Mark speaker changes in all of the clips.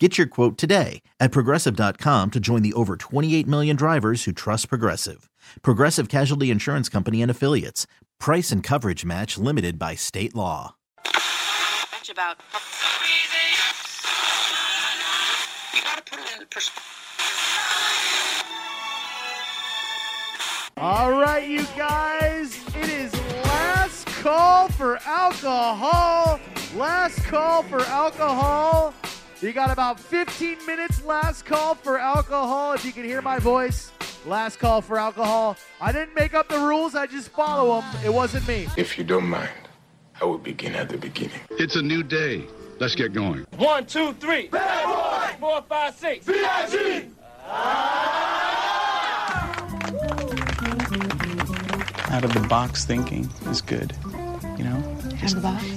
Speaker 1: Get your quote today at progressive.com to join the over 28 million drivers who trust Progressive. Progressive Casualty Insurance Company and Affiliates. Price and coverage match limited by state law.
Speaker 2: Much about. You gotta put it in perspective.
Speaker 3: All right, you guys, it is last call for alcohol. Last call for alcohol. You got about 15 minutes. Last call for alcohol. If you can hear my voice, last call for alcohol. I didn't make up the rules, I just follow them. It wasn't me.
Speaker 4: If you don't mind, I will begin at the beginning.
Speaker 5: It's a new day. Let's get going.
Speaker 6: One, two, three. Bad boy. Four, five, six.
Speaker 7: Ah.
Speaker 8: out of the box thinking is good. You know? Just-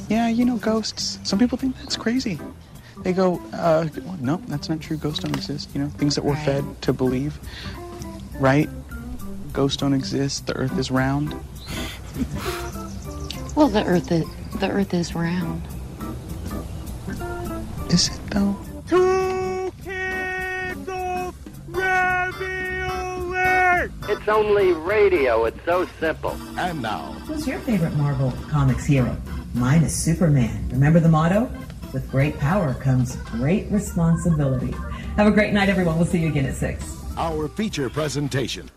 Speaker 8: Yeah, you know, ghosts. Some people think that's crazy. They go, uh, well, no, that's not true. Ghosts don't exist. You know, things that we're fed to believe, right? Ghosts don't exist. The earth is round.
Speaker 7: Well, the earth is, the earth is round.
Speaker 8: Is it though?
Speaker 3: Two cans of ravioli.
Speaker 9: It's only radio. It's so simple.
Speaker 5: And now,
Speaker 10: Who's your favorite Marvel Comics hero? Mine is Superman. Remember the motto? With great power comes great responsibility. Have a great night, everyone. We'll see you again at 6.
Speaker 5: our feature presentation.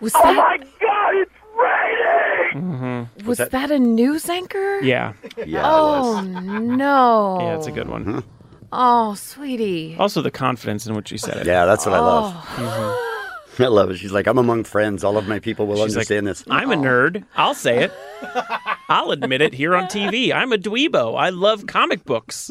Speaker 11: Was that,
Speaker 4: Oh God, it's raining!
Speaker 12: Mm-hmm.
Speaker 11: was that, a news anchor?
Speaker 13: Yeah,
Speaker 4: Yeah,
Speaker 11: Oh no.
Speaker 13: yeah, it's a good
Speaker 14: Mm-hmm.
Speaker 13: one.
Speaker 11: Oh, sweetie.
Speaker 13: Also, the confidence in which she said it.
Speaker 14: Yeah, that's what I love.
Speaker 11: Oh.
Speaker 14: I love it. She's like, I'm among friends. All of my people will
Speaker 13: She's like,
Speaker 14: understand this. Oh.
Speaker 13: I'm a nerd. I'll say it. I'll admit it here on TV. I'm a dweebo. I love comic books.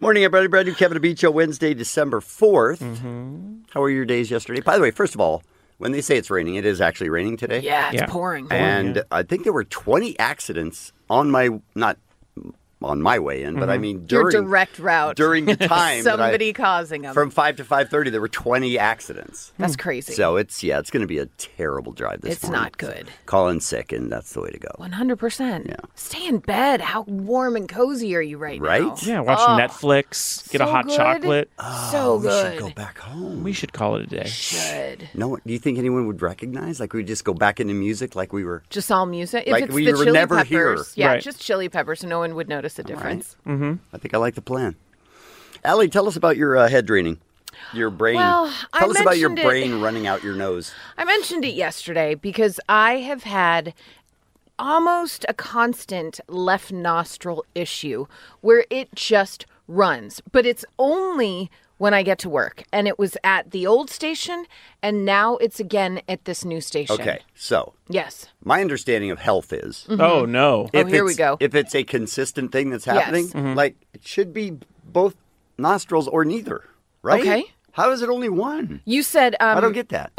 Speaker 14: Morning, everybody. Brad new Kevin Beach Show, Wednesday, December 4th.
Speaker 13: Mm-hmm.
Speaker 14: How were your days yesterday? By the way, first of all, when they say it's raining, it is actually raining today.
Speaker 11: Yeah, it's
Speaker 13: Yeah.
Speaker 11: pouring.
Speaker 14: And I think there were 20 accidents on my, not on my way in, but
Speaker 13: Mm-hmm.
Speaker 14: I mean
Speaker 11: Your
Speaker 14: during,
Speaker 11: direct route.
Speaker 14: during the time. that I-
Speaker 11: Somebody causing them.
Speaker 14: from 5 to 5.30, there were 20 accidents.
Speaker 11: That's crazy.
Speaker 14: So it's, yeah, it's going to be a terrible drive this
Speaker 11: It's
Speaker 14: morning.
Speaker 11: not good.
Speaker 14: Call in sick, and that's the way to go.
Speaker 11: One hundred percent. Stay in bed. How warm and cozy are you right, now?
Speaker 14: Right?
Speaker 13: Yeah, watch Netflix, get a
Speaker 11: so
Speaker 13: hot
Speaker 11: good.
Speaker 13: chocolate.
Speaker 14: Oh,
Speaker 11: so
Speaker 14: We should go
Speaker 11: good.
Speaker 14: back home.
Speaker 13: We should call it a day.
Speaker 11: Good.
Speaker 14: No, one- do you think anyone would recognize? Like we just go back into music, like we were.
Speaker 11: Just all music. If
Speaker 14: Like,
Speaker 11: it's
Speaker 14: we
Speaker 11: the
Speaker 14: were
Speaker 11: chili
Speaker 14: never here.
Speaker 11: peppers. Yeah,
Speaker 13: Right.
Speaker 11: just chili peppers so no one would notice the difference.
Speaker 13: Mm-hmm.
Speaker 14: I think I like the plan. Allie, tell us about your uh, head draining, your brain.
Speaker 11: Well, I
Speaker 14: tell us about your
Speaker 11: mentioned it-
Speaker 14: brain running out your nose.
Speaker 11: I mentioned it yesterday because I have had almost a constant left nostril issue where it just runs, but it's only when I get to work. And it was at the old station, and now it's again at this new station.
Speaker 14: Okay, so
Speaker 11: Yes. Mm-hmm.
Speaker 14: my understanding of health is
Speaker 13: Oh no. Mm-hmm.
Speaker 14: if
Speaker 11: here we
Speaker 14: it's-
Speaker 11: go.
Speaker 14: If it's a consistent thing that's happening, like it should be both nostrils or neither, right?
Speaker 11: Okay.
Speaker 14: How is it only one?
Speaker 11: You said um,
Speaker 14: I don't get that.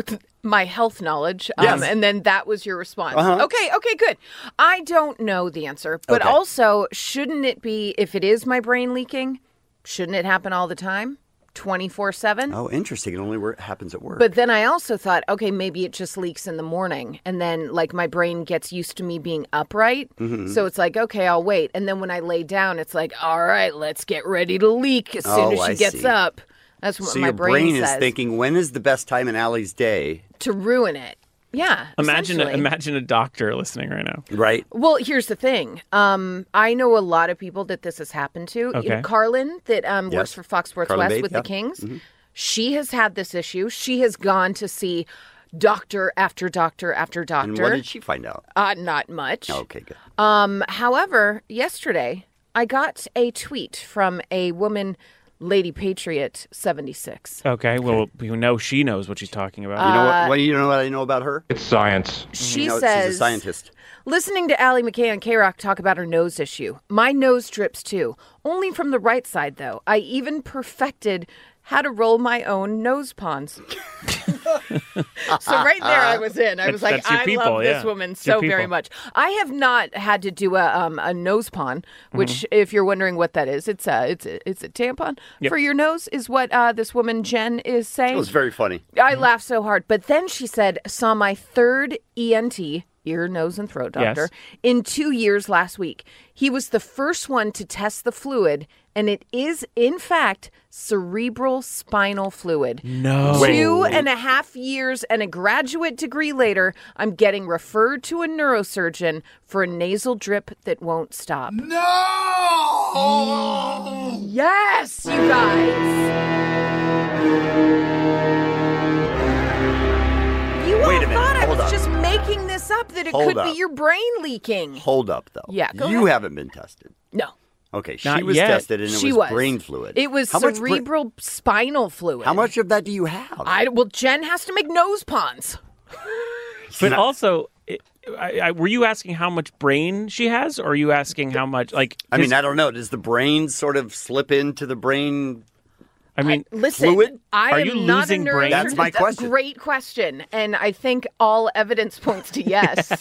Speaker 11: my health knowledge, um,
Speaker 14: Yes.
Speaker 11: and then that was your response.
Speaker 14: Uh-huh.
Speaker 11: Okay, okay, good. I don't know the answer, but
Speaker 14: Okay.
Speaker 11: also, shouldn't it be if it is my brain leaking? Shouldn't it happen all the time, twenty four seven?
Speaker 14: Oh, interesting. It only wor- happens at work.
Speaker 11: But then I also thought, okay, maybe it just leaks in the morning, and then like my brain gets used to me being upright,
Speaker 14: Mm-hmm.
Speaker 11: so it's like, okay, I'll wait, and then when I lay down, it's like, all right, let's get ready to leak as soon
Speaker 14: Oh,
Speaker 11: as she
Speaker 14: I
Speaker 11: gets
Speaker 14: see.
Speaker 11: up. That's what
Speaker 14: so
Speaker 11: my
Speaker 14: your brain,
Speaker 11: says
Speaker 14: is thinking, when is the best time in Allie's day?
Speaker 11: to ruin it. Yeah.
Speaker 13: Imagine a,
Speaker 11: essentially.
Speaker 13: imagine a doctor listening right now.
Speaker 14: Right.
Speaker 11: Well, here's the thing. Um, I know a lot of people that this has happened to. You know,
Speaker 13: Okay.
Speaker 11: Carlin, that um,
Speaker 14: Yes.
Speaker 11: works for Fox Sports
Speaker 14: Carlin
Speaker 11: West
Speaker 14: Bate,
Speaker 11: with
Speaker 14: yeah. Mm-hmm.
Speaker 11: the Kings, she has had this issue. She has gone to see doctor after doctor after
Speaker 14: And
Speaker 11: doctor.
Speaker 14: what did she find out?
Speaker 11: uh, not much.
Speaker 14: Okay, good.
Speaker 11: Um, however, yesterday I got a tweet from a woman, Lady Patriot 76.
Speaker 13: Okay, well, you know she knows what she's talking about.
Speaker 14: You know what? What do you know? What I know about her?
Speaker 5: It's science.
Speaker 11: Uh, She
Speaker 14: You know,
Speaker 11: says
Speaker 14: she's a scientist.
Speaker 11: Listening to Allie McKay on K Rock talk about her nose issue. My nose drips too, only from the right side though. I even perfected how to roll my own nose ponds. so right there I was in. I was like,
Speaker 13: That's your
Speaker 11: I
Speaker 13: people,
Speaker 11: love
Speaker 13: yeah.
Speaker 11: this woman
Speaker 13: It's your
Speaker 11: so very
Speaker 13: people.
Speaker 11: much. I have not had to do a um, a nose pon, which
Speaker 13: Mhm.
Speaker 11: if you're wondering what that is, it's a it's a, it's a tampon
Speaker 14: Yep.
Speaker 11: for your nose is what uh, this woman Jen is saying.
Speaker 14: It was very funny.
Speaker 11: I
Speaker 13: Mm-hmm.
Speaker 11: laughed so hard. But then she said, saw my third ENT, ear, nose, and throat
Speaker 14: Yes.
Speaker 11: doctor, in two years last week. He was the first one to test the fluid, and it is, in fact, cerebral spinal fluid.
Speaker 13: No.
Speaker 11: Two
Speaker 13: Wait.
Speaker 11: and a half years and a graduate degree later, I'm getting referred to a neurosurgeon for a nasal drip that won't stop. No! Yes, you guys. You all
Speaker 14: Wait a minute.
Speaker 11: thought I
Speaker 14: Hold
Speaker 11: was
Speaker 14: up.
Speaker 11: just making this up that it
Speaker 14: Hold
Speaker 11: could
Speaker 14: up.
Speaker 11: be your brain leaking.
Speaker 14: Hold up, though.
Speaker 11: Yeah, go
Speaker 14: you
Speaker 11: ahead.
Speaker 14: haven't been tested.
Speaker 11: No.
Speaker 14: Okay, she
Speaker 13: Not
Speaker 14: was
Speaker 13: yet.
Speaker 14: tested, and it
Speaker 11: she
Speaker 14: was, brain fluid.
Speaker 11: It was
Speaker 14: How much bra-
Speaker 11: cerebral spinal fluid. How
Speaker 14: much of that do you have?
Speaker 11: I well, Jen has to make nose ponds.
Speaker 13: But also, it, I, I, were you asking how much brain she has, or are you asking how much like?
Speaker 14: I mean,
Speaker 13: his-
Speaker 14: I don't know. Does the brain sort of slip into the brain?
Speaker 13: I mean,
Speaker 11: Listen, I am not a neurosurgeon.
Speaker 14: That's my question.
Speaker 11: Great question, and I think all evidence points to yes.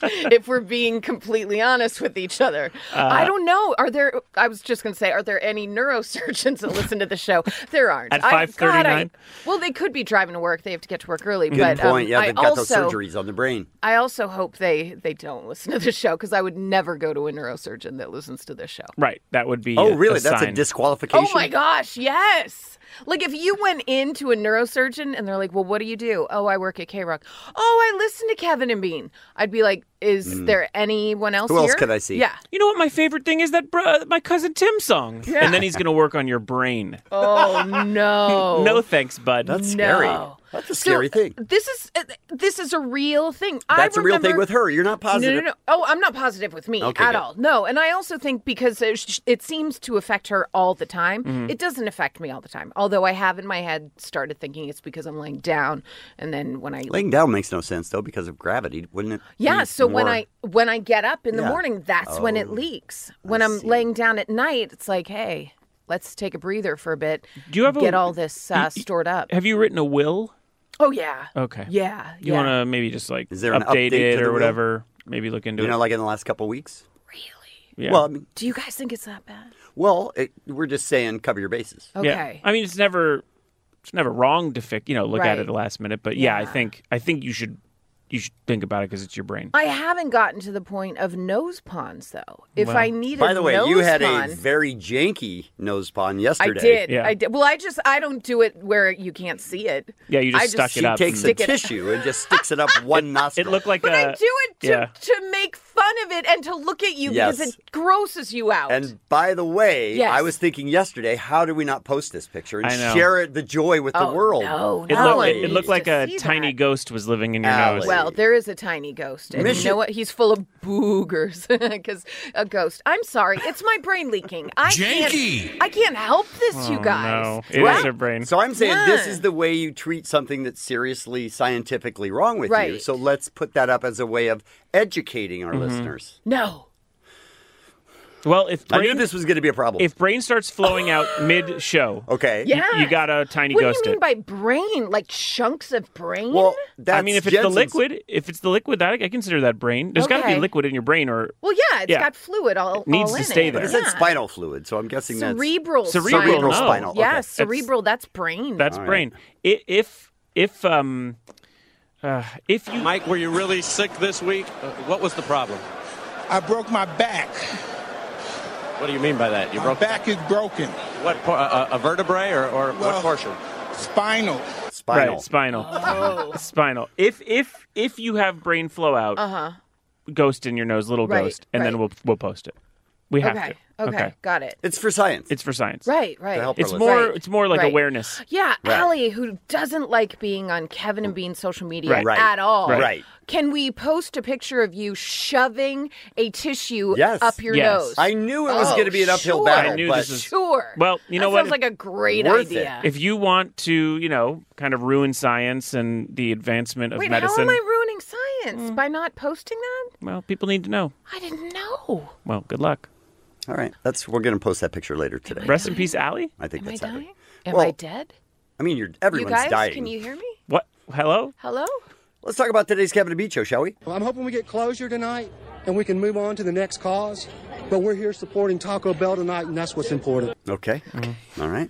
Speaker 11: if we're being completely honest with each other,
Speaker 13: Uh,
Speaker 11: I don't know. Are there? I was just going to say, are there any neurosurgeons that listen to the show? There aren't.
Speaker 14: At
Speaker 11: I- God,
Speaker 14: 5:39?
Speaker 11: I- Well, they could be driving to work. They have to get to work early.
Speaker 14: Good
Speaker 11: but um,
Speaker 14: point. yeah,
Speaker 11: I
Speaker 14: they've got
Speaker 11: also,
Speaker 14: those surgeries on the brain.
Speaker 11: I also hope they they don't listen to the show because I would never go to a neurosurgeon that listens to this show.
Speaker 13: right? That would be.
Speaker 14: Oh,
Speaker 13: a-
Speaker 14: really? That's a
Speaker 13: sign.
Speaker 14: disqualification?
Speaker 11: Oh my gosh, yes. Like if you went into a neurosurgeon and they're like, "Well, what do you do?" "Oh, I work at K Rock." "Oh, I listen to Kevin and Bean." I'd be like, "Is
Speaker 13: Mm.
Speaker 11: there anyone else
Speaker 13: Who else
Speaker 11: here?"
Speaker 13: could I see?
Speaker 11: Yeah.
Speaker 13: You know what my favorite thing is that bro- my cousin Tim song,
Speaker 11: Yeah.
Speaker 13: and then he's going to work on your brain.
Speaker 11: Oh no.
Speaker 13: no thanks, bud.
Speaker 11: That's scary. No.
Speaker 14: That's a
Speaker 11: So,
Speaker 14: scary thing.
Speaker 11: This is uh, this is a real thing.
Speaker 14: That's
Speaker 11: I
Speaker 14: a real thing
Speaker 11: remember-
Speaker 14: with her. You're not positive.
Speaker 11: No, no, no. Oh, I'm not positive with me
Speaker 14: Okay,
Speaker 11: at
Speaker 14: good.
Speaker 11: all. No, and I also think because it sh- it seems to affect her all the time,
Speaker 14: Mm-hmm.
Speaker 13: Mhm.
Speaker 11: it doesn't affect me all the time. Although I have in my head started thinking it's because I'm laying down, and then when I
Speaker 14: Laying down makes no sense though because of gravity, wouldn't it?
Speaker 11: yeah,
Speaker 14: be
Speaker 11: so when
Speaker 14: more-
Speaker 11: I when I get up in the
Speaker 14: Yeah.
Speaker 11: morning, that's when it
Speaker 14: Oh,
Speaker 11: leaks. When I'm laying down at night, it's like, hey, let's take a breather for a bit.
Speaker 13: Do you have a-
Speaker 11: get all this uh,
Speaker 13: y- y-
Speaker 11: stored up?
Speaker 13: Have you written a will?
Speaker 11: Oh yeah.
Speaker 13: Okay.
Speaker 11: Yeah,
Speaker 13: You
Speaker 11: yeah.
Speaker 13: want to maybe just like
Speaker 14: Is there an update
Speaker 13: update,
Speaker 14: to
Speaker 13: it
Speaker 14: the
Speaker 13: or
Speaker 14: will?
Speaker 13: whatever? Maybe look into
Speaker 14: you
Speaker 13: it.
Speaker 14: know, like in the last couple weeks.
Speaker 13: yeah.
Speaker 14: Well, I mean,
Speaker 11: Do you guys think it's that bad?
Speaker 14: well, it, we're just saying cover your bases.
Speaker 11: Okay.
Speaker 13: Yeah. I mean, it's never it's never wrong to fix, you know, look at
Speaker 11: Right.
Speaker 13: it at the last minute, but yeah, I
Speaker 11: Yeah.
Speaker 13: think I think you should you should think about it cuz it's your brain.
Speaker 11: I haven't gotten to the point of nose ponds though. If
Speaker 14: Well-
Speaker 11: I need
Speaker 14: By
Speaker 11: a
Speaker 14: the way,
Speaker 11: nose
Speaker 14: you had
Speaker 11: pond,
Speaker 14: a very janky nose pond
Speaker 11: I
Speaker 14: yesterday.
Speaker 11: did. I did. Well, I just I don't do it where you can't see it. I
Speaker 14: she takes
Speaker 11: stick
Speaker 14: a
Speaker 11: it-
Speaker 14: tissue and just sticks it up one nostril. It looked
Speaker 13: like
Speaker 14: a.
Speaker 11: Do it to, to make fun of it and to look at you
Speaker 14: Yes.
Speaker 11: because it grosses you out.
Speaker 14: And by the way,
Speaker 11: Yes.
Speaker 14: I was thinking yesterday, how do we not post this picture and
Speaker 13: I know.
Speaker 14: share it, the joy with the
Speaker 11: Oh,
Speaker 14: world?
Speaker 11: no,
Speaker 13: It,
Speaker 11: no
Speaker 13: looked,
Speaker 11: one
Speaker 13: it, it
Speaker 11: needs
Speaker 13: looked like
Speaker 11: to
Speaker 13: a
Speaker 11: see
Speaker 13: tiny ghost was living in your nose.
Speaker 11: Well, there is a tiny ghost, and you
Speaker 13: Mission-
Speaker 11: know what? He's full of boogers because a ghost. I'm sorry, it's my brain leaking. I
Speaker 14: Janky.
Speaker 11: can't. I can't help this,
Speaker 14: Oh,
Speaker 11: you guys.
Speaker 13: Oh, It is her brain.
Speaker 14: So I'm saying this
Speaker 11: Yeah.
Speaker 14: is the way you treat something that's seriously scientifically wrong with you.
Speaker 11: Right.
Speaker 14: So let's put that up as a way of educating our
Speaker 13: Mhm.
Speaker 14: listeners.
Speaker 11: No.
Speaker 13: Well, if
Speaker 14: I knew
Speaker 13: brain,
Speaker 14: this was going to be a problem.
Speaker 13: if brain starts flowing out mid show,
Speaker 14: okay,
Speaker 11: Yeah.
Speaker 13: you got a tiny
Speaker 11: What do
Speaker 13: ghost. it.
Speaker 11: you mean by brain? Like chunks of brain?
Speaker 13: I mean, if it's the liquid, if it's the liquid, that I consider that brain. There's got to
Speaker 11: Okay.
Speaker 13: be liquid in your brain, or
Speaker 11: Well, yeah, it's
Speaker 13: Yeah.
Speaker 11: got fluid all,
Speaker 13: it needs
Speaker 11: all
Speaker 13: to
Speaker 11: in
Speaker 13: stay
Speaker 11: it.
Speaker 13: there.
Speaker 14: But it said spinal fluid, so I'm guessing that's
Speaker 11: Cerebral,
Speaker 13: Cerebral,
Speaker 11: spinal.
Speaker 13: no. Spinal, okay.
Speaker 11: Yeah,
Speaker 13: That's-
Speaker 11: cerebral. That's brain.
Speaker 13: that's brain. I If if um, uh, if you
Speaker 15: Mike, were you really sick this week? Uh, What was the problem?
Speaker 16: I broke my back.
Speaker 15: What do you mean by that? You
Speaker 16: My
Speaker 15: broke
Speaker 16: back is broken.
Speaker 15: what? por- uh, a vertebrae or, or
Speaker 16: Well,
Speaker 15: what portion?
Speaker 16: Spinal.
Speaker 13: right, spinal,
Speaker 11: Oh.
Speaker 13: spinal. If if if you have brain flow out,
Speaker 11: Uh huh.
Speaker 13: ghost in your nose, little
Speaker 11: Right,
Speaker 13: ghost, and then
Speaker 11: right.
Speaker 13: we'll we'll post it. We have
Speaker 11: Okay,
Speaker 13: to.
Speaker 11: okay, got it.
Speaker 14: It's for science.
Speaker 13: It's for science.
Speaker 11: Right, right.
Speaker 13: It's more. It's more like
Speaker 11: right.
Speaker 13: awareness.
Speaker 11: Yeah,
Speaker 13: Right.
Speaker 11: Allie, who doesn't like being on Kevin and Bean's social media
Speaker 13: Right. Right.
Speaker 11: at all,
Speaker 14: Right.
Speaker 11: Can we post a picture of you shoving a tissue
Speaker 14: Yes.
Speaker 11: up your
Speaker 14: Yes.
Speaker 11: nose?
Speaker 14: I knew it was
Speaker 11: Oh,
Speaker 14: gonna be an uphill
Speaker 11: sure.
Speaker 14: battle, I knew but- this was-
Speaker 11: sure.
Speaker 13: Well, you know
Speaker 11: that
Speaker 13: what?
Speaker 11: Sounds like a great
Speaker 13: Worth it.
Speaker 11: idea.
Speaker 13: If you want to, you know, kind of ruin science and the advancement of
Speaker 11: Wait, how
Speaker 13: medicine,
Speaker 11: am I ruining science by not posting that?
Speaker 13: well, people need to know.
Speaker 11: Mm. I didn't know.
Speaker 13: Well, good luck.
Speaker 14: All right, that's we're going to post that picture later today.
Speaker 13: Rest in peace, Allie.
Speaker 14: I think
Speaker 11: Am I
Speaker 14: that's
Speaker 11: dying?
Speaker 14: happening.
Speaker 11: Am
Speaker 14: Well,
Speaker 11: I dead?
Speaker 14: I mean, you're everyone's
Speaker 11: you guys,
Speaker 14: dying.
Speaker 11: can you hear me?
Speaker 13: What? Hello?
Speaker 11: Hello?
Speaker 14: Let's talk about today's Kevin Abicho, shall we?
Speaker 17: Well, I'm hoping we get closure tonight and we can move on to the next cause. But we're here supporting Taco Bell tonight, and that's what's important.
Speaker 14: Okay.
Speaker 13: Mm.
Speaker 14: All right.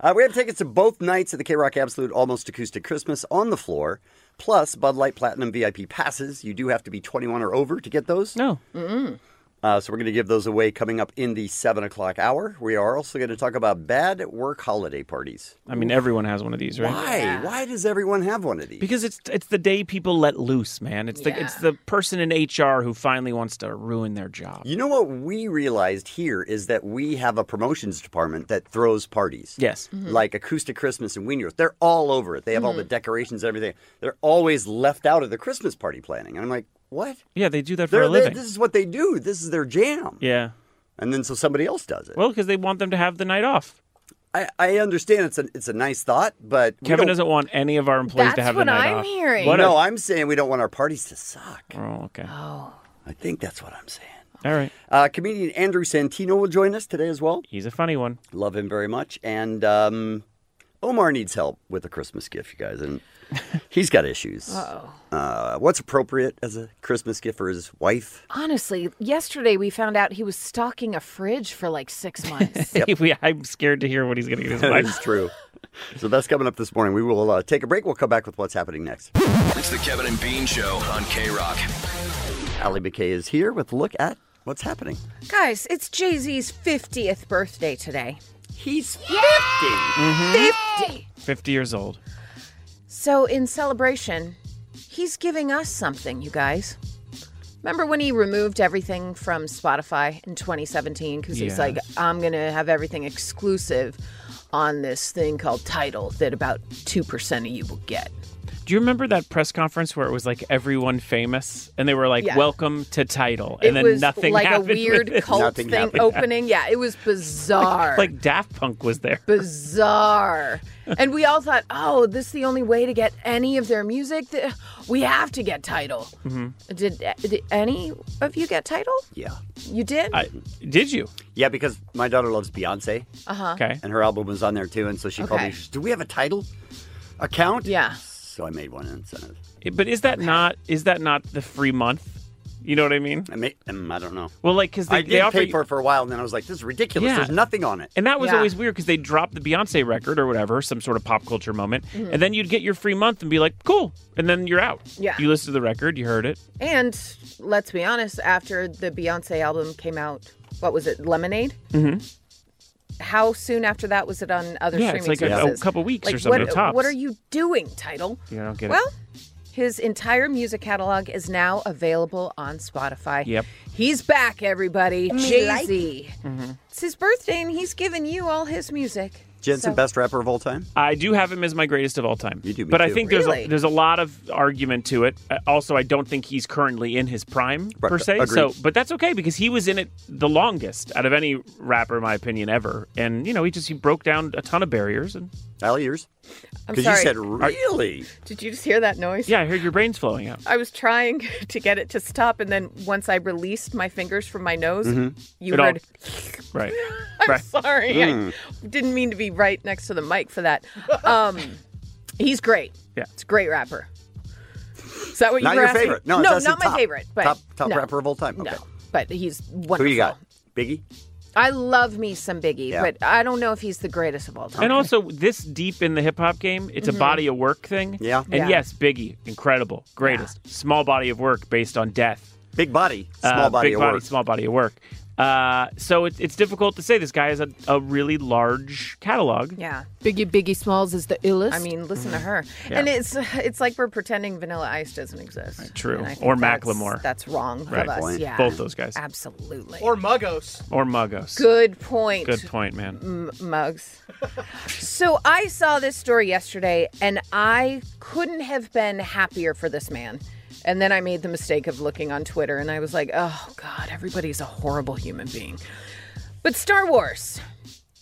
Speaker 14: Uh, we have tickets to both nights at the K Rock Absolute Almost Acoustic Christmas on the floor, plus Bud Light Platinum VIP passes. You do have to be 21 or over to get those.
Speaker 13: No.
Speaker 11: Mm-mm.
Speaker 14: Uh, so we're going to give those away coming up in the 7 o'clock hour. We are also going to talk about bad work holiday parties.
Speaker 13: I mean, everyone has one of these, right?
Speaker 14: Why? Why does everyone have one of these?
Speaker 13: Because it's it's the day people let loose, man. It's the it's the person in HR who finally wants to ruin their job.
Speaker 14: You know what we realized here is that we have a promotions department that throws parties.
Speaker 13: Yes.
Speaker 11: Mhm.
Speaker 14: Like Acoustic Christmas and Wiener's. They're all over it. They have all the
Speaker 11: Mhm.
Speaker 14: decorations and everything. They're always left out of the Christmas party planning. And I'm like, what?
Speaker 13: Yeah, they do that for
Speaker 14: They're,
Speaker 13: a
Speaker 14: they-
Speaker 13: living.
Speaker 14: this is what they do. This is their jam.
Speaker 13: yeah.
Speaker 14: And then so somebody else does it.
Speaker 13: Well, because they want them to have the night off.
Speaker 14: I, I understand it's a, it's a nice thought, but we
Speaker 13: Kevin
Speaker 14: don't-
Speaker 13: doesn't want any of our employees to
Speaker 14: That's
Speaker 13: have
Speaker 14: what
Speaker 13: the night
Speaker 14: I'm
Speaker 13: off.
Speaker 11: hearing.
Speaker 13: What
Speaker 14: no,
Speaker 13: a-
Speaker 14: i I'm saying we don't want our parties to suck.
Speaker 13: Oh, okay.
Speaker 11: Oh.
Speaker 14: I think that's what I'm saying.
Speaker 13: All right.
Speaker 14: Uh, comedian Andrew Santino will join us today as well.
Speaker 13: He's a funny one.
Speaker 14: Love him very much. And um, Omar needs help with a Christmas gift, you guys. And he's got issues.
Speaker 11: Uh-oh.
Speaker 14: Uh, what's appropriate as a Christmas gift for his wife?
Speaker 11: Honestly, yesterday we found out he was stocking a fridge for like six months.
Speaker 13: We- I'm scared to hear what he's going to get his
Speaker 14: That
Speaker 13: wife.
Speaker 14: is true. So that's coming up this morning. We will uh, take a break. We'll come back with what's happening next.
Speaker 18: It's the Kevin and Bean Show on K Rock.
Speaker 14: Ali McKay is here with a look at what's happening.
Speaker 11: Guys, it's Jay Z's 50th birthday today.
Speaker 14: He's 50.
Speaker 13: Mhm.
Speaker 11: 50.
Speaker 13: 50 years old.
Speaker 11: So, in celebration, he's giving us something, you guys. Remember when he removed everything from Spotify in 2017? Because he's
Speaker 19: Yeah.
Speaker 11: like, I'm going to have everything exclusive on this thing called Title that about 2% of you will get.
Speaker 13: Do you remember that press conference where it was like everyone famous and they were like,
Speaker 11: Yeah.
Speaker 13: "Welcome to title," and
Speaker 11: it
Speaker 13: then
Speaker 11: was
Speaker 13: nothing
Speaker 11: like a
Speaker 13: happened with
Speaker 11: weird
Speaker 13: it?
Speaker 11: cult thing opening. Yeah, it was bizarre.
Speaker 13: like Daft Punk was there.
Speaker 11: bizarre. and we all thought, oh, this is the only way to get any of their music. Th- We have to get title.
Speaker 13: Mm-hmm.
Speaker 11: Did, did any of you get title?
Speaker 14: Yeah.
Speaker 11: You did?
Speaker 13: did you?
Speaker 14: Yeah, because my daughter loves Beyonce.
Speaker 11: Uh-huh. Okay.
Speaker 14: And her album was on there too. And so she called me.
Speaker 11: Okay.
Speaker 14: She said, Do we have a title account?
Speaker 11: Yeah.
Speaker 14: So I made one and sent it.
Speaker 13: But is that not is that not the free month? You know what I mean?
Speaker 14: I, may, um, I don't know.
Speaker 13: Well, like because they,
Speaker 14: I
Speaker 13: they
Speaker 14: did pay
Speaker 13: offer you-
Speaker 14: for it for a while, and then I was like, "This is ridiculous.
Speaker 13: Yeah.
Speaker 14: There's nothing on it."
Speaker 13: And that was
Speaker 14: Yeah.
Speaker 13: always weird because they dropped the Beyonce record or whatever, some sort of pop culture moment,
Speaker 11: Mhm.
Speaker 13: and then you'd get your free month and be like, "Cool," and then you're out.
Speaker 11: Yeah.
Speaker 13: you listened to the record, you heard it.
Speaker 11: And let's be honest, after the Beyonce album came out, what was it, Lemonade?
Speaker 13: Mm-hmm.
Speaker 11: How soon after that was it on other
Speaker 13: Yeah, it's
Speaker 11: streaming
Speaker 13: like a- a
Speaker 11: services?
Speaker 13: couple weeks or
Speaker 11: Like,
Speaker 13: something,
Speaker 11: What,
Speaker 13: tops.
Speaker 11: what are you doing, title?
Speaker 13: You don't get
Speaker 11: well,
Speaker 13: it.
Speaker 11: his entire music catalog is now available on Spotify.
Speaker 13: Yep.
Speaker 11: He's back, everybody.
Speaker 19: Me
Speaker 11: Jay
Speaker 19: like
Speaker 11: Z. It's his birthday, and he's giving you all his music.
Speaker 14: Jensen,
Speaker 11: So-
Speaker 14: best rapper of all time.
Speaker 13: I do have him as my greatest of all time. You do, but I
Speaker 14: too.
Speaker 13: think there's
Speaker 11: Really?
Speaker 13: a, there's a lot of argument to it. Uh, Also, I don't think he's currently in his prime
Speaker 14: Right,
Speaker 13: per se.
Speaker 14: agreed.
Speaker 13: So, but that's okay because he was in it the longest out of any rapper, in my opinion, ever. And you know, he just he broke down a ton of barriers and
Speaker 14: all yours.
Speaker 11: I'm 'Cause you sorry. said
Speaker 14: really.
Speaker 11: Did you just hear that noise?
Speaker 13: Yeah, I heard your brains flowing out.
Speaker 11: I was trying to get it to stop, and then once I released my fingers from my nose,
Speaker 14: Mm-hmm.
Speaker 13: Mhm.
Speaker 11: you
Speaker 13: It all-
Speaker 11: heard.
Speaker 13: Mm-hmm. Right.
Speaker 11: I'm
Speaker 13: right.
Speaker 11: sorry.
Speaker 13: Mm.
Speaker 11: I didn't mean to be right next to the mic for that. Um, he's great.
Speaker 13: Yeah.
Speaker 11: He's a great rapper. Is that what you
Speaker 14: not
Speaker 11: were
Speaker 14: your
Speaker 11: asking?
Speaker 14: favorite? No, it's
Speaker 11: no
Speaker 14: actually
Speaker 11: not my
Speaker 14: top-
Speaker 11: favorite. But
Speaker 14: top top
Speaker 11: no,
Speaker 14: rapper of all time. Okay.
Speaker 11: No, but he's wonderful.
Speaker 14: Who you got? Biggie.
Speaker 11: I love me some Biggie,
Speaker 13: Yeah.
Speaker 11: but I don't know if he's the greatest of all time.
Speaker 13: And also, this deep in the hip hop game, it's
Speaker 11: Mhm.
Speaker 13: a body of work thing.
Speaker 14: Yeah.
Speaker 13: And
Speaker 11: Yeah.
Speaker 13: yes, Biggie, incredible, greatest. Small body of work based on death. Uh,
Speaker 14: Big body, small body
Speaker 13: big
Speaker 14: of
Speaker 13: body,
Speaker 14: work.
Speaker 13: Small body of work. Uh, so it, it's difficult to say. This guy has a, a really large catalog.
Speaker 11: Yeah.
Speaker 19: Biggie Biggie Smalls is the illest.
Speaker 11: I mean, listen to
Speaker 13: Mhm.
Speaker 11: her.
Speaker 13: Yeah.
Speaker 11: And it's it's like we're pretending Vanilla Ice doesn't exist.
Speaker 13: True.
Speaker 11: And I think
Speaker 13: Or
Speaker 11: that's-
Speaker 13: Macklemore.
Speaker 11: That's wrong
Speaker 13: Right.
Speaker 11: of us.
Speaker 13: Point.
Speaker 11: Yeah.
Speaker 13: Both those guys.
Speaker 11: Absolutely.
Speaker 19: Or Muggos.
Speaker 13: Or Muggos.
Speaker 11: Good point.
Speaker 13: Good point, man.
Speaker 11: M- mugs. so I saw this story yesterday and I couldn't have been happier for this man. And then I made the mistake of looking on Twitter and I was like, oh God, everybody's a horrible human being. But Star Wars.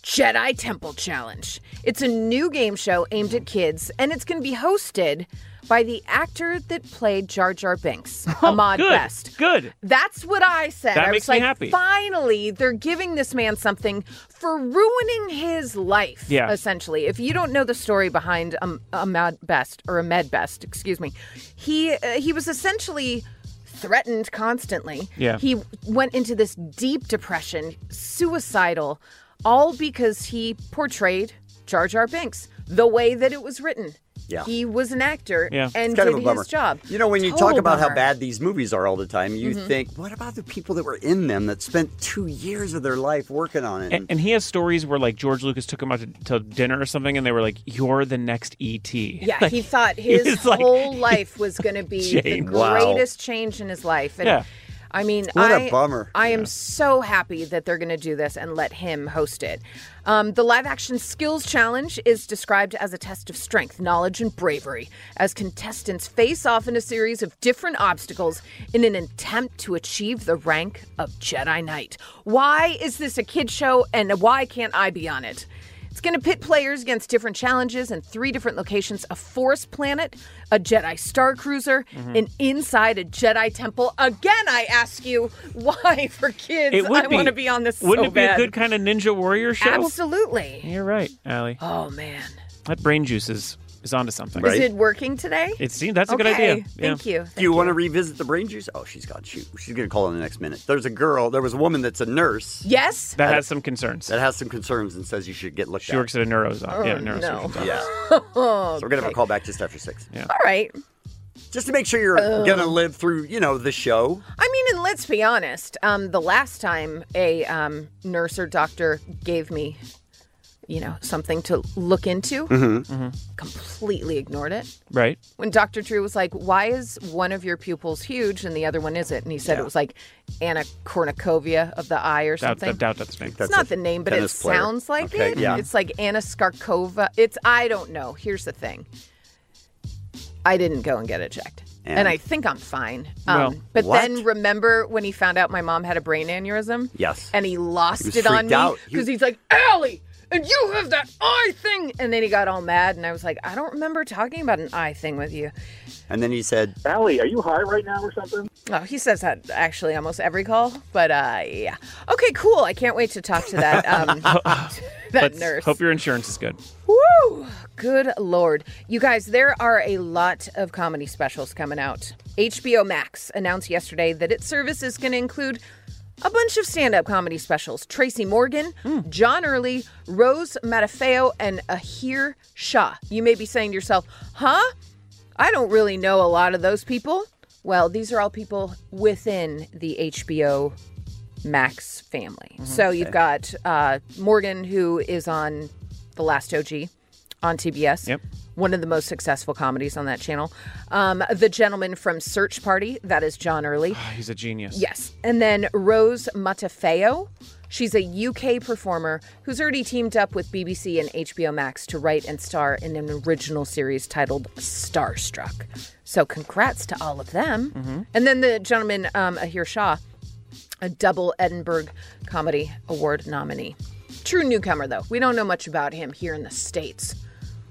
Speaker 11: Jedi Temple Challenge. It's a new game show aimed at kids, and it's going to be hosted by the actor that played Jar Jar Binks, Ahmad
Speaker 13: good,
Speaker 11: Best.
Speaker 13: Good.
Speaker 11: That's what I said.
Speaker 13: That
Speaker 11: I
Speaker 13: makes
Speaker 11: was
Speaker 13: me
Speaker 11: like,
Speaker 13: happy.
Speaker 11: finally, they're giving this man something for ruining his life,
Speaker 13: Yeah.
Speaker 11: essentially. If you don't know the story behind um, Ahmad Best, or Ahmed Best, excuse me, he, uh, he was essentially threatened constantly.
Speaker 20: Yeah.
Speaker 11: He went into this deep depression, suicidal, all because he portrayed Jar Jar Binks the way that it was written.
Speaker 14: Yeah.
Speaker 11: He was an actor
Speaker 14: Yeah.
Speaker 11: and
Speaker 14: It's kind of
Speaker 11: did
Speaker 14: a bummer.
Speaker 11: his job.
Speaker 14: You know, when you
Speaker 11: Total
Speaker 14: talk about how
Speaker 11: bummer.
Speaker 14: bad these movies are all the time, you
Speaker 11: Mhm.
Speaker 14: think, what about the people that were in them that spent two years of their life working on it?
Speaker 13: And, and he has stories where like George Lucas took him out to, to dinner or something, and they were like, "You're the next ET."
Speaker 11: Yeah,
Speaker 13: Like,
Speaker 11: he thought his
Speaker 13: was like-
Speaker 11: whole life was going to be the
Speaker 13: Change. Wow.
Speaker 11: greatest change in his life. And
Speaker 13: Yeah.
Speaker 11: I mean,
Speaker 14: What a
Speaker 11: I-
Speaker 14: bummer.
Speaker 11: I am so happy that they're going to do this and let him host it. Um, the live action skills challenge is described as a test of strength, knowledge, and bravery as contestants face off in a series of different obstacles in an attempt to achieve the rank of Jedi Knight. Why is this a kid show and why can't I be on it? It's going to pit players against different challenges in three different locations a forest planet, a Jedi star cruiser,
Speaker 13: Mhm.
Speaker 11: and inside a Jedi temple. Again, I ask you, why for kids?
Speaker 13: it would
Speaker 11: I want to be on this
Speaker 13: Wouldn't
Speaker 11: so
Speaker 13: it be
Speaker 11: bad.
Speaker 13: a good kind of Ninja Warrior show?
Speaker 11: Absolutely.
Speaker 13: You're right, Allie.
Speaker 11: Oh, man.
Speaker 13: that brain juice is is onto something.
Speaker 11: Is it working today?
Speaker 13: It seems that's a good idea.
Speaker 11: Okay, Thank you.
Speaker 14: Do you want to revisit the brain juice? Oh, she's gone. Shoot. She's going to call in the next minute. There's a girl, there was a woman that's a nurse.
Speaker 11: Yes?
Speaker 13: That has some concerns.
Speaker 14: That has some concerns and says you should get looked
Speaker 13: She
Speaker 14: at.
Speaker 13: works at a neuro's
Speaker 11: Oh, yeah, neurosurgeon's no. office.
Speaker 14: Yeah. So we're going to have a call back just after six.
Speaker 13: Yeah.
Speaker 11: All right.
Speaker 14: Just to make sure you're
Speaker 11: Ugh.
Speaker 14: going to live through, you know, the show.
Speaker 11: I mean, and let's be honest. Um, the last time a um, nurse or doctor gave me, you know, something to look into,
Speaker 14: Hmm.
Speaker 13: Mm-hmm. mm-hmm.
Speaker 11: completely ignored it.
Speaker 13: Right.
Speaker 11: When Dr. Drew was like, Why is one of your pupils huge and the other one isn't? And he said it was like anacornucopia of the eye or
Speaker 13: Doubt,
Speaker 11: something.
Speaker 13: doubt, doubt that's me.
Speaker 11: it's not the name, but it sounds like
Speaker 13: Okay,
Speaker 11: it.
Speaker 13: yeah.
Speaker 11: It's like anascarcova. It's, I don't know. Here's the thing I didn't go and get it checked. And,
Speaker 14: And?
Speaker 11: I think I'm fine. Um,
Speaker 14: Well,
Speaker 11: but
Speaker 14: What?
Speaker 11: then remember when he found out my mom had a brain aneurysm?
Speaker 14: Yes.
Speaker 11: And he lost
Speaker 14: He was
Speaker 11: it on
Speaker 14: freaked
Speaker 11: me
Speaker 14: out. He-
Speaker 11: because he's like, Allie, and you have that eye thing. And then he got all mad. And I was like, I don't remember talking about an eye thing with you.
Speaker 14: And then he said,
Speaker 11: Allie, are you high right now or something? Oh, he says that actually almost every call. But uh, yeah. Okay, cool. I can't wait to talk to that. Um, that
Speaker 13: Let's
Speaker 11: nurse.
Speaker 13: Hope your insurance is good.
Speaker 11: Woo! Good lord. You guys, there are a lot of comedy specials coming out. HBO Max announced yesterday that its service is going to include a bunch of stand up comedy specials Tracy Morgan, John Early, Rose Matafeo, and Ahir Shah. You may be saying to yourself, huh? I don't really know a lot of those people. Well, these are all people within the HBO Max family. So you've got uh, Morgan, who is on The Last OG on TBS. Yep. One of the most successful comedies on that channel. Um, the gentleman from Search Party, that is John Early.
Speaker 13: He's a genius.
Speaker 11: Yes. And then Rose Matafeo. She's a UK performer who's already teamed up with BBC and HBO Max to write and star in an original series titled Starstruck. So, congrats to all of them.
Speaker 14: Mm-hmm.
Speaker 20: Mhm.
Speaker 11: And then the gentleman, um, Ahir Shah, a double Edinburgh Comedy Award nominee. True newcomer, though. We don't know much about him here in the States.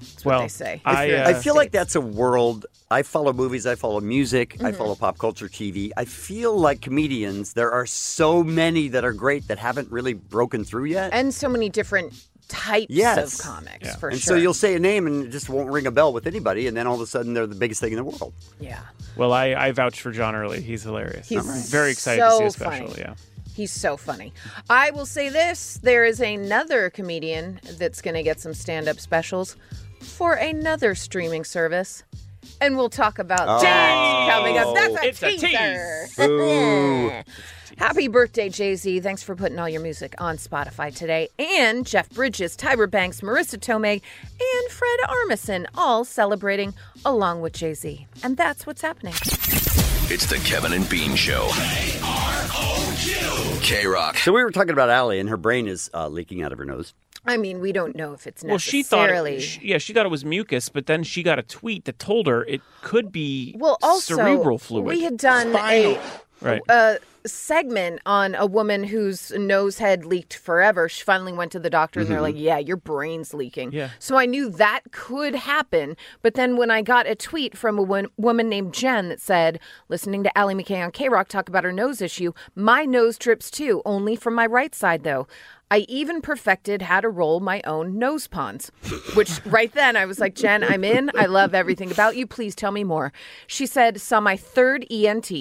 Speaker 11: That's what
Speaker 14: Well,
Speaker 11: they say.
Speaker 14: I,
Speaker 13: uh,
Speaker 14: feel like that's a world. I follow movies, I follow music, I
Speaker 11: Mhm.
Speaker 14: follow pop culture TV. I feel like comedians, there are so many that are great that haven't really broken through yet.
Speaker 11: And so many different types
Speaker 14: yes.
Speaker 11: of comics, for
Speaker 14: and
Speaker 11: sure.
Speaker 14: so you'll say a name and it just won't ring a bell with anybody, and then all of a sudden they're the biggest thing in the world.
Speaker 11: yeah.
Speaker 13: Well, I, I vouch for John Early. He's hilarious.
Speaker 11: He's
Speaker 13: I'm very excited to
Speaker 11: so
Speaker 13: see a special.
Speaker 11: funny.
Speaker 13: Yeah.
Speaker 11: He's so funny. I will say this there is another comedian that's going to get some stand up specials for another streaming service. And we'll talk about
Speaker 20: Oh.
Speaker 11: that coming up. That's a
Speaker 20: It's a
Speaker 11: teaser.
Speaker 20: tease. Boo.
Speaker 11: Happy birthday, Jay Z. Thanks for putting all your music on Spotify today. And Jeff Bridges, Tyra Banks, Marissa Tomei, and Fred Armisen all celebrating along with Jay Z. And that's what's happening.
Speaker 18: It's the Kevin and Bean Show. K Rock.
Speaker 14: So we were talking about Allie, and her brain is uh, leaking out of her nose.
Speaker 11: I mean, we don't know if it's necessarily.
Speaker 13: Well, she thought, it, sh- yeah, she thought it was mucus, but then she got a tweet that told her it could be
Speaker 11: Well, also
Speaker 13: cerebral fluid.
Speaker 11: We had done a
Speaker 13: Right.
Speaker 11: a segment on a woman whose nose had leaked forever. She finally went to the doctor and they're
Speaker 2: Mhm.
Speaker 11: like, Yeah, your brain's leaking.
Speaker 2: Yeah.
Speaker 11: So I knew that could happen. But then when I got a tweet from a wo- woman named Jen that said, Listening to Allie McKay on K Rock talk about her nose issue, my nose drips too, only from my right side though. I even perfected how to roll my own nose ponds, which right then I was like, Jen, I'm in. I love everything about you. Please tell me more. She said, saw my third E ENT,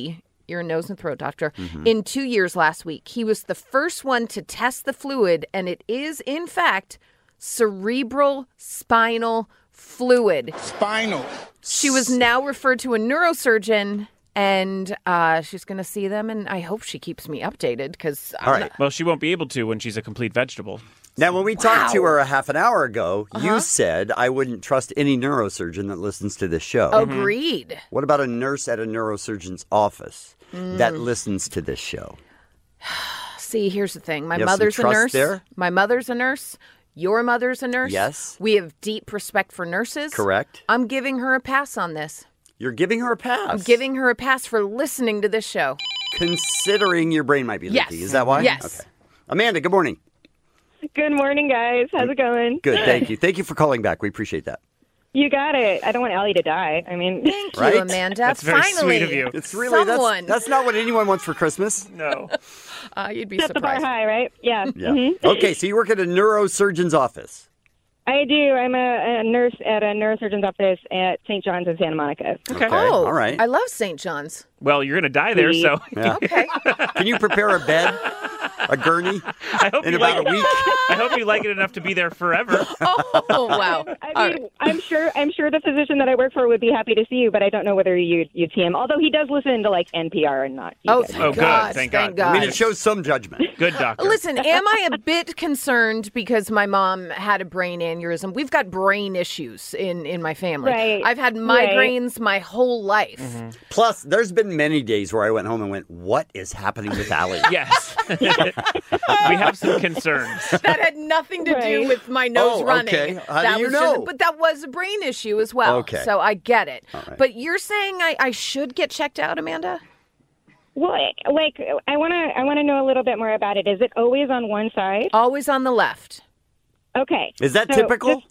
Speaker 11: your nose and throat doctor
Speaker 2: Mhm.
Speaker 11: in two years last week. He was the first one to test the fluid, and it is, in fact, cerebral spinal fluid.
Speaker 21: Spinal.
Speaker 11: She was now referred to a neurosurgeon, and uh, she's going to see them, and I hope she keeps me updated because
Speaker 14: All right.
Speaker 13: Well, she won't be able to when she's a complete vegetable.
Speaker 14: Now, when we talked to
Speaker 11: Wow.
Speaker 14: her a half an hour ago,
Speaker 11: Uh-huh.
Speaker 14: you said I wouldn't trust any neurosurgeon that listens to this show.
Speaker 11: Oh, agreed.
Speaker 14: What about a nurse at a neurosurgeon's office that
Speaker 11: Mm.
Speaker 14: listens to this show?
Speaker 11: See, here's the thing. My
Speaker 14: You have some
Speaker 11: mother's a
Speaker 14: trust
Speaker 11: nurse.
Speaker 14: there?
Speaker 11: My mother's a nurse. Your mother's a nurse.
Speaker 14: Yes.
Speaker 11: We have deep respect for nurses.
Speaker 14: Correct.
Speaker 11: I'm giving her a pass on this.
Speaker 14: You're giving her a pass.
Speaker 11: I'm giving her a pass for listening to this show.
Speaker 14: Considering your brain might be leaky.
Speaker 11: Yes.
Speaker 14: Is that why?
Speaker 11: Yes.
Speaker 14: Okay. Amanda, good morning.
Speaker 4: Good morning, guys. How's it going?
Speaker 14: Good. Thank you. Thank you for calling back. We appreciate that.
Speaker 4: You got it. I don't want Ellie to die. I mean, thank
Speaker 14: you, Right? Amanda.
Speaker 11: That's very sweet Finally, of you.
Speaker 14: It's really
Speaker 11: someone.
Speaker 14: that's, that's not what anyone wants for Christmas.
Speaker 13: No.
Speaker 11: Uh, you'd be
Speaker 4: Set the bar
Speaker 11: surprised.
Speaker 4: high, right? Yeah.
Speaker 14: Yeah.
Speaker 4: Mhm.
Speaker 14: Okay, so you work at a neurosurgeon's office.
Speaker 4: I do. I'm a, a nurse at a neurosurgeon's office at St. John's in Santa Monica.
Speaker 14: Okay. Oh, all right.
Speaker 11: I love St. John's.
Speaker 13: Well, you're going to die there, so.
Speaker 14: Yeah.
Speaker 11: Okay.
Speaker 14: Can you prepare a bed, a gurney, in
Speaker 13: you
Speaker 14: about
Speaker 13: like
Speaker 14: a week?
Speaker 13: I hope you like it enough to be there forever.
Speaker 11: Oh wow!
Speaker 4: I mean, I'm sure. I'm sure the physician that I work for would be happy to see you, but I don't know whether you'd you'd see him. Although he does listen to like NPR and not.
Speaker 11: Oh,
Speaker 4: guys.
Speaker 11: thank Oh, good. God, Thank thank God.
Speaker 14: I mean,
Speaker 11: God.
Speaker 14: it shows some judgment.
Speaker 13: Good doctor.
Speaker 11: Listen, am I a bit concerned because my mom had a brain aneurysm? We've got brain issues in in my family.
Speaker 4: Right.
Speaker 11: I've had
Speaker 4: Right.
Speaker 11: migraines my whole life.
Speaker 14: Mm-hmm.
Speaker 13: Mm-hmm.
Speaker 14: Plus, there's been many days where I went home and went, "What is happening with Allie?"
Speaker 13: yes, we have some concerns.
Speaker 11: that had nothing to do with my nose
Speaker 14: Oh,
Speaker 11: running.
Speaker 14: okay. How do
Speaker 11: that
Speaker 14: you
Speaker 11: was just-
Speaker 14: know?
Speaker 11: but that was a brain issue as well.
Speaker 14: Okay.
Speaker 11: So I get it.
Speaker 14: right.
Speaker 11: But you're saying I, I should get checked out, Amanda?
Speaker 4: Well, like I want to. I want to know a little bit more about it. Is it always on one side?
Speaker 11: Always on the left.
Speaker 4: Okay.
Speaker 14: Is that
Speaker 4: So,
Speaker 14: typical?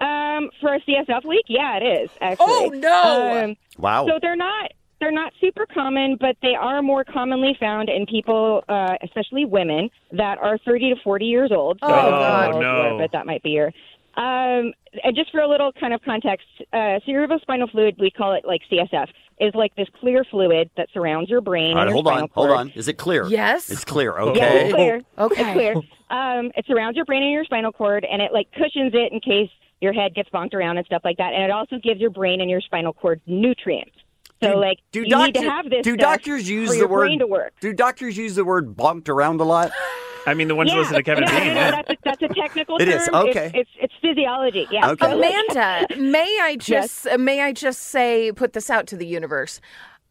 Speaker 4: Um, for a CSF leak, yeah, it is. Actually.
Speaker 11: Oh, no!
Speaker 4: Um,
Speaker 14: Wow.
Speaker 4: So they're not they're not super common, but they are more commonly found in people, uh, especially women, that are 30 to 40 years old.
Speaker 11: Oh,
Speaker 4: I don't know
Speaker 11: God.
Speaker 4: how old you are,
Speaker 11: no.
Speaker 4: But that might be your. Um, and just for a little kind of context, uh, cerebrospinal fluid, we call it like CSF, is like this clear fluid that surrounds your brain.
Speaker 14: All right,
Speaker 4: and your
Speaker 14: hold
Speaker 4: spinal
Speaker 14: on, hold
Speaker 4: cord.
Speaker 14: on. Is it clear?
Speaker 4: Yes.
Speaker 14: It's clear.
Speaker 4: Yeah,
Speaker 14: Okay.
Speaker 4: it's clear.
Speaker 11: Okay.
Speaker 4: It's clear. Um, it surrounds your brain and your spinal cord, and it like cushions it in case your head gets bonked around and stuff like that. And it also gives your brain and your spinal cord nutrients. So like
Speaker 14: Do
Speaker 4: you need
Speaker 14: doctor-
Speaker 4: to have this.
Speaker 14: Do
Speaker 4: stuff
Speaker 14: doctors use
Speaker 4: for
Speaker 14: the
Speaker 4: your
Speaker 14: word?
Speaker 4: brain to work?
Speaker 14: Do doctors use the word "bonked around" a lot?
Speaker 13: I mean, the ones
Speaker 4: yeah.
Speaker 13: who listen to Kevin
Speaker 4: no,
Speaker 13: Bean.
Speaker 4: no, no, that's, a, that's a technical
Speaker 14: It
Speaker 4: term.
Speaker 14: is. Okay.
Speaker 4: It's, it's, it's physiology. Yeah.
Speaker 14: Okay.
Speaker 4: So, like-
Speaker 11: Amanda, may I just uh may I just say put this out to the universe?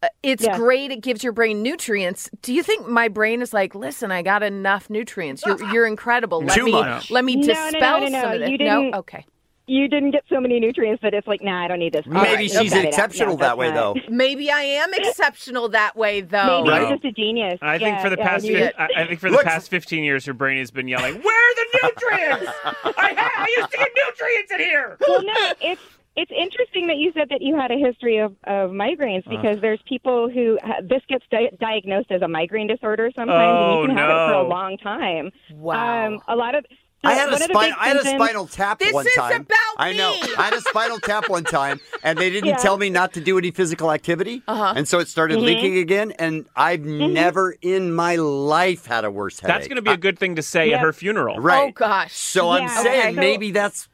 Speaker 11: Uh, It's
Speaker 4: Yes.
Speaker 11: great. It gives your brain nutrients. Do you think my brain is like, listen, I got enough nutrients. You're, you're incredible. Let
Speaker 4: Too
Speaker 11: me
Speaker 4: much.
Speaker 11: let me
Speaker 4: No, no, no,
Speaker 11: dispel
Speaker 4: no, no.
Speaker 11: some of this.
Speaker 4: You didn't-
Speaker 11: no, Oh. okay.
Speaker 4: You didn't get so many nutrients that it's like, nah, I don't need this. All
Speaker 14: Maybe
Speaker 4: right,
Speaker 14: she's
Speaker 4: you'll cut it out.
Speaker 14: exceptional
Speaker 4: No, that's
Speaker 14: that way,
Speaker 4: not-
Speaker 14: though.
Speaker 11: Maybe I am exceptional that way, though.
Speaker 4: Maybe you're just a genius.
Speaker 13: I think
Speaker 4: Yeah,
Speaker 13: for the
Speaker 4: yeah,
Speaker 13: past,
Speaker 4: you-
Speaker 13: fif- I I think for the past fifteen years, her brain has been yelling, "Where are the nutrients? I, ha- I used to get nutrients in here."
Speaker 4: well, no, it's it's interesting that you said that you had a history of, of migraines
Speaker 14: Uh-huh.
Speaker 4: because
Speaker 13: Uh.
Speaker 4: there's people who this gets di- diagnosed as a migraine disorder sometimes,
Speaker 14: Oh,
Speaker 4: and you can have it for
Speaker 14: no.
Speaker 4: a long time.
Speaker 11: Wow.
Speaker 4: Um, a lot of
Speaker 14: I had a
Speaker 4: one of the
Speaker 14: spinal
Speaker 4: big
Speaker 14: I had a
Speaker 4: symptoms-
Speaker 14: spinal tap one time. I know. I had a spinal tap one time, and they didn't
Speaker 4: Yeah.
Speaker 14: tell me not to do any physical activity,
Speaker 4: Uh-huh.
Speaker 14: and so it started
Speaker 4: Mhm.
Speaker 14: leaking again. And I've never in my life had a worse headache.
Speaker 13: That's going to be a good thing to say at
Speaker 14: Yeah.
Speaker 13: her funeral,
Speaker 14: Right.
Speaker 11: Oh gosh.
Speaker 14: So I'm
Speaker 11: Yeah,
Speaker 14: saying
Speaker 11: okay.
Speaker 14: maybe that's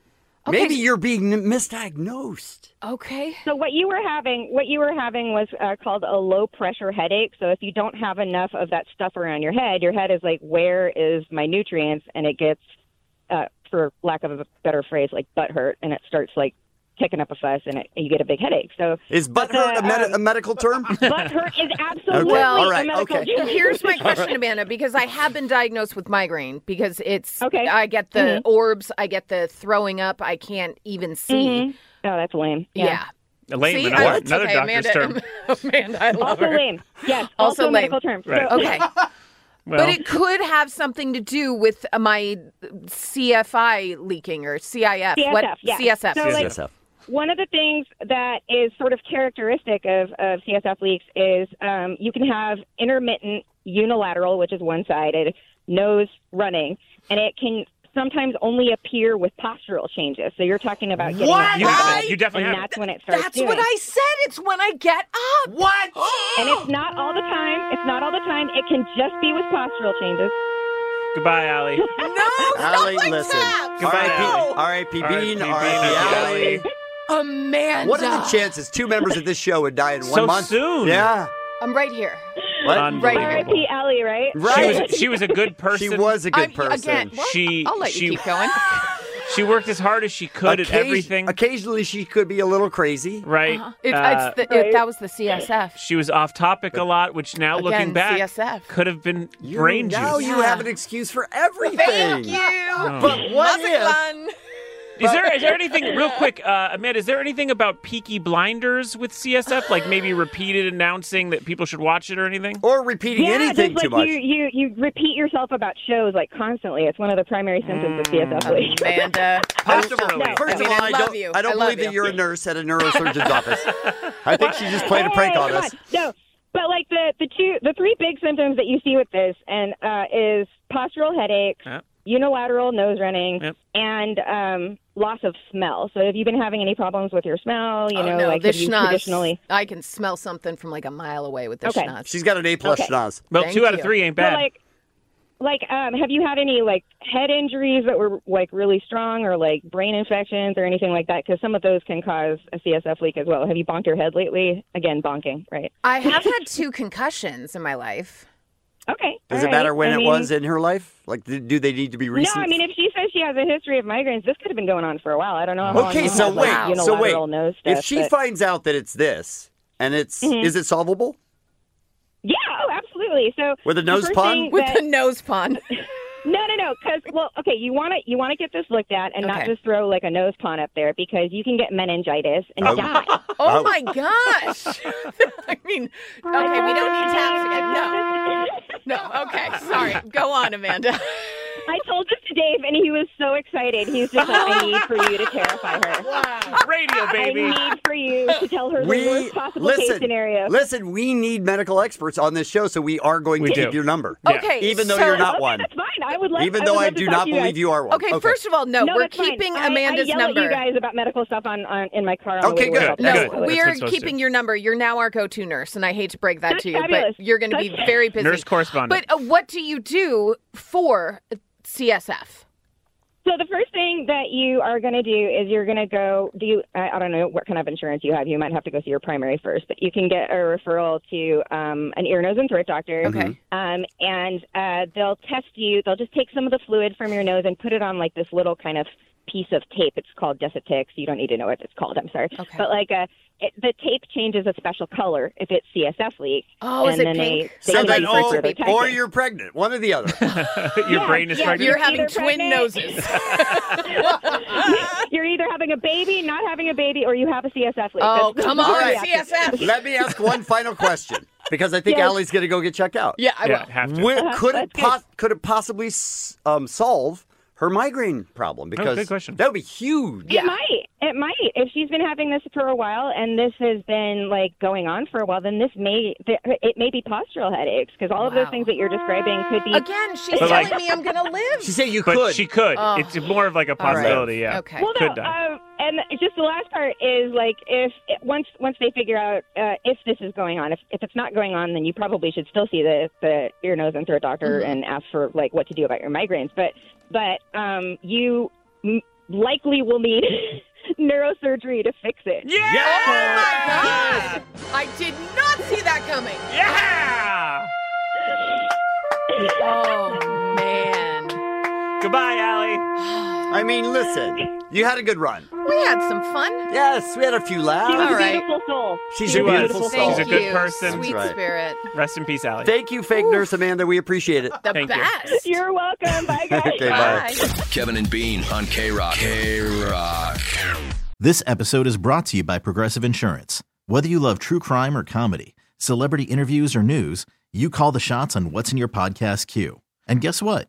Speaker 11: Okay.
Speaker 14: maybe you're being n- misdiagnosed.
Speaker 11: Okay.
Speaker 4: So what you were having, what you were having was uh, called a low pressure headache. So if you don't have enough of that stuff around your head, your head is like, where is my nutrients? And it gets, uh, for lack of a better phrase, like butt hurt, and it starts like kicking up a fuss, and, it, you get a big headache. So
Speaker 14: Is butt hurt a, medi- a medical term?
Speaker 4: butt hurt is absolutely
Speaker 11: Well,
Speaker 14: all right,
Speaker 4: a medical
Speaker 14: okay.
Speaker 4: term.
Speaker 11: Here's my
Speaker 14: All
Speaker 11: question,
Speaker 14: right.
Speaker 11: Amanda, because I have been diagnosed with migraine because it's okay. I get the
Speaker 4: Mm-hmm.
Speaker 11: orbs, I get the throwing up, I can't even see.
Speaker 4: Mhm. Oh, that's lame.
Speaker 11: Yeah.
Speaker 4: Yeah.
Speaker 13: Lame,
Speaker 11: See,
Speaker 13: another,
Speaker 11: I-
Speaker 13: another
Speaker 11: okay,
Speaker 13: doctor's
Speaker 11: Amanda,
Speaker 13: term.
Speaker 11: Amanda, Oh, I love
Speaker 4: Also
Speaker 13: Oh,
Speaker 11: her.
Speaker 4: lame. Yes,
Speaker 11: also,
Speaker 4: also a
Speaker 11: lame.
Speaker 4: medical term.
Speaker 13: Right.
Speaker 11: Okay.
Speaker 13: Well,
Speaker 11: but it could have something to do with uh, my CFI leaking or CIF. what
Speaker 4: CSF, yeah.
Speaker 11: CSF?
Speaker 4: So, like, One of the things that is sort of characteristic of, of CSF leaks is um, you can have intermittent unilateral, which is one sided, nose running, and it can sometimes only appear with postural changes. So you're talking about getting
Speaker 11: What?
Speaker 4: up
Speaker 11: You have
Speaker 4: high,
Speaker 11: it. You definitely
Speaker 4: and
Speaker 11: have it.
Speaker 4: that's when it starts.
Speaker 11: That's
Speaker 4: doing.
Speaker 11: what I said. It's when I get up. What?
Speaker 4: And it's not all the time. It's not all the time. It can just be with postural changes.
Speaker 13: goodbye, Allie.
Speaker 14: Allie, listen.
Speaker 13: Goodbye, Allie.
Speaker 14: R.I.P.
Speaker 13: R.I.P.
Speaker 14: Bean,
Speaker 13: Bean,
Speaker 14: R.I.P. Allie.
Speaker 11: Amanda.
Speaker 14: What are the chances two members of this show would die in one
Speaker 13: So
Speaker 14: month?
Speaker 13: soon.
Speaker 14: Yeah.
Speaker 11: I'm right here.
Speaker 14: What?
Speaker 13: Unbelievable.
Speaker 4: R.I.P. Ellie, E, right?
Speaker 13: She
Speaker 14: Right.
Speaker 13: was, she was a good person.
Speaker 14: She was a good
Speaker 11: I'm-
Speaker 14: person.
Speaker 11: again, what?
Speaker 13: She.
Speaker 11: I'll let
Speaker 13: she,
Speaker 11: you keep going.
Speaker 13: She worked as hard as she could
Speaker 14: Occasion-
Speaker 13: at everything.
Speaker 14: Occasionally, she could be a little crazy.
Speaker 13: Right.
Speaker 11: It,
Speaker 13: Uh,
Speaker 11: Uh-huh. it's the, it, that was the CFF.
Speaker 13: she was off topic a lot, which now looking
Speaker 11: Again,
Speaker 13: back
Speaker 11: CSF.
Speaker 13: could have been
Speaker 14: You-
Speaker 13: brain juice.
Speaker 14: now you
Speaker 11: Yeah.
Speaker 14: have an excuse for everything.
Speaker 11: Thank you.
Speaker 14: But what
Speaker 11: Muscle
Speaker 14: if?
Speaker 11: gun.
Speaker 13: Is there is there anything real quick, uh, Amanda? Is there anything about Peaky Blinders with CSF, like maybe repeated announcing that people should watch it or anything?
Speaker 14: Or repeating
Speaker 4: Yeah,
Speaker 14: anything
Speaker 4: just
Speaker 14: too
Speaker 4: like
Speaker 14: much.
Speaker 4: you, you, you repeat yourself about shows like constantly. It's one of the primary symptoms of
Speaker 14: Mm.
Speaker 4: CSF leak.
Speaker 11: Amanda.
Speaker 14: First of all,
Speaker 13: No,
Speaker 14: first
Speaker 11: I mean,
Speaker 14: of all,
Speaker 11: I
Speaker 14: I
Speaker 11: love
Speaker 14: don't,
Speaker 11: you.
Speaker 14: I don't
Speaker 11: I love
Speaker 14: believe
Speaker 11: you.
Speaker 14: that you're a nurse at a neurosurgeon's office. I think she just played a prank
Speaker 4: Hey,
Speaker 14: on
Speaker 4: Oh, come
Speaker 14: us.
Speaker 4: No, but like the the two the three big symptoms that you see with this and uh, is postural headaches,
Speaker 13: Yep.
Speaker 4: unilateral nose running,
Speaker 13: Yep.
Speaker 4: and um, loss of smell. So if you've been having any problems with your smell, you
Speaker 11: oh,
Speaker 4: know,
Speaker 11: no,
Speaker 4: like
Speaker 11: the
Speaker 4: if you
Speaker 11: schnoz.
Speaker 4: traditionally.
Speaker 11: I can smell something from like a mile away with the
Speaker 4: Okay.
Speaker 11: schnoz.
Speaker 14: She's got an A plus
Speaker 4: Okay.
Speaker 14: schnoz.
Speaker 13: Well,
Speaker 11: Thank
Speaker 13: two out of
Speaker 11: you.
Speaker 13: three ain't
Speaker 4: So,
Speaker 13: bad.
Speaker 4: like, like, um, have you had any like head injuries that were like really strong, or like brain infections, or anything like that? Because some of those can cause a CSF leak as well. Have you bonked your head lately? Again, bonking, right?
Speaker 11: I have had two concussions in my life.
Speaker 4: Okay.
Speaker 14: Does
Speaker 4: all
Speaker 14: it matter
Speaker 4: right.
Speaker 14: when
Speaker 4: I
Speaker 14: it
Speaker 4: mean-
Speaker 14: was in her life? Like, do- do they need to be recent?
Speaker 4: No, I mean, if she says she has a history of migraines, this could have been going on for a while. I don't know. How long
Speaker 14: okay,
Speaker 4: you
Speaker 14: so
Speaker 4: have, like,
Speaker 14: wait, so wait.
Speaker 4: unilateral Nose
Speaker 14: if
Speaker 4: stuff,
Speaker 14: she
Speaker 4: but- Mm-hmm.
Speaker 14: finds out that it's this, and it's is it solvable
Speaker 4: yeah, oh, absolutely. So
Speaker 14: with a
Speaker 4: the
Speaker 14: nose
Speaker 4: first
Speaker 14: pond?
Speaker 4: thing
Speaker 11: With
Speaker 4: that-
Speaker 11: the nose pond.
Speaker 4: no, no, no, because well, okay, you want to you want to get this looked at and not
Speaker 11: Okay.
Speaker 4: just throw like a nose pond up there because you can get meningitis and die.
Speaker 11: Oh
Speaker 14: Oh.
Speaker 11: my gosh. I mean, okay, we don't need to have no. No, okay. Sorry. Go on, Amanda.
Speaker 4: I told this to Dave, and he was so excited. He's just like, "I need for you to terrify her.
Speaker 13: Radio, baby.
Speaker 4: I need for you to tell her the
Speaker 14: we
Speaker 4: worst possible case
Speaker 14: listen.
Speaker 4: scenario."
Speaker 14: Listen, we need medical experts on this show, so we are going
Speaker 13: We
Speaker 14: to
Speaker 13: do.
Speaker 14: give your number,
Speaker 13: Yeah.
Speaker 11: Okay.
Speaker 14: even though
Speaker 11: so-
Speaker 14: you're not one.
Speaker 4: That's fine. I would love.
Speaker 14: even
Speaker 4: would
Speaker 14: though I
Speaker 4: love to
Speaker 14: do
Speaker 4: talk
Speaker 14: not
Speaker 4: to you
Speaker 14: believe
Speaker 4: guys.
Speaker 14: you are one.
Speaker 11: Okay, first of all, no,
Speaker 4: No,
Speaker 11: we're
Speaker 4: that's fine.
Speaker 11: keeping
Speaker 4: I-
Speaker 11: Amanda's
Speaker 4: I yell
Speaker 11: number.
Speaker 4: At you guys about medical stuff on, on in my car. On
Speaker 14: Okay,
Speaker 4: the way to
Speaker 14: good.
Speaker 4: work.
Speaker 11: No,
Speaker 13: Good.
Speaker 4: Absolutely.
Speaker 13: That's
Speaker 11: we're
Speaker 13: what's supposed
Speaker 11: keeping
Speaker 13: to.
Speaker 11: your number. You're now our go-to nurse, and I hate to break that
Speaker 4: That's
Speaker 11: to you,
Speaker 4: fabulous.
Speaker 11: but you're going to be
Speaker 4: That's-
Speaker 11: very busy.
Speaker 13: Nurse correspondent.
Speaker 11: But uh, what do you do for CSF?
Speaker 4: So the first thing that you are going to do is you're going to go. Do you? I, I don't know what kind of insurance you have. You might have to go see your primary first, but you can get a referral to um, an ear, nose, and throat doctor.
Speaker 11: Okay.
Speaker 4: Um, and uh, they'll test you. They'll just take some of the fluid from your nose and put it on like this little kind of piece of tape. It's called Desitix. You don't need to know what it's called. I'm sorry.
Speaker 11: Okay.
Speaker 4: But like a, it, the tape changes a special color if it's CSF leak.
Speaker 11: Oh,
Speaker 4: and
Speaker 11: is it
Speaker 4: then
Speaker 11: pink?
Speaker 4: They,
Speaker 14: so
Speaker 4: they
Speaker 14: then,
Speaker 4: can
Speaker 11: oh,
Speaker 14: or,
Speaker 4: further test
Speaker 14: or
Speaker 4: it.
Speaker 14: you're pregnant, one or the other.
Speaker 13: your
Speaker 4: Yeah,
Speaker 13: brain is
Speaker 4: yeah,
Speaker 13: pregnant.
Speaker 11: You're
Speaker 4: You're
Speaker 11: having
Speaker 4: either
Speaker 11: twin
Speaker 4: pregnant-
Speaker 11: noses.
Speaker 4: You're either having a baby, not having a baby, or you have a CSF leak.
Speaker 11: oh,
Speaker 4: That's-
Speaker 11: come on,
Speaker 14: All right.
Speaker 11: CSF.
Speaker 14: Let me ask one final question because I think
Speaker 4: Yes.
Speaker 14: Allie's going to go get checked out.
Speaker 11: Yeah, I
Speaker 13: yeah,
Speaker 11: will.
Speaker 13: have to.
Speaker 14: Where-
Speaker 11: Uh-huh,
Speaker 14: could it
Speaker 4: that's good.
Speaker 14: pos- could it possibly s- um, solve her migraine problem? Because
Speaker 13: Oh, good question.
Speaker 14: that would be huge.
Speaker 11: Yeah.
Speaker 4: It might. It might. If she's been having this for a while and this has been like going on for a while, then this may th- it may be postural headaches because all of
Speaker 11: Wow.
Speaker 4: those things that you're describing could be.
Speaker 11: Again, she's
Speaker 13: But,
Speaker 11: telling
Speaker 13: like-
Speaker 11: me I'm going to live.
Speaker 14: She said you
Speaker 13: but
Speaker 14: could.
Speaker 13: she could.
Speaker 11: Oh.
Speaker 13: It's more of like a
Speaker 11: All right.
Speaker 13: possibility. Yeah.
Speaker 11: Okay.
Speaker 4: Well, no,
Speaker 13: Could die.
Speaker 4: um, and just the last part is like if once once they figure out uh, if this is going on, if, if it's not going on, then you probably should still see the the ear, nose, and throat doctor and ask for like what to do about your migraines. But but um, you m- likely will need neurosurgery to fix it.
Speaker 13: Yeah.
Speaker 11: Oh my God. I did not see that coming.
Speaker 13: Ah. Yeah.
Speaker 11: Oh, man.
Speaker 13: Goodbye, Allie.
Speaker 14: I mean, listen, you had a good run.
Speaker 11: We had some fun.
Speaker 14: Yes, we had a few laughs.
Speaker 4: She was
Speaker 11: All
Speaker 4: a
Speaker 11: right.
Speaker 4: beautiful soul.
Speaker 14: She's
Speaker 13: She
Speaker 14: a
Speaker 13: was.
Speaker 14: beautiful soul.
Speaker 11: Thank
Speaker 13: She's a good
Speaker 11: you,
Speaker 13: person.
Speaker 11: Sweet
Speaker 14: That's right.
Speaker 11: spirit.
Speaker 13: Rest in peace, Allie.
Speaker 14: Thank you, fake nurse Amanda. We appreciate it.
Speaker 11: The
Speaker 13: Thank you.
Speaker 11: best.
Speaker 4: You're welcome. Bye, guys.
Speaker 14: Okay, bye.
Speaker 11: Bye.
Speaker 18: Kevin and Bean on K Rock. K Rock.
Speaker 1: This episode is brought to you by Progressive Insurance. Whether you love true crime or comedy, celebrity interviews or news, you call the shots on what's in your podcast queue. And guess what?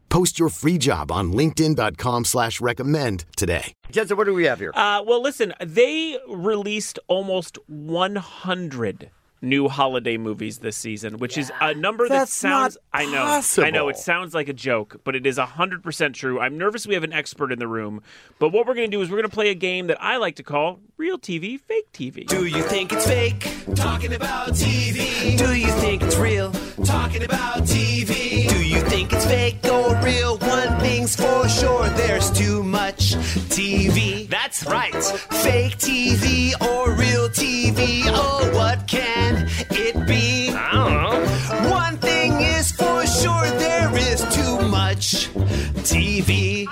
Speaker 12: Post your free job on linkedin.com/recommend slash recommend today.
Speaker 14: Jensen, what do we have here?
Speaker 13: Uh, well, listen, they released almost 100 new holiday movies this season, which is a number that
Speaker 14: That's not
Speaker 13: sounds. I know, I know, it sounds like a joke, but it is 100% true. I'm nervous we have an expert in the room, but what we're going to do is we're going to play a game that I like to call real TV, fake TV.
Speaker 22: Do you think it's fake? Talking about TV. Do you think it's real? Talking about TV. Do you think it's fake or real? One thing's for sure, there's too much TV. That's right. Fake TV or real TV? Oh, what can it be? I don't know. One thing is for sure, there is too much TV.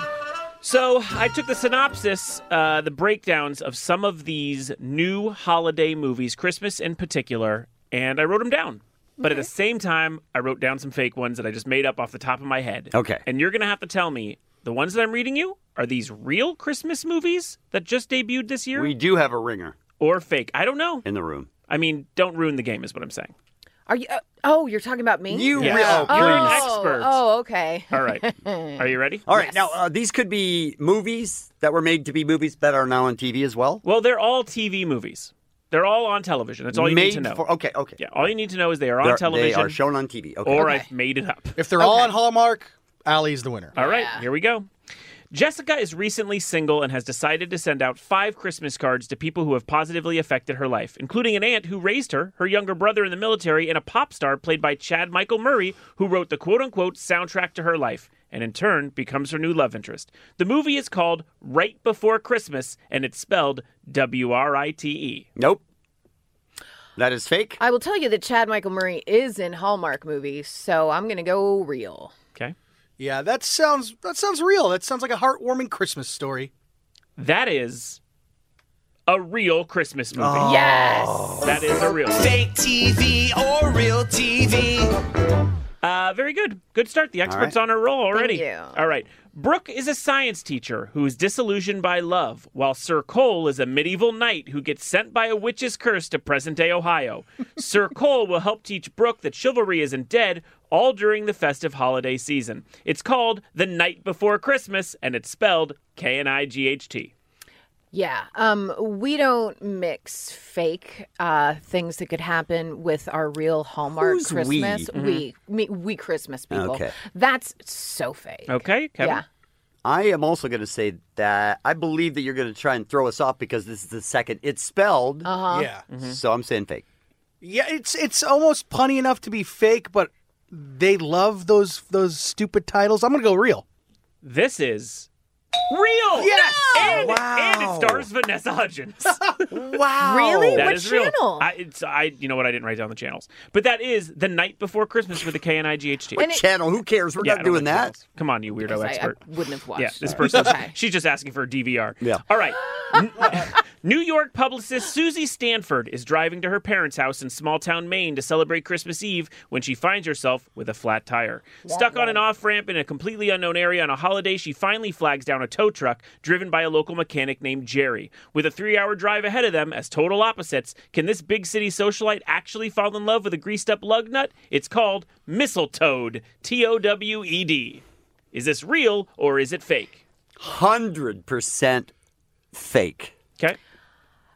Speaker 13: So I took the synopsis, uh, the breakdowns of some of these new holiday movies, Christmas in particular, and I wrote them down. But at the same time, I wrote down some fake ones that I just made up off the top of my head.
Speaker 14: Okay.
Speaker 13: And you're going to have to tell me the ones that I'm reading you are these real Christmas movies that just debuted this year
Speaker 14: We do have a ringer
Speaker 13: or fake? I don't know.
Speaker 14: in the room.
Speaker 13: I mean, don't ruin the game, is what I'm saying.
Speaker 11: Are you? Uh, oh, you're talking about me.
Speaker 14: You
Speaker 13: Yeah.
Speaker 14: really
Speaker 13: Oh,
Speaker 11: Oh,
Speaker 13: you're an expert.
Speaker 11: oh, okay.
Speaker 13: All right. Are you ready?
Speaker 14: All right, now uh, these could be movies that were made to be movies that are now on TV as well.
Speaker 13: Well, they're all TV movies. They're all on television. That's all you need
Speaker 14: made
Speaker 13: to know.
Speaker 14: For, okay, okay.
Speaker 13: yeah, all you need to know is they are on
Speaker 14: They're-
Speaker 13: television.
Speaker 14: They are shown on TV. Okay.
Speaker 13: Or I've made it up.
Speaker 23: If they're all on Hallmark, Allie's the winner.
Speaker 13: All right, here we go. Jessica is recently single and has decided to send out five Christmas cards to people who have positively affected her life, including an aunt who raised her, her younger brother in the military, and a pop star played by Chad Michael Murray, who wrote the quote unquote soundtrack to her life, and in turn becomes her new love interest. The movie is called Right Before Christmas, and it's spelled W R I T E.
Speaker 14: Nope. That is fake.
Speaker 11: I will tell you that Chad Michael Murray is in Hallmark movies, so I'm gonna go real.
Speaker 13: Okay.
Speaker 23: Yeah, that sounds that sounds real. That sounds like a heartwarming Christmas story.
Speaker 13: That is a real Christmas movie.
Speaker 23: Uh,
Speaker 11: Yes.
Speaker 13: That is a real
Speaker 22: Fake TV or real TV?
Speaker 13: Uh, very good. Good start. The expert's on a roll already. All right. Brooke is a science teacher who is disillusioned by love, while Sir Cole is a medieval knight who gets sent by a witch's curse to present day Ohio. Sir Cole will help teach Brooke that chivalry isn't dead, all during the festive holiday season. It's called The Night Before Christmas, and it's spelled K N I G H T.
Speaker 11: Yeah. Um, we don't mix fake uh, things that could happen with our real Hallmark
Speaker 13: Who's we?
Speaker 11: Christmas.
Speaker 13: Mhm.
Speaker 11: We, me, we Christmas people.
Speaker 14: Okay.
Speaker 11: That's so fake.
Speaker 13: Okay, Kevin.
Speaker 11: Yeah.
Speaker 14: I am also going to say that I believe that you're going to try and throw us off because this is the second. It's spelled.
Speaker 11: Uh-huh.
Speaker 23: Yeah.
Speaker 14: So
Speaker 13: Mm-hmm.
Speaker 14: I'm saying fake.
Speaker 23: Yeah, it's it's almost punny enough to be fake, but they love those those stupid titles. I'm gonna go real.
Speaker 13: This is real.
Speaker 23: Yes!
Speaker 13: And,
Speaker 23: Wow.
Speaker 13: and
Speaker 2: Oh.
Speaker 13: it stars Vanessa Hudgens.
Speaker 23: Wow.
Speaker 11: Really?
Speaker 13: That
Speaker 11: what
Speaker 13: is real.
Speaker 11: channel?
Speaker 13: I, it's, I, you know what? I didn't write down the channels, but that is the night before Christmas with a K N I G H T.
Speaker 11: And it-
Speaker 14: Channel. Who cares? We're
Speaker 13: Yeah, I
Speaker 14: not
Speaker 13: don't
Speaker 14: doing
Speaker 13: like
Speaker 14: that.
Speaker 13: channels. Come on, you weirdo
Speaker 11: I- I
Speaker 13: expert.
Speaker 11: wouldn't have watched
Speaker 13: Yeah, this
Speaker 11: it.
Speaker 13: person.
Speaker 11: Okay.
Speaker 13: She's just asking for a DVR.
Speaker 14: Yeah.
Speaker 13: All right. N- New York publicist Susie Stanford is driving to her parents' house in small town Maine to celebrate Christmas Eve when she finds herself with a flat tire. Stuck on an off ramp in a completely unknown area on a holiday, she finally flags down a tow truck driven by a local mechanic named Jerry. With a three hour drive ahead of them as total opposites, can this big city socialite actually fall in love with a greased up lug nut? It's called Mistletoed. T O W E D. Is this real or is it fake?
Speaker 14: Hundred percent fake.
Speaker 13: Okay.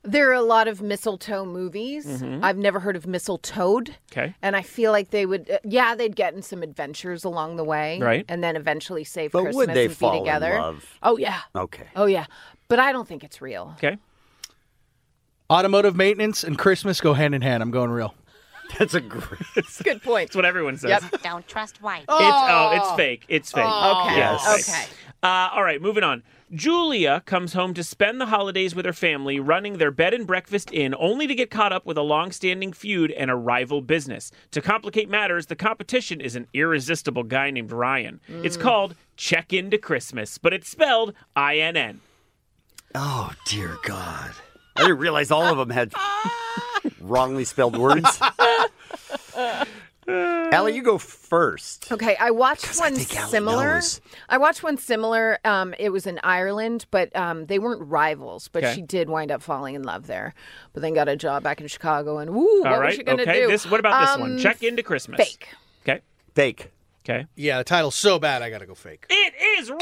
Speaker 11: There are a lot of mistletoe movies.
Speaker 13: Mhm.
Speaker 11: I've never heard of mistletoed.
Speaker 13: Okay.
Speaker 11: And I feel like they would, uh, yeah, they'd get in some adventures along the way,
Speaker 14: Right.
Speaker 11: And then eventually save
Speaker 14: But
Speaker 11: Christmas
Speaker 14: would they
Speaker 11: and
Speaker 14: fall
Speaker 11: be
Speaker 14: in
Speaker 11: together.
Speaker 14: love?
Speaker 11: Oh yeah,
Speaker 14: Okay.
Speaker 11: oh yeah. But I don't think it's real.
Speaker 13: Okay.
Speaker 23: Automotive maintenance and Christmas go hand in hand. I'm going real.
Speaker 14: That's a great.
Speaker 11: It's a good point. That's
Speaker 13: what everyone says.
Speaker 2: Don't trust white.
Speaker 13: It's, oh, it's fake. It's fake.
Speaker 2: Oh. Okay.
Speaker 13: Yeah, it's
Speaker 2: Yes.
Speaker 13: fake. Uh, all right, moving on. Julia comes home to spend the holidays with her family, running their bed and breakfast inn, only to get caught up with a long standing feud and a rival business. To complicate matters, the competition is an irresistible guy named Ryan. It's
Speaker 6: Mm.
Speaker 13: called Check Into Christmas, but it's spelled I N N.
Speaker 14: Oh dear God! I didn't realize all of them had wrongly spelled words. Allie, you go first.
Speaker 11: Okay, I watched one
Speaker 14: think Allie
Speaker 11: similar.
Speaker 14: knows.
Speaker 11: I watched one similar. Um, it was in Ireland, but um, they weren't rivals. But
Speaker 13: Okay.
Speaker 11: she did wind up falling in love there. But then got a job back in Chicago, and ooh,
Speaker 13: All
Speaker 11: what
Speaker 13: right,
Speaker 11: was she gonna
Speaker 13: okay.
Speaker 11: do?
Speaker 13: This, what about this one?
Speaker 11: Um,
Speaker 13: Check Into Christmas.
Speaker 11: Fake.
Speaker 13: Okay.
Speaker 14: Fake.
Speaker 13: Okay.
Speaker 23: Yeah, the title's so bad, I gotta go fake.
Speaker 13: It is real.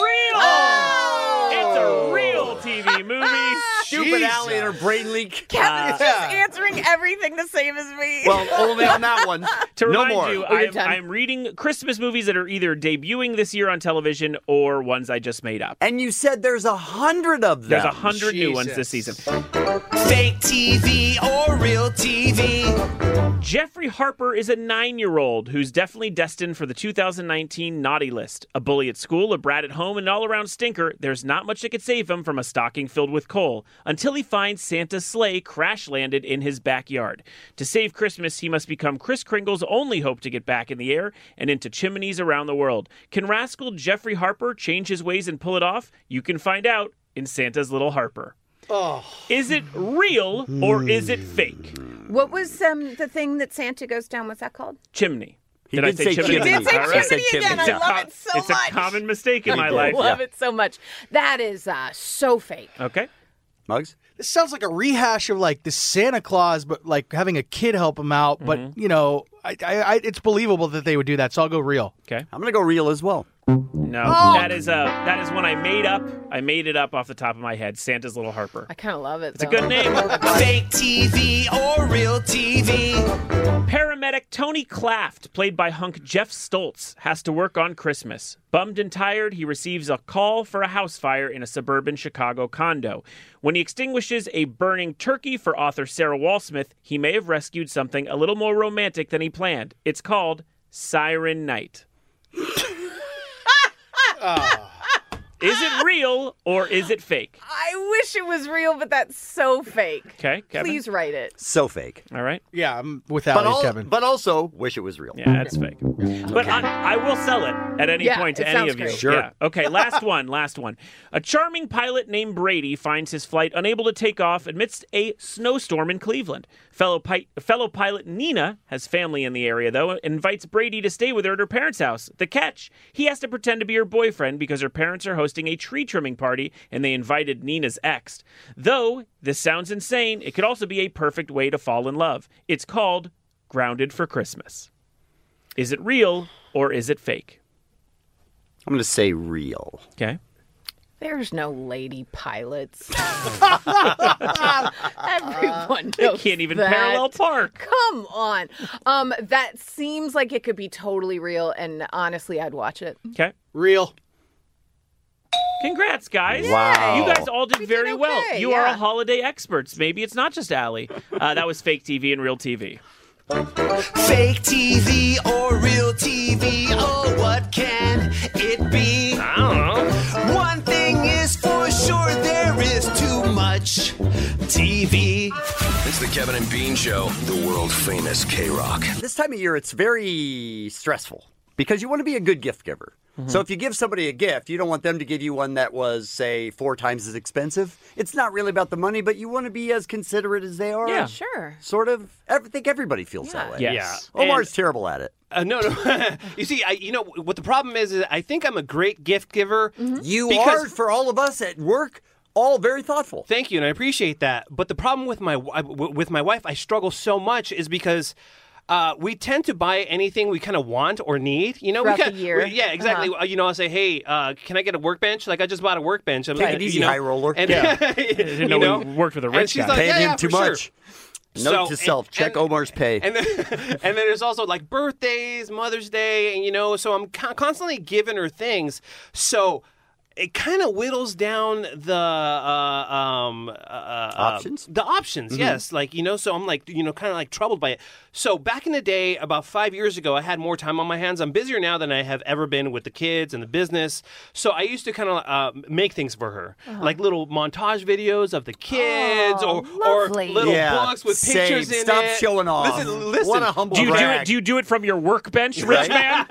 Speaker 13: It's a real TV movie.
Speaker 14: Stupid Allie and her brain leak.
Speaker 13: Kevin's
Speaker 2: Just answering everything the same as me.
Speaker 14: one.
Speaker 13: To
Speaker 2: No
Speaker 13: remind
Speaker 2: more.
Speaker 13: you,
Speaker 2: Oh, you're
Speaker 13: I'm,
Speaker 2: done.
Speaker 13: I'm reading Christmas movies that are either debuting this year on television or ones I just made up.
Speaker 14: And you said there's a hundred of them.
Speaker 13: There's a hundred new ones this season.
Speaker 22: Fake TV or real TV?
Speaker 13: Jeffrey Harper is a nine year old who's definitely destined for the 2019 naughty list. A bully at school, a brat at home, and an all around stinker, there's not much that could save him from a stocking filled with coal until he finds Santa's sleigh crash landed in his backyard. To save Christmas, he must become Kris Kringle's only hope to get back in the air and into chimneys around the world. Can rascal Jeffrey Harper change his ways and pull it off? You can find out in Santa's Little Harper.
Speaker 23: Oh.
Speaker 13: Is it real or is it fake?
Speaker 2: What was um, the thing that Santa goes down? What's that called?
Speaker 13: Chimney.
Speaker 14: He
Speaker 13: did I
Speaker 14: did
Speaker 13: say
Speaker 14: say
Speaker 13: chimney?
Speaker 14: chimney. He did say
Speaker 13: All right.
Speaker 14: chimney again. I
Speaker 13: It's a
Speaker 2: love
Speaker 13: co-
Speaker 2: it so
Speaker 13: It's a
Speaker 2: much.
Speaker 13: common mistake in
Speaker 14: He
Speaker 13: my
Speaker 14: did.
Speaker 13: life.
Speaker 11: Love it so much. That is uh, so fake.
Speaker 13: Okay.
Speaker 14: Mugs?
Speaker 23: This sounds like a rehash of like the Santa Claus, but like having a kid help him out.
Speaker 13: Mm-hmm.
Speaker 23: But you know, I, I, I, it's believable that they would do that. So I'll go real.
Speaker 13: Okay,
Speaker 14: I'm gonna go real as well.
Speaker 13: No,
Speaker 23: Oh.
Speaker 13: that is uh, that is one I made up. I made it up off the top of my head. Santa's Little Harper.
Speaker 11: I kind of love it.
Speaker 13: It's a good name.
Speaker 22: Fake TV or real TV?
Speaker 13: Paramedic Tony Claft, played by hunk Jeff Stoltz, has to work on Christmas. Bummed and tired, he receives a call for a house fire in a suburban Chicago condo. When he extinguishes a burning turkey for author Sarah Walsmith, he may have rescued something a little more romantic than he planned. It's called Siren Night.
Speaker 14: Ah.
Speaker 13: Is it real or is it fake?
Speaker 2: I wish it was real, but that's so fake.
Speaker 13: Okay, Kevin.
Speaker 2: Please write it.
Speaker 14: So fake.
Speaker 13: All right.
Speaker 23: Yeah, I'm with
Speaker 14: but
Speaker 23: Allie,
Speaker 14: al-
Speaker 23: Kevin.
Speaker 14: But also, wish it was real.
Speaker 13: Yeah, that's fake. But I, I will sell it at any
Speaker 14: Yeah,
Speaker 13: point to
Speaker 14: it
Speaker 13: any
Speaker 14: sounds
Speaker 13: of you.
Speaker 14: great. Sure.
Speaker 13: Yeah. Okay, last one, last one. A charming pilot named Brady finds his flight unable to take off amidst a snowstorm in Cleveland. Fellow, pi- fellow pilot Nina has family in the area, though, and invites Brady to stay with her at her parents' house. The catch he has to pretend to be her boyfriend because her parents are hosting a tree trimming party and they invited Nina's ex. Though this sounds insane, it could also be a perfect way to fall in love. It's called Grounded for Christmas. Is it real or is it fake?
Speaker 14: I'm gonna say real.
Speaker 13: Okay.
Speaker 11: There's no lady pilots. Everyone
Speaker 13: They
Speaker 11: knows
Speaker 13: can't even
Speaker 11: that.
Speaker 13: parallel park.
Speaker 11: Come on. Um, that seems like it could be totally real, and honestly, I'd watch it.
Speaker 13: Okay.
Speaker 23: Real.
Speaker 13: Congrats, guys.
Speaker 23: Wow.
Speaker 22: Oh.
Speaker 13: You guys all did very well. You are
Speaker 11: yeah.
Speaker 13: all holiday experts. Maybe it's not just Allie. Uh, that was fake TV and real TV.
Speaker 22: Fake TV or real TV? Oh, what can it be? I
Speaker 13: don't
Speaker 22: know. One thing is for sure there is too much TV.
Speaker 18: It's the Kevin and Bean Show, the world famous K Rock.
Speaker 14: This time of year, it's very stressful because you want to be a good gift giver. So if you give somebody a gift, you don't want them to give you one that was, say, four times as expensive. It's not really about the money, but you want to be as considerate as they are.
Speaker 2: Yeah. Sure.
Speaker 14: Sort of. I think everybody feels that way.
Speaker 6: Yes. Yeah.
Speaker 14: Omar's
Speaker 6: And-
Speaker 14: terrible at it.
Speaker 6: Uh, no, no. you see, I, you know what the problem is, is I think I'm a great gift giver.
Speaker 11: Mm-hmm.
Speaker 14: You
Speaker 6: because-
Speaker 14: are, for all of us at work, all very thoughtful.
Speaker 6: Thank you, and I appreciate that. But the problem with my wi- w- with my wife, I struggle so much, is because. uh, we tend to buy anything we kind of want or need. You know,
Speaker 11: Throughout
Speaker 6: we
Speaker 11: the
Speaker 6: kinda,
Speaker 11: year.
Speaker 6: we- yeah, exactly.
Speaker 11: Uh-huh.
Speaker 6: Uh, You know, I'll say, hey, uh, can I get a workbench? Like I just bought a workbench. I'm
Speaker 14: Take
Speaker 6: like,
Speaker 14: it
Speaker 6: you
Speaker 14: easy,
Speaker 6: know,
Speaker 14: high roller.
Speaker 6: And,
Speaker 14: Yeah.
Speaker 6: yeah.
Speaker 14: Didn't
Speaker 6: you
Speaker 14: know
Speaker 6: know,
Speaker 14: we worked with a
Speaker 6: and
Speaker 14: rich
Speaker 6: she's
Speaker 14: guy.
Speaker 6: Like,
Speaker 14: Paid
Speaker 6: yeah,
Speaker 14: him
Speaker 6: yeah,
Speaker 14: too
Speaker 6: for sure."
Speaker 14: much. Note to
Speaker 6: and-
Speaker 14: self: check Omar's pay.
Speaker 6: and then, and then there's also like birthdays, Mother's Day, and you know, so I'm con- constantly giving her things. So it kind of whittles down the uh, um, uh, uh,
Speaker 14: Options?
Speaker 6: The options,
Speaker 14: Mhm.
Speaker 6: yes. Like you know, so I'm like you know, kind of like troubled by it. So back in the day, about five years ago, I had more time on my hands. I'm busier now than I have ever been with the kids and the business. So I used to kind of uh, make things for her,
Speaker 3: Uh-huh.
Speaker 6: like little montage videos of the kids, or or
Speaker 3: lovely.
Speaker 6: little
Speaker 13: Yeah,
Speaker 6: books with
Speaker 13: save.
Speaker 6: pictures in
Speaker 13: Stop
Speaker 6: it.
Speaker 13: showing off.
Speaker 6: Listen, listen.
Speaker 13: What a humble Do you do brag. it- do you do it from your workbench, rich man?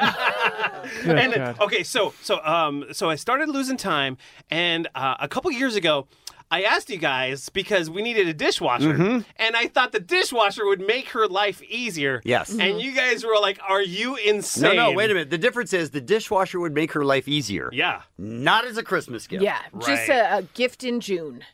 Speaker 13: Good
Speaker 6: and
Speaker 13: God.
Speaker 6: okay, so so um so I started losing time, and uh, a couple years ago. I asked you guys because we needed a dishwasher,
Speaker 13: Mm-hmm.
Speaker 14: Mhm.
Speaker 6: and I thought the dishwasher would make her life easier.
Speaker 14: Yes.
Speaker 13: Mm-hmm.
Speaker 6: and you guys were like, "Are you insane?"
Speaker 14: No, no, wait a minute. The difference is the dishwasher would make her life easier.
Speaker 6: Yeah.
Speaker 14: Not as a Christmas gift.
Speaker 11: Yeah, just a, a gift in June.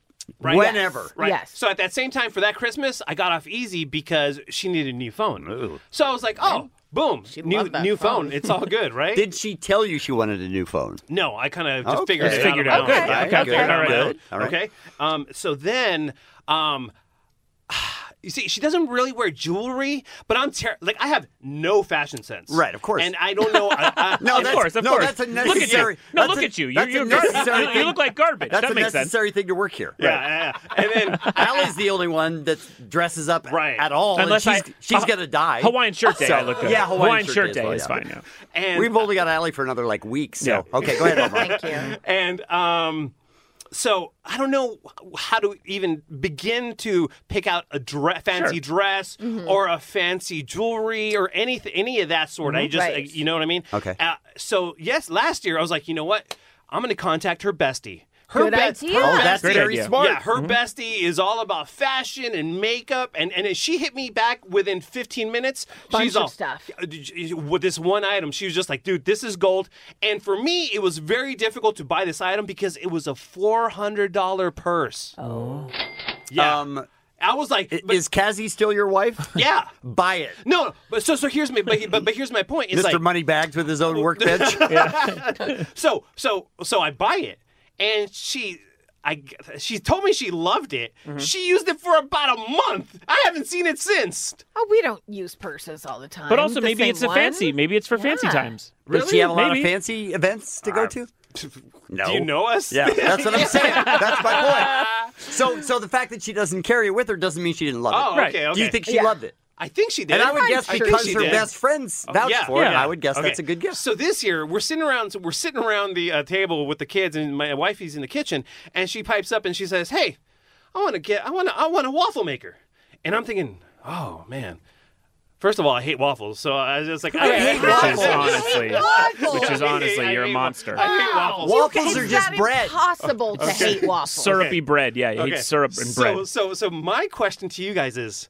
Speaker 6: Right?
Speaker 14: Whenever.
Speaker 6: Right.
Speaker 11: Yes.
Speaker 6: So at that same time for that Christmas, I got off easy because she needed a new phone. So I was like, oh, boom, new
Speaker 14: loved that
Speaker 6: new phone.
Speaker 14: phone.
Speaker 6: It's all good, right?
Speaker 14: Did she tell you she wanted a new phone?
Speaker 6: No, I kind of just
Speaker 14: Okay.
Speaker 6: figured it
Speaker 14: Just
Speaker 6: out.
Speaker 14: figured
Speaker 6: on
Speaker 14: it out.
Speaker 6: my own. Yeah,
Speaker 14: Okay,
Speaker 6: I
Speaker 14: okay, all
Speaker 6: figured it out on my
Speaker 14: right.
Speaker 6: own.
Speaker 14: All right.
Speaker 6: Okay. Um, so then, um, you see, she doesn't really wear jewelry, but I'm ter- like I have no fashion sense. Right, of course. And I don't know. I, I,
Speaker 14: No,
Speaker 6: I-
Speaker 14: that's- no, that's a
Speaker 13: Look at you.
Speaker 14: necessary-
Speaker 13: No,
Speaker 14: that's
Speaker 13: look
Speaker 14: a-
Speaker 13: at you. You're,
Speaker 14: that's a
Speaker 13: you're gar-
Speaker 14: necessary
Speaker 13: you- you
Speaker 14: thing.
Speaker 13: look like garbage.
Speaker 14: That's
Speaker 13: that
Speaker 14: a
Speaker 13: makes sense.
Speaker 14: necessary thing to work here.
Speaker 6: Yeah, yeah. And then
Speaker 14: Allie's the only one that dresses up at all.
Speaker 13: Unless
Speaker 14: and
Speaker 13: I-
Speaker 14: she's, she's
Speaker 13: uh,
Speaker 14: gonna die.
Speaker 13: Hawaiian shirt day,
Speaker 14: So-
Speaker 13: I look good.
Speaker 14: Yeah, Hawaiian,
Speaker 13: Hawaiian shirt
Speaker 14: is
Speaker 13: day
Speaker 14: well,
Speaker 13: is
Speaker 14: yeah.
Speaker 13: fine, yeah.
Speaker 6: And-
Speaker 14: we've only got Allie for another like week. So okay, go ahead. Omar.
Speaker 6: Thank you. And um, so I don't know how to even begin to pick out a dre-
Speaker 14: Sure.
Speaker 6: fancy dress
Speaker 14: Mhm.
Speaker 6: or a fancy jewelry or anything, any of that sort. I
Speaker 14: Mhm.
Speaker 6: just,
Speaker 14: Right.
Speaker 6: uh, you know what I mean?
Speaker 14: Okay.
Speaker 6: Uh, so yes, last year I was like, you know what? I'm going to contact her bestie. Her
Speaker 14: Good
Speaker 6: best-
Speaker 14: idea.
Speaker 6: her
Speaker 14: Oh, that's
Speaker 6: bestie-
Speaker 14: very smart.
Speaker 6: Yeah, her
Speaker 14: Mhm.
Speaker 6: bestie is all about fashion and makeup, and and she hit me back within 15 minutes.
Speaker 11: Bunch
Speaker 6: she's
Speaker 11: of
Speaker 6: all,
Speaker 11: stuff.
Speaker 6: with this one item, she was just like, dude, this is gold. And for me, it was very difficult to buy this item because it was a $400 purse. Oh. Yeah.
Speaker 14: Um,
Speaker 6: I was like,
Speaker 14: is Kazzy still your wife?
Speaker 6: Yeah.
Speaker 14: Buy it.
Speaker 6: No, but so so here's my but, but, but here's my point. It's
Speaker 14: Mr.
Speaker 6: like
Speaker 14: Moneybags with his own workbench.
Speaker 6: so so so I buy it, and she. I, she told me she loved it.
Speaker 14: Mm-hmm.
Speaker 6: She used it for about a month. I haven't seen it since.
Speaker 11: Oh, we don't use purses all the time.
Speaker 13: But also,
Speaker 11: The
Speaker 13: maybe
Speaker 11: same
Speaker 13: it's a
Speaker 11: one.
Speaker 13: fancy. Maybe it's for fancy
Speaker 11: Yeah.
Speaker 13: times.
Speaker 14: Does she have a lot of
Speaker 13: Maybe.
Speaker 14: fancy events to go to? No.
Speaker 6: Uh, Do you know us?
Speaker 14: Yeah, that's what I'm saying. that's my point. So, so the fact that she doesn't carry it with her doesn't mean she didn't love
Speaker 6: Oh,
Speaker 14: it.
Speaker 6: okay,
Speaker 14: Do you
Speaker 6: okay.
Speaker 14: think she
Speaker 6: Yeah.
Speaker 14: loved it?
Speaker 6: I think she did.
Speaker 14: And I would
Speaker 6: I'm
Speaker 14: guess
Speaker 6: sure
Speaker 14: because
Speaker 6: she
Speaker 14: her
Speaker 6: did.
Speaker 14: best friends
Speaker 6: Oh,
Speaker 14: vouched
Speaker 6: yeah,
Speaker 14: for it,
Speaker 6: yeah.
Speaker 14: I would guess
Speaker 6: Okay.
Speaker 14: that's a good gift.
Speaker 6: So this year we're sitting around we're sitting around the uh, table with the kids and my wifey's in the kitchen and she pipes up and she says, "Hey, I want to get I want to I want a waffle maker." And I'm thinking, "Oh, man. First of all, I hate waffles, so I was just like, I,
Speaker 13: Which
Speaker 6: hate
Speaker 13: is
Speaker 6: waffles.
Speaker 13: honestly- which is honestly,
Speaker 6: I
Speaker 13: you're a
Speaker 6: hate wa-
Speaker 13: monster.
Speaker 6: I hate
Speaker 13: Wow.
Speaker 6: waffles.
Speaker 13: Waffles You are guys- just
Speaker 11: It's
Speaker 13: bread.
Speaker 11: impossible to
Speaker 13: Okay.
Speaker 11: hate waffles.
Speaker 13: Syrupy bread. Yeah, you
Speaker 6: Okay.
Speaker 13: hate syrup and
Speaker 6: so,
Speaker 13: bread.
Speaker 6: So, so my question to you guys is: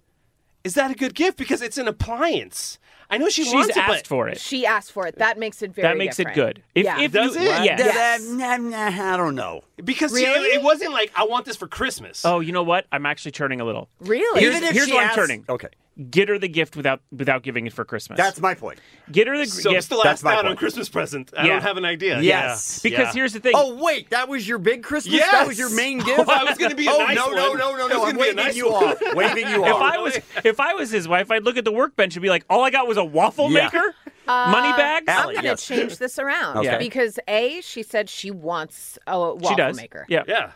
Speaker 6: Is that a good gift? Because it's an appliance. I know she
Speaker 13: She's
Speaker 6: wants it,
Speaker 13: asked
Speaker 6: but-
Speaker 13: for it.
Speaker 11: She asked for it. That makes it very.
Speaker 13: That makes it
Speaker 11: different.
Speaker 13: good. If-
Speaker 11: yeah.
Speaker 13: if
Speaker 6: Does
Speaker 13: you-
Speaker 6: it?
Speaker 13: What? Yes. Yes.
Speaker 14: I don't know.
Speaker 6: Because see,
Speaker 13: Really?
Speaker 6: it wasn't like I want this for Christmas.
Speaker 13: Oh, you know what? I'm actually turning a little.
Speaker 11: Really?
Speaker 13: Here's,
Speaker 6: Even if
Speaker 13: here's
Speaker 6: she
Speaker 13: what
Speaker 6: asks-
Speaker 13: I'm turning.
Speaker 14: Okay.
Speaker 13: Get her the gift without without giving it for Christmas.
Speaker 14: That's my point.
Speaker 13: Get her the
Speaker 6: So
Speaker 13: gift.
Speaker 6: I'm still asked out on Christmas present. I
Speaker 13: Yeah.
Speaker 6: don't have an idea.
Speaker 13: Yes.
Speaker 6: Yeah.
Speaker 13: Because
Speaker 6: Yeah.
Speaker 13: here's the thing.
Speaker 14: Oh wait, that was your big Christmas.
Speaker 6: Yes!
Speaker 14: That was your main gift.
Speaker 6: Oh, I was gonna be a
Speaker 14: oh,
Speaker 6: nice
Speaker 14: no,
Speaker 6: one.
Speaker 14: no, no, no,
Speaker 6: I was
Speaker 14: no!
Speaker 6: gonna
Speaker 14: I'm
Speaker 6: be a
Speaker 14: waving
Speaker 6: nice
Speaker 14: you
Speaker 6: one.
Speaker 14: off. Waving you
Speaker 13: if
Speaker 14: off.
Speaker 13: I was if I was his wife, I'd look at the workbench and be like, all I got was a waffle
Speaker 14: Yeah.
Speaker 13: maker,
Speaker 11: Uh,
Speaker 13: money bags.
Speaker 11: I'm going to change this around
Speaker 13: Okay.
Speaker 11: because a she said she wants a waffle
Speaker 13: She does.
Speaker 11: maker.
Speaker 13: Yeah.
Speaker 6: Yeah.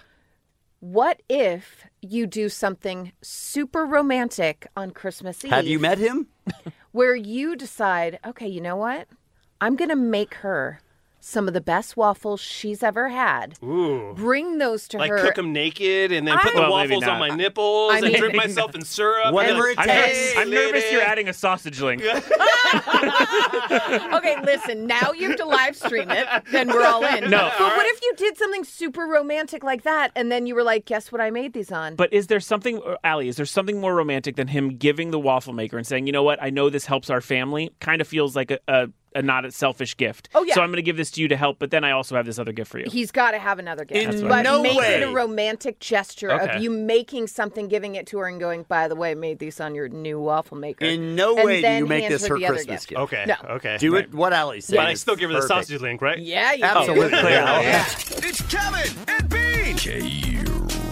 Speaker 11: What if you do something super romantic on Christmas Eve?
Speaker 14: Have you met him?
Speaker 11: Where you decide, okay, you know what? I'm going to make her some of the best waffles she's ever had.
Speaker 6: Ooh.
Speaker 11: Bring those to
Speaker 6: Like
Speaker 11: her.
Speaker 6: cook them naked and then put
Speaker 11: I-
Speaker 6: the
Speaker 11: Well, maybe
Speaker 6: waffles on my
Speaker 11: not.
Speaker 6: nipples
Speaker 11: I
Speaker 6: and
Speaker 11: mean-
Speaker 6: drip myself in syrup.
Speaker 13: Whatever
Speaker 6: and
Speaker 13: it
Speaker 6: be like,
Speaker 13: takes.
Speaker 6: "Hey,
Speaker 13: I'm nervous
Speaker 6: lady."
Speaker 13: you're adding a sausage link.
Speaker 11: okay, listen. Now you have to live stream it. Then we're all in.
Speaker 13: No.
Speaker 11: But what if you did something super romantic like that, and then you were like, "Guess what? I made these on."
Speaker 13: But is there something, or, Ali? Is there something more romantic than him giving the waffle maker and saying, "You know what? I know this helps our family." Kind of feels like a, a a not a selfish gift.
Speaker 11: Oh, yeah.
Speaker 13: So I'm going to give this to you to help, but then I also have this other gift for you.
Speaker 11: He's got to have another gift.
Speaker 13: In
Speaker 11: but
Speaker 13: no
Speaker 11: make
Speaker 13: way.
Speaker 11: it a romantic gesture
Speaker 13: Okay.
Speaker 11: of you making something, giving it to her, and going, by the way, I made these on your new waffle maker.
Speaker 14: In no
Speaker 11: And
Speaker 14: way do
Speaker 11: then
Speaker 14: you make
Speaker 11: hands
Speaker 14: this her
Speaker 11: the other
Speaker 14: Christmas gift.
Speaker 11: Okay, No. okay.
Speaker 14: Do
Speaker 11: Right.
Speaker 14: it what Ali said.
Speaker 6: But I
Speaker 14: It's
Speaker 6: still give her the
Speaker 14: perfect.
Speaker 6: sausage link, right?
Speaker 11: Yeah, you
Speaker 14: Absolutely.
Speaker 11: do.
Speaker 18: It's Kevin and Bean. K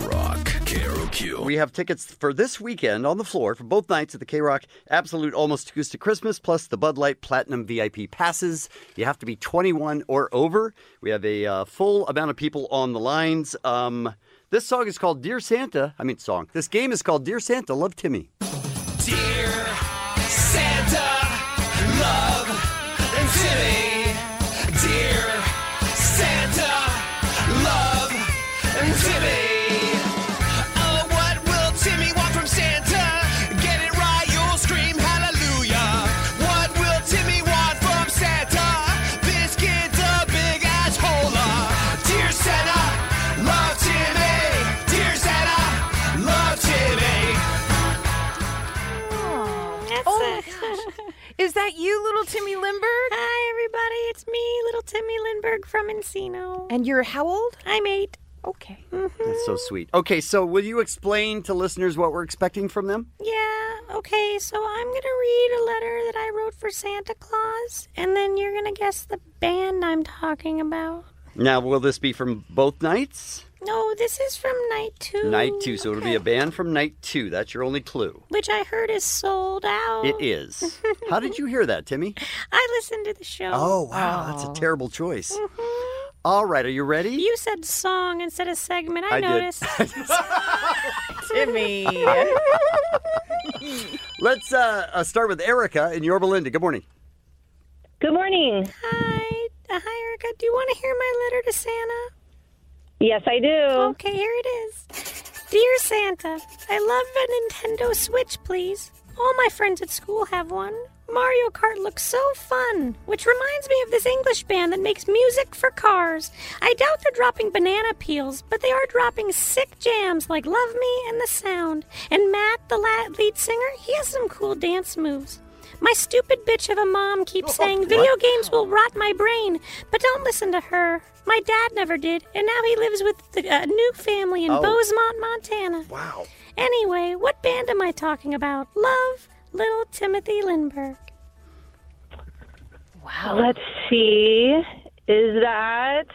Speaker 18: Rock. K R O Q.
Speaker 14: We have tickets for this weekend on the floor for both nights at the K Rock Absolute Almost Acoustic Christmas, plus the Bud Light Platinum VIP passes. You have to be 21 or over. We have a uh, full amount of people on the lines. Um, this song is called Dear Santa. I mean, song. This game is called Dear Santa, Love Timmy.
Speaker 22: Dear Santa, love and Timmy. Dear Santa, love and Timmy. Oh, what will Timmy want from Santa? Get it right, you'll scream hallelujah. What will Timmy want from Santa? This kid's a big asshola. Dear Santa, love Timmy. Dear Santa, love Timmy.
Speaker 11: Oh, my gosh. Is that you, little Timmy Lindbergh?
Speaker 3: Hi, everybody. It's me, little Timmy Lindbergh from Encino. Mm.
Speaker 11: And you're how old?
Speaker 3: I'm eight.
Speaker 11: Okay.
Speaker 14: That's so sweet. Okay, so will you explain to listeners what we're expecting from them?
Speaker 3: Yeah, okay, so I'm going to read a letter that I wrote for Santa Claus, and then you're going to guess the band I'm talking about.
Speaker 14: Now, will this be from both nights?
Speaker 3: No, this is from night two.
Speaker 14: Night two. So it'll be a band from night two. That's your only clue.
Speaker 3: Which I heard is sold out.
Speaker 14: It is. How did you hear that, Timmy?
Speaker 3: I listened to the show.
Speaker 14: Oh, wow. That's a terrible choice. All right. Are you ready?
Speaker 3: You said song instead of segment. I,
Speaker 14: I did.
Speaker 3: noticed.
Speaker 11: Timmy.
Speaker 14: Let's uh, uh, start with Erica in your Belinda. Good morning.
Speaker 3: Good morning. Hi. Hi, Erica. Do you want to hear my letter to Santa?
Speaker 24: Yes, I do.
Speaker 3: Okay, here it is. Dear Santa, I love a Nintendo Switch, please. All my friends at school have one. Mario Kart looks so fun, which reminds me of this English band that makes music for cars. I doubt they're dropping banana peels, but they are dropping sick jams like Love Me and The Sound. And Matt, the la- lead singer, he has some cool dance moves. My stupid bitch of a mom keeps saying video games will rot my brain, but don't listen to her. My dad never did, and now he lives with a new family in Oh. Bozeman, Montana. Wow. Anyway, what band am I talking about? Love, Little Timothy Lindbergh.
Speaker 11: Wow.
Speaker 3: Let's
Speaker 24: see. Is that?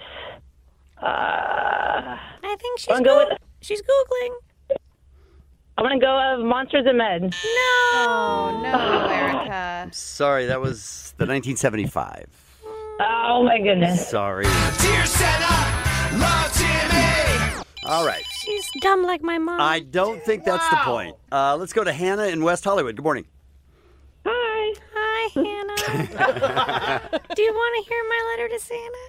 Speaker 24: Uh,
Speaker 3: I think she's
Speaker 24: Wanna go
Speaker 3: Goog-
Speaker 24: with-
Speaker 3: she's googling.
Speaker 24: I want to go of Monsters and Men. No.
Speaker 11: Oh no,
Speaker 14: Uh,
Speaker 11: Erica.
Speaker 14: Sorry, that was the 1975.
Speaker 24: Oh my goodness.
Speaker 14: Sorry.
Speaker 22: Dear Santa, love Timmy.
Speaker 14: All right.
Speaker 3: She's dumb like my mom.
Speaker 14: I don't think that's the point. Uh, let's go to Hannah in West Hollywood. Good morning.
Speaker 3: Hi. Hi, Hannah. Do you want to hear my letter to Santa?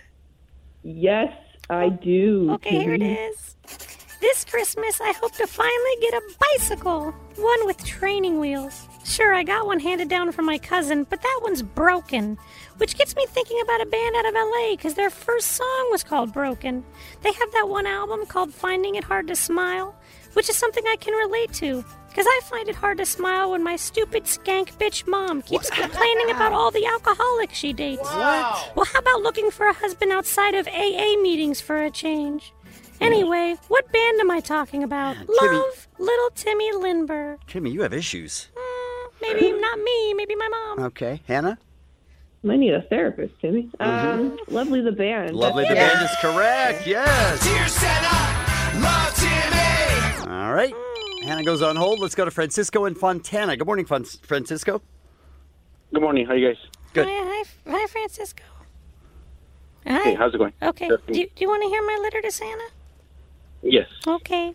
Speaker 8: Yes, I do.
Speaker 3: Okay, here it is. This Christmas, I hope to finally get a bicycle. One with training wheels. Sure, I got one handed down from my cousin, but that one's broken. Which gets me thinking about a band out of LA because their first song was called Broken. They have that one album called Finding It Hard to Smile, which is something I can relate to. Because I find it hard to smile when my stupid skank bitch mom keeps complaining about all the alcoholics she dates. What? Well, how about looking for a husband outside of AA meetings for a change? Anyway, what band am I talking about?
Speaker 14: Timmy.
Speaker 3: Love, Little Timmy Lindbergh.
Speaker 14: Timmy, you have issues.
Speaker 3: Maybe not me, maybe my mom.
Speaker 14: Okay. Hannah?
Speaker 8: Might need a therapist, Timmy. Um, lovely the band.
Speaker 14: Lovely. The
Speaker 8: That's-
Speaker 14: band is correct. Yes.
Speaker 22: Dear Santa, love Timmy.
Speaker 14: All right. Hannah goes on hold. Let's go to Francisco in Fontana. Good morning, Fon- Francisco.
Speaker 7: Good morning. How you guys?
Speaker 14: Good.
Speaker 3: Hi, hi, hi, Francisco.
Speaker 7: Hey, how's it going?
Speaker 3: Okay,
Speaker 7: Yes.
Speaker 3: do, do you want to hear my letter to Santa?
Speaker 7: Yes.
Speaker 3: Okay.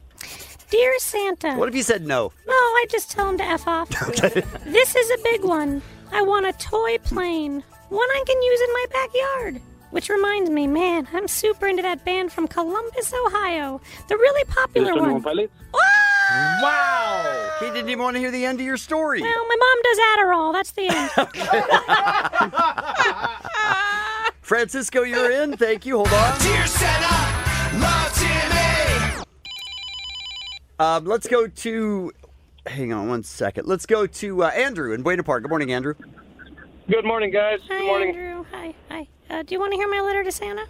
Speaker 3: Dear Santa.
Speaker 14: What if you said no?
Speaker 3: No, I just tell him to F off. This is a big one. I want a toy plane. One I can use in my backyard. Which reminds me, man, I'm super into that band from Columbus, Ohio. The really popular
Speaker 14: Stone
Speaker 3: one.
Speaker 14: Temple
Speaker 7: Pilots?
Speaker 14: Wow! He didn't even want to hear the end of your story.
Speaker 3: Well, my mom does Adderall. That's the end.
Speaker 14: Francisco, you're in. Thank you. Hold on.
Speaker 22: Dear Santa, love Timmy.
Speaker 14: Um, let's go to. Hang on one second. Let's go to uh, Andrew in Buena Park. Good morning, Andrew.
Speaker 7: Good morning, guys.
Speaker 3: Hi,
Speaker 7: Good morning.
Speaker 3: Andrew. Hi, hi. Uh, do you want to hear my letter to Santa?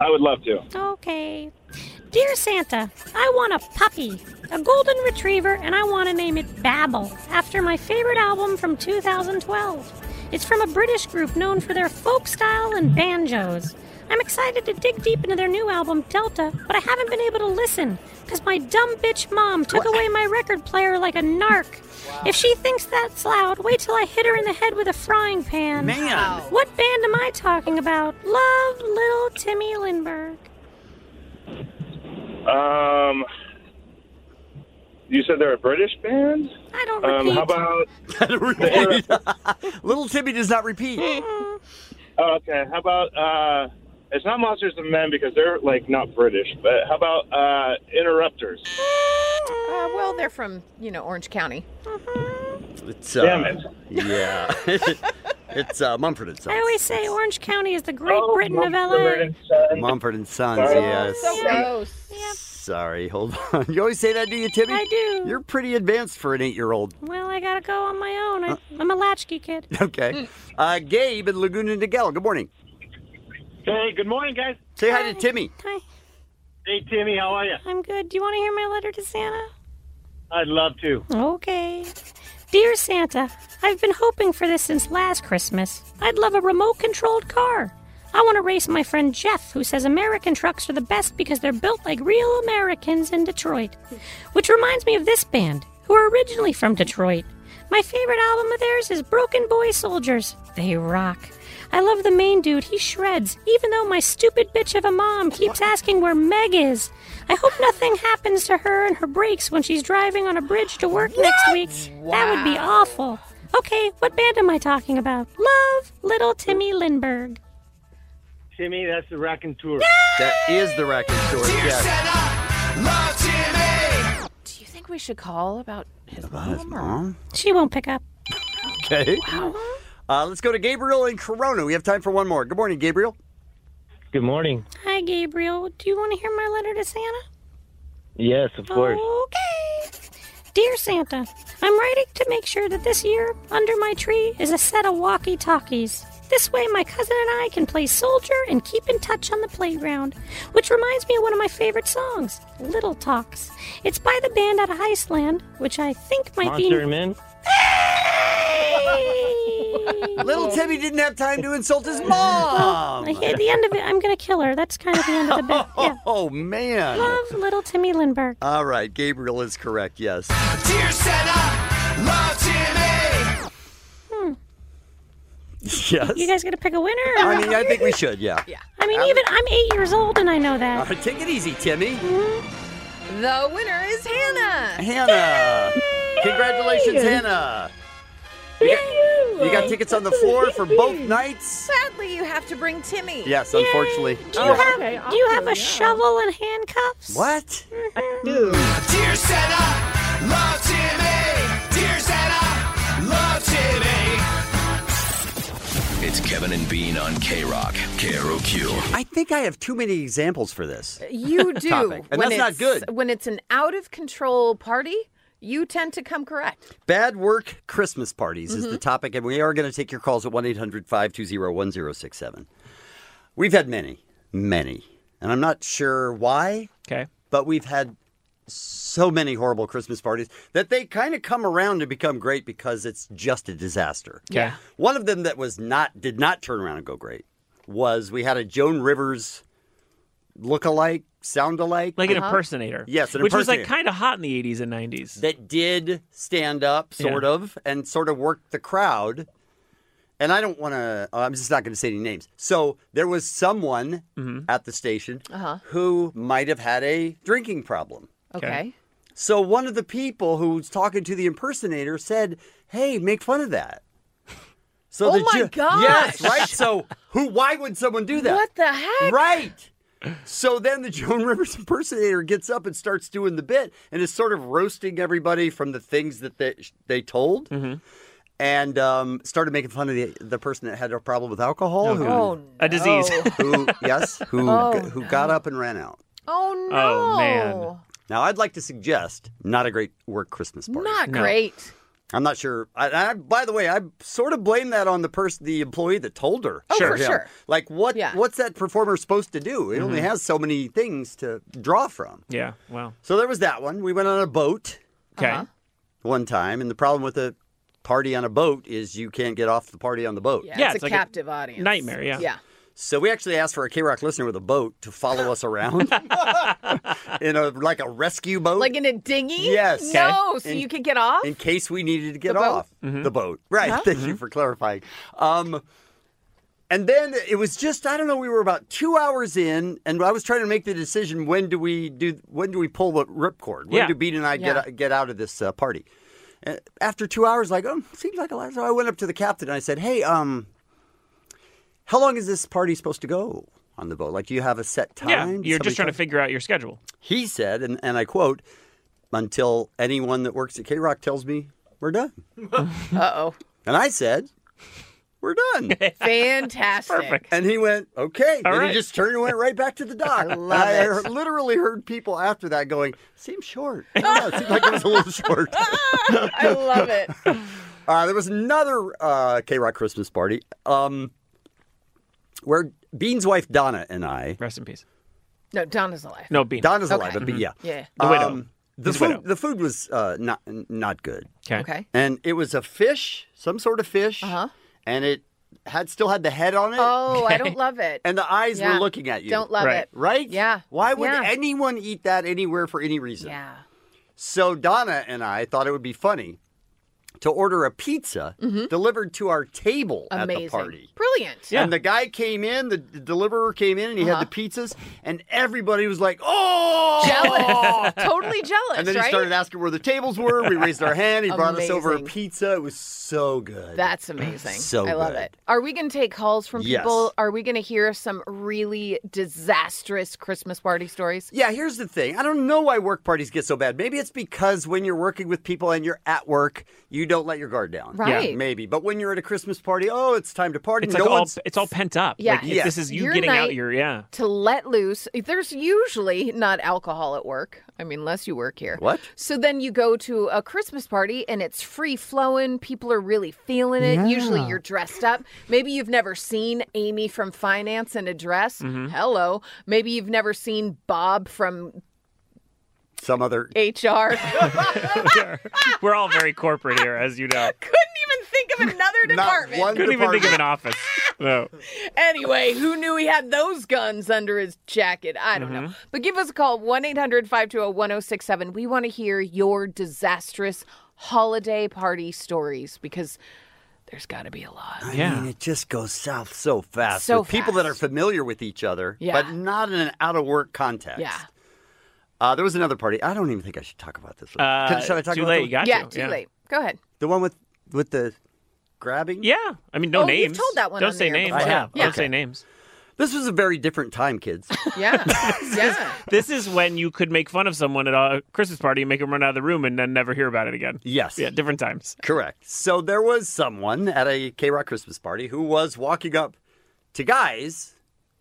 Speaker 7: I would love to.
Speaker 3: Okay. Dear Santa, I want a puppy, a golden retriever, and I want to name it Babel, after my favorite album from 2012. It's from a British group known for their folk style and banjos. I'm excited to dig deep into their new album, Delta, but I haven't been able to listen because my dumb bitch mom took away my record player like a narc. If she thinks that's loud, wait till I hit her in the head with a frying pan.
Speaker 14: Man.
Speaker 3: What band am I talking about? Love, Little Timmy Lindbergh.
Speaker 7: Um, you said they're a British band.
Speaker 3: I don't
Speaker 7: Um, how
Speaker 3: repeat.
Speaker 7: about
Speaker 14: Little Timmy does not repeat.
Speaker 7: Oh, okay. How about uh, it's not Monsters of Men because they're like not British, but how about uh, Interrupters?
Speaker 11: Uh, well, they're from, you know, Orange County.
Speaker 14: It's,
Speaker 7: Damn
Speaker 14: it. Yeah. it's uh, Mumford and
Speaker 3: I
Speaker 14: Sons.
Speaker 3: always say Orange County is the Great
Speaker 7: Oh,
Speaker 3: Britain of LA.
Speaker 14: Mumford and Sons,
Speaker 3: Sorry.
Speaker 14: yes.
Speaker 3: So
Speaker 11: gross.
Speaker 14: Sorry, hold on. You always say that, do you, Timmy?
Speaker 3: I do.
Speaker 14: You're pretty advanced for an eight year old.
Speaker 3: Well, I gotta go on my own. I, I'm a latchkey kid. Mm.
Speaker 14: Okay. Uh, Gabe in Laguna Niguel, good morning.
Speaker 7: Hey, good morning, guys.
Speaker 14: Say hi to Timmy.
Speaker 3: Hi,
Speaker 7: Hey, Timmy, how are you?
Speaker 3: I'm good. Do you want to hear my letter to Santa?
Speaker 7: I'd love to.
Speaker 3: Okay. Dear Santa, I've been hoping for this since last Christmas. I'd love a remote controlled car. I want to race my friend Jeff, who says American trucks are the best because they're built like real Americans in Detroit. Which reminds me of this band, who are originally from Detroit. My favorite album of theirs is Broken Boy Soldiers. They rock. I love the main dude. He shreds, even though my stupid bitch of a mom keeps asking where Meg is. I hope nothing happens to her and her brakes when she's driving on a bridge to work next week. That would be awful. Okay, what band am I talking about? Love, Little Timmy Lindbergh.
Speaker 7: Timmy, that's the Rack and Tour.
Speaker 14: That is the record store. Yeah.
Speaker 18: Love Timmy.
Speaker 11: Do you think we should call about his
Speaker 14: About his mom?
Speaker 3: She won't pick up.
Speaker 14: Okay. Uh, let's go to Gabriel in Corona. We have time for one more. Good morning, Gabriel.
Speaker 4: Good morning.
Speaker 3: Hi, Gabriel. Do you want to hear my letter to Santa?
Speaker 4: Yes,
Speaker 3: Oh,
Speaker 4: of course.
Speaker 3: Okay. Dear Santa, I'm writing to make sure that this year, under my tree, is a set of walkie talkies. This way, my cousin and I can play soldier and keep in touch on the playground, which reminds me of one of my favorite songs, Little Talks. It's by the band out of Iceland, which I think might
Speaker 4: Monster
Speaker 3: be.
Speaker 4: Men.
Speaker 14: Little Timmy didn't have time to insult his mom.
Speaker 3: Well, at the end of it, I'm going to kill her. That's kind of the end of the bit. Yeah.
Speaker 14: Oh, man.
Speaker 3: Love little Timmy Lindbergh.
Speaker 14: All right, Gabriel is correct, yes.
Speaker 18: Dear Santa, love Timmy.
Speaker 3: Hmm.
Speaker 14: Yes.
Speaker 3: You guys going to pick a winner? or-
Speaker 14: I mean, I think we should, yeah.
Speaker 3: I mean, even I'm eight years old and I know that.
Speaker 14: All right, take it easy, Timmy.
Speaker 3: Mm-hmm.
Speaker 11: The winner is Hannah.
Speaker 14: Hannah. Congratulations, Hannah. You got, you got tickets on the floor for both nights.
Speaker 19: Sadly, you have to bring Timmy.
Speaker 14: Yes, unfortunately.
Speaker 3: Do you
Speaker 14: Yeah.
Speaker 3: have Do you have a shovel and handcuffs? Mm-hmm.
Speaker 14: What?
Speaker 18: Dear Santa, love Timmy. Dear Santa, love Timmy. It's Kevin and Bean on K Rock, KROQ.
Speaker 14: I think I have too many examples for this.
Speaker 11: Uh, You do.
Speaker 14: Topic. And
Speaker 11: when
Speaker 14: that's not
Speaker 11: it's-
Speaker 14: good.
Speaker 11: When it's an out of control party, you tend to come correct.
Speaker 14: Bad work Christmas parties is the
Speaker 11: Mhm.
Speaker 14: topic, and we are going to take your calls at 1 800 520 1067. We've had many, many, and I'm not sure why.
Speaker 13: Okay.
Speaker 14: But we've had so many horrible Christmas parties that they kind of come around to become great because it's just a disaster.
Speaker 13: Yeah.
Speaker 14: One of them that was not did not turn around and go great was we had a Joan Rivers look-alike, sound-alike,
Speaker 13: Like
Speaker 11: Uh-huh.
Speaker 13: an impersonator.
Speaker 14: Yes, an
Speaker 13: Which was like
Speaker 14: impersonator.
Speaker 13: kind of hot in the 80s and 90s.
Speaker 14: that did stand up, sort
Speaker 13: Yeah.
Speaker 14: of, and sort of worked the crowd. And I don't want to. uh, I'm just not going to say any names. So there was someone at the station
Speaker 11: Uh-huh.
Speaker 14: who might have had a drinking problem.
Speaker 11: Okay.
Speaker 14: So one of the people who was talking to the impersonator said, "Hey, make fun of that." So
Speaker 11: Oh
Speaker 14: the
Speaker 11: my
Speaker 14: ju-
Speaker 11: gosh.
Speaker 14: Yes, right. So who? Why would someone do that?
Speaker 11: What the heck?
Speaker 14: Right. So then the Joan Rivers impersonator gets up and starts doing the bit and is sort of roasting everybody from the things that they they told.
Speaker 11: Mm-hmm.
Speaker 14: And um, started making fun of the, the person that had a problem with alcohol,
Speaker 13: Oh,
Speaker 14: who,
Speaker 13: God. Oh, A disease. no.
Speaker 14: who yes, who
Speaker 11: Oh,
Speaker 14: who got up and ran out.
Speaker 11: Oh no.
Speaker 14: Oh, man. Now I'd like to suggest not a great work Christmas party.
Speaker 11: Not great.
Speaker 14: I'm not sure. I, I, by the way, I sort of blame that on the person, the employee that told her.
Speaker 11: Oh,
Speaker 14: Sure.
Speaker 11: for
Speaker 14: him.
Speaker 11: sure.
Speaker 14: Like what?
Speaker 11: Yeah. Mm-hmm.
Speaker 14: What's that performer supposed to do? It only
Speaker 13: Mhm.
Speaker 14: has so many things to draw from.
Speaker 13: Yeah. Wow.
Speaker 14: So there was that one. We went on a boat.
Speaker 13: Okay. Uh-huh.
Speaker 14: One time, and the problem with a party on a boat is you can't get off the party on the boat.
Speaker 11: Yeah, it's, a captive audience.
Speaker 14: nightmare, yeah.
Speaker 11: Yeah.
Speaker 14: So we actually asked for a K Rock listener with a boat to follow us around in a like a rescue boat.
Speaker 11: Like in a dinghy?
Speaker 14: Yes.
Speaker 11: No,
Speaker 14: Okay.
Speaker 11: so
Speaker 14: In-
Speaker 11: you could get off?
Speaker 14: in case we needed to get
Speaker 11: The boat?
Speaker 14: off
Speaker 13: Mm-hmm.
Speaker 14: the boat. Right.
Speaker 11: Huh?
Speaker 14: Thank you for clarifying. Um, and then it was just I don't know. We were about two hours in, and I was trying to make the decision when do we do when do we pull the ripcord? When
Speaker 13: Yeah.
Speaker 14: do Beat and I
Speaker 13: Yeah.
Speaker 14: get get out of this uh, party? And after two hours, like oh, seems like a lot. So I went up to the captain and I said, Hey, um, how long is this party supposed to go on the boat? Like, do you have a set time?
Speaker 13: Yeah,
Speaker 14: Did
Speaker 13: you're just
Speaker 14: somebody
Speaker 13: trying
Speaker 14: tell-
Speaker 13: to figure out your schedule.
Speaker 14: he said, and, and I quote, until anyone that works at K Rock tells me we're done. uh
Speaker 11: oh.
Speaker 14: And I said, we're done.
Speaker 11: Fantastic.
Speaker 14: And he went, okay.
Speaker 11: All
Speaker 14: and
Speaker 11: right.
Speaker 14: he just turned and went right back to the dock.
Speaker 11: I love
Speaker 14: I
Speaker 11: it.
Speaker 14: heard- literally heard people after that going, seems short. I don't know, it seems like it was a little short.
Speaker 11: I love it.
Speaker 14: Uh, there was another uh, K Rock Christmas party um, where Bean's wife, Donna, and I.
Speaker 13: Rest in peace.
Speaker 11: No, Donna's alive.
Speaker 13: No, Bean.
Speaker 14: Donna's
Speaker 11: Okay.
Speaker 14: alive, but Bean,
Speaker 11: Mhm.
Speaker 14: yeah. Um,
Speaker 13: The
Speaker 11: Yeah.
Speaker 13: widow.
Speaker 14: the
Speaker 13: His
Speaker 14: food,
Speaker 13: widow.
Speaker 14: the food was uh, not not good.
Speaker 13: Okay.
Speaker 11: Okay.
Speaker 14: And it was a fish, some sort of fish, uh-huh. and it had still had the head on it.
Speaker 11: Oh, I don't love it.
Speaker 14: And the eyes
Speaker 11: Yeah.
Speaker 14: were looking at you.
Speaker 11: Don't love Right. it.
Speaker 14: Right?
Speaker 11: Yeah.
Speaker 14: Why would
Speaker 11: Yeah.
Speaker 14: anyone eat that anywhere for any reason?
Speaker 11: Yeah.
Speaker 14: So Donna and I thought it would be funny to order a pizza delivered to our table at the
Speaker 11: Mm-hmm. Amazing.
Speaker 14: party.
Speaker 11: Brilliant.
Speaker 14: And the guy came in, the, the deliverer came in, and he
Speaker 11: Uh-huh.
Speaker 14: had the pizzas, and everybody was like, "Oh!"
Speaker 11: Jealous. Totally jealous,
Speaker 14: And then
Speaker 11: right?
Speaker 14: he started asking where the tables were. We raised our hand. He brought us over a
Speaker 11: Amazing.
Speaker 14: pizza. It was so good.
Speaker 11: That's amazing.
Speaker 14: So
Speaker 11: I love
Speaker 14: good.
Speaker 11: it. Are we going to take calls from
Speaker 14: Yes.
Speaker 11: people? Are we going to hear some really disastrous Christmas party stories?
Speaker 14: Yeah, here's the thing. I don't know why work parties get so bad. Maybe it's because when you're working with people and you're at work, you don't let your guard down.
Speaker 11: Yeah. Right.
Speaker 14: Maybe. But when you're at a Christmas party, oh, it's time to party.
Speaker 13: It's
Speaker 14: no
Speaker 13: like all,
Speaker 14: one's
Speaker 13: it's all pent up.
Speaker 11: Yeah.
Speaker 13: Like,
Speaker 11: Yeah.
Speaker 13: This is you
Speaker 11: Your
Speaker 13: getting out
Speaker 11: night-
Speaker 13: your yeah.
Speaker 11: To let loose, there's usually not alcohol at work. I mean, unless you work here.
Speaker 13: What?
Speaker 11: So then you go to a Christmas party and it's free flowing. People are really feeling it. Usually
Speaker 5: Yeah.
Speaker 11: you're dressed up. Maybe you've never seen Amy from finance in a dress.
Speaker 13: Mm-hmm.
Speaker 14: Mhm.
Speaker 11: Hello. Maybe you've never seen Bob from
Speaker 14: some other.
Speaker 11: HR.
Speaker 13: We're all very corporate here, as you know.
Speaker 11: Couldn't even think of another department.
Speaker 13: Couldn't even think of an office. No.
Speaker 11: Anyway, who knew he had those guns under his jacket? I don't
Speaker 14: Mm-hmm.
Speaker 11: know.
Speaker 13: Mhm.
Speaker 11: But give us a call 1 800 520 1067. We want to hear your disastrous holiday party stories because there's got to be a lot.
Speaker 14: I
Speaker 11: Yeah.
Speaker 14: mean, it just goes south so fast.
Speaker 11: So
Speaker 14: with people that are familiar with each other,
Speaker 11: Yeah.
Speaker 14: but not in an out of work context.
Speaker 11: Yeah.
Speaker 14: Uh, there was another party. I don't even think I should talk about this. one.
Speaker 13: Uh,
Speaker 14: Can- should I talk
Speaker 13: too
Speaker 14: about
Speaker 13: late,
Speaker 14: the one-
Speaker 13: you got
Speaker 11: yeah, too late. Go ahead.
Speaker 14: The one with with the grabbing.
Speaker 13: Yeah, I mean, no
Speaker 11: Oh, you've
Speaker 13: names.
Speaker 11: told that one
Speaker 13: Don't
Speaker 11: on the
Speaker 13: say
Speaker 11: air
Speaker 13: names.
Speaker 11: before. I have. Yeah.
Speaker 13: Don't say names.
Speaker 14: This was a very different time, kids.
Speaker 11: Yeah. yeah.
Speaker 13: This is when you could make fun of someone at a Christmas party and make them run out of the room and then never hear about it again.
Speaker 14: Yes.
Speaker 13: Yeah, different times.
Speaker 14: Correct. So there was someone at a K Rock Christmas party who was walking up to guys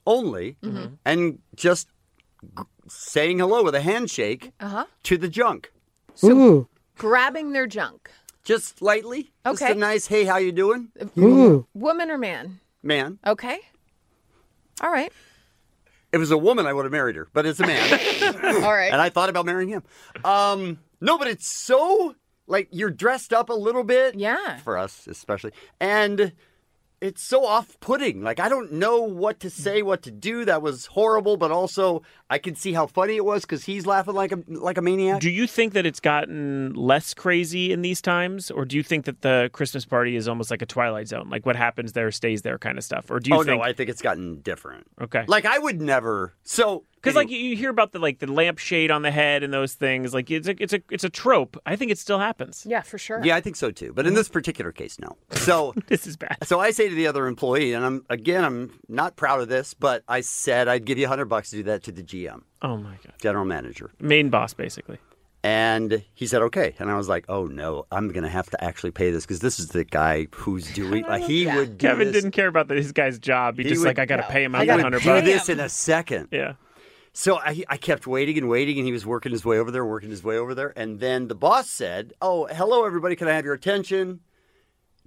Speaker 14: only
Speaker 11: Mhm.
Speaker 14: and just g- saying hello with a handshake
Speaker 11: Uh huh.
Speaker 14: to the junk.
Speaker 11: Ooh. Grabbing their junk.
Speaker 14: Just lightly.
Speaker 11: Okay.
Speaker 14: Just a nice, hey, how you doing?
Speaker 11: Ooh. Woman or man?
Speaker 14: Man.
Speaker 11: Okay. All right.
Speaker 14: It was a woman I would have married her, but it's a man.
Speaker 11: All right.
Speaker 14: And I thought about marrying him. Um, no, but it's so like you're dressed up a little bit.
Speaker 11: Yeah.
Speaker 14: For us, especially. And it's so off putting. Like, I don't know what to say, what to do. That was horrible, but also I can see how funny it was because he's laughing like a like a maniac.
Speaker 13: Do you think that it's gotten less crazy in these times, or do you think that the Christmas party is almost like a Twilight Zone, like what happens there stays there kind of stuff? Or do you
Speaker 14: oh
Speaker 13: think?
Speaker 14: no, I think it's gotten different.
Speaker 13: Okay.
Speaker 14: Like I would never so
Speaker 13: because like you- you hear about the like the lampshade on the head and those things like it's a it's a it's a trope. I think it still happens. Mm-hmm.
Speaker 11: Yeah, for sure.
Speaker 14: Yeah, I think so too. But in this particular case, no. So
Speaker 13: this is bad.
Speaker 14: So I say to the other employee, and I'm again, I'm not proud of this, but I said I'd give you hundred bucks to do that to the GM,
Speaker 13: Oh my god,
Speaker 14: general manager,
Speaker 13: main boss basically.
Speaker 14: and he said okay, and I was like, oh no, I'm gonna have to actually pay this because this is the guy who's doing. Like, Uh, he would. Do
Speaker 13: Kevin
Speaker 14: this.
Speaker 13: didn't care about the, his guy's job. He,
Speaker 14: He
Speaker 13: just
Speaker 14: would-
Speaker 13: like I got to pay him
Speaker 14: I
Speaker 13: out
Speaker 14: gotta
Speaker 13: hundred
Speaker 14: do
Speaker 13: bucks.
Speaker 14: this in a second.
Speaker 13: Yeah.
Speaker 14: So I, I kept waiting and waiting, and he was working his way over there, working his way over there. And then the boss said, Oh, hello, everybody. Can I have your attention?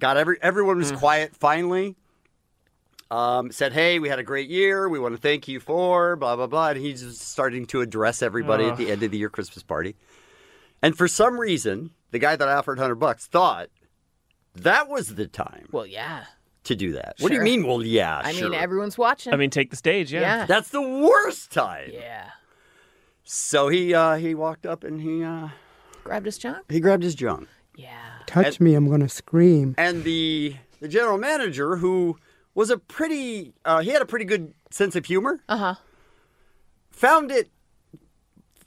Speaker 14: Got every, everyone
Speaker 11: Mm.
Speaker 14: was quiet finally. Um, said, Hey, we had a great year. We want to thank you for blah, blah, blah. And he's just starting to address everybody at
Speaker 5: Ugh.
Speaker 14: the end of the year Christmas party. And for some reason, the guy that offered 100 bucks thought that was the time
Speaker 11: Well, yeah.
Speaker 14: to do that. What do you
Speaker 11: Sure.
Speaker 14: mean? Well, yeah,
Speaker 11: I
Speaker 14: sure.
Speaker 11: mean, everyone's watching.
Speaker 13: take the stage.
Speaker 11: yeah. Yeah.
Speaker 14: that's the worst time.
Speaker 11: Yeah.
Speaker 14: So he uh, he walked up and he uh,
Speaker 11: grabbed his junk.
Speaker 14: He grabbed his junk.
Speaker 9: Touch me, I'm going to scream.
Speaker 14: And the the general manager, who was a pretty, uh, he had a pretty good sense of humor. Uh huh.
Speaker 11: Uh-huh.
Speaker 14: Found it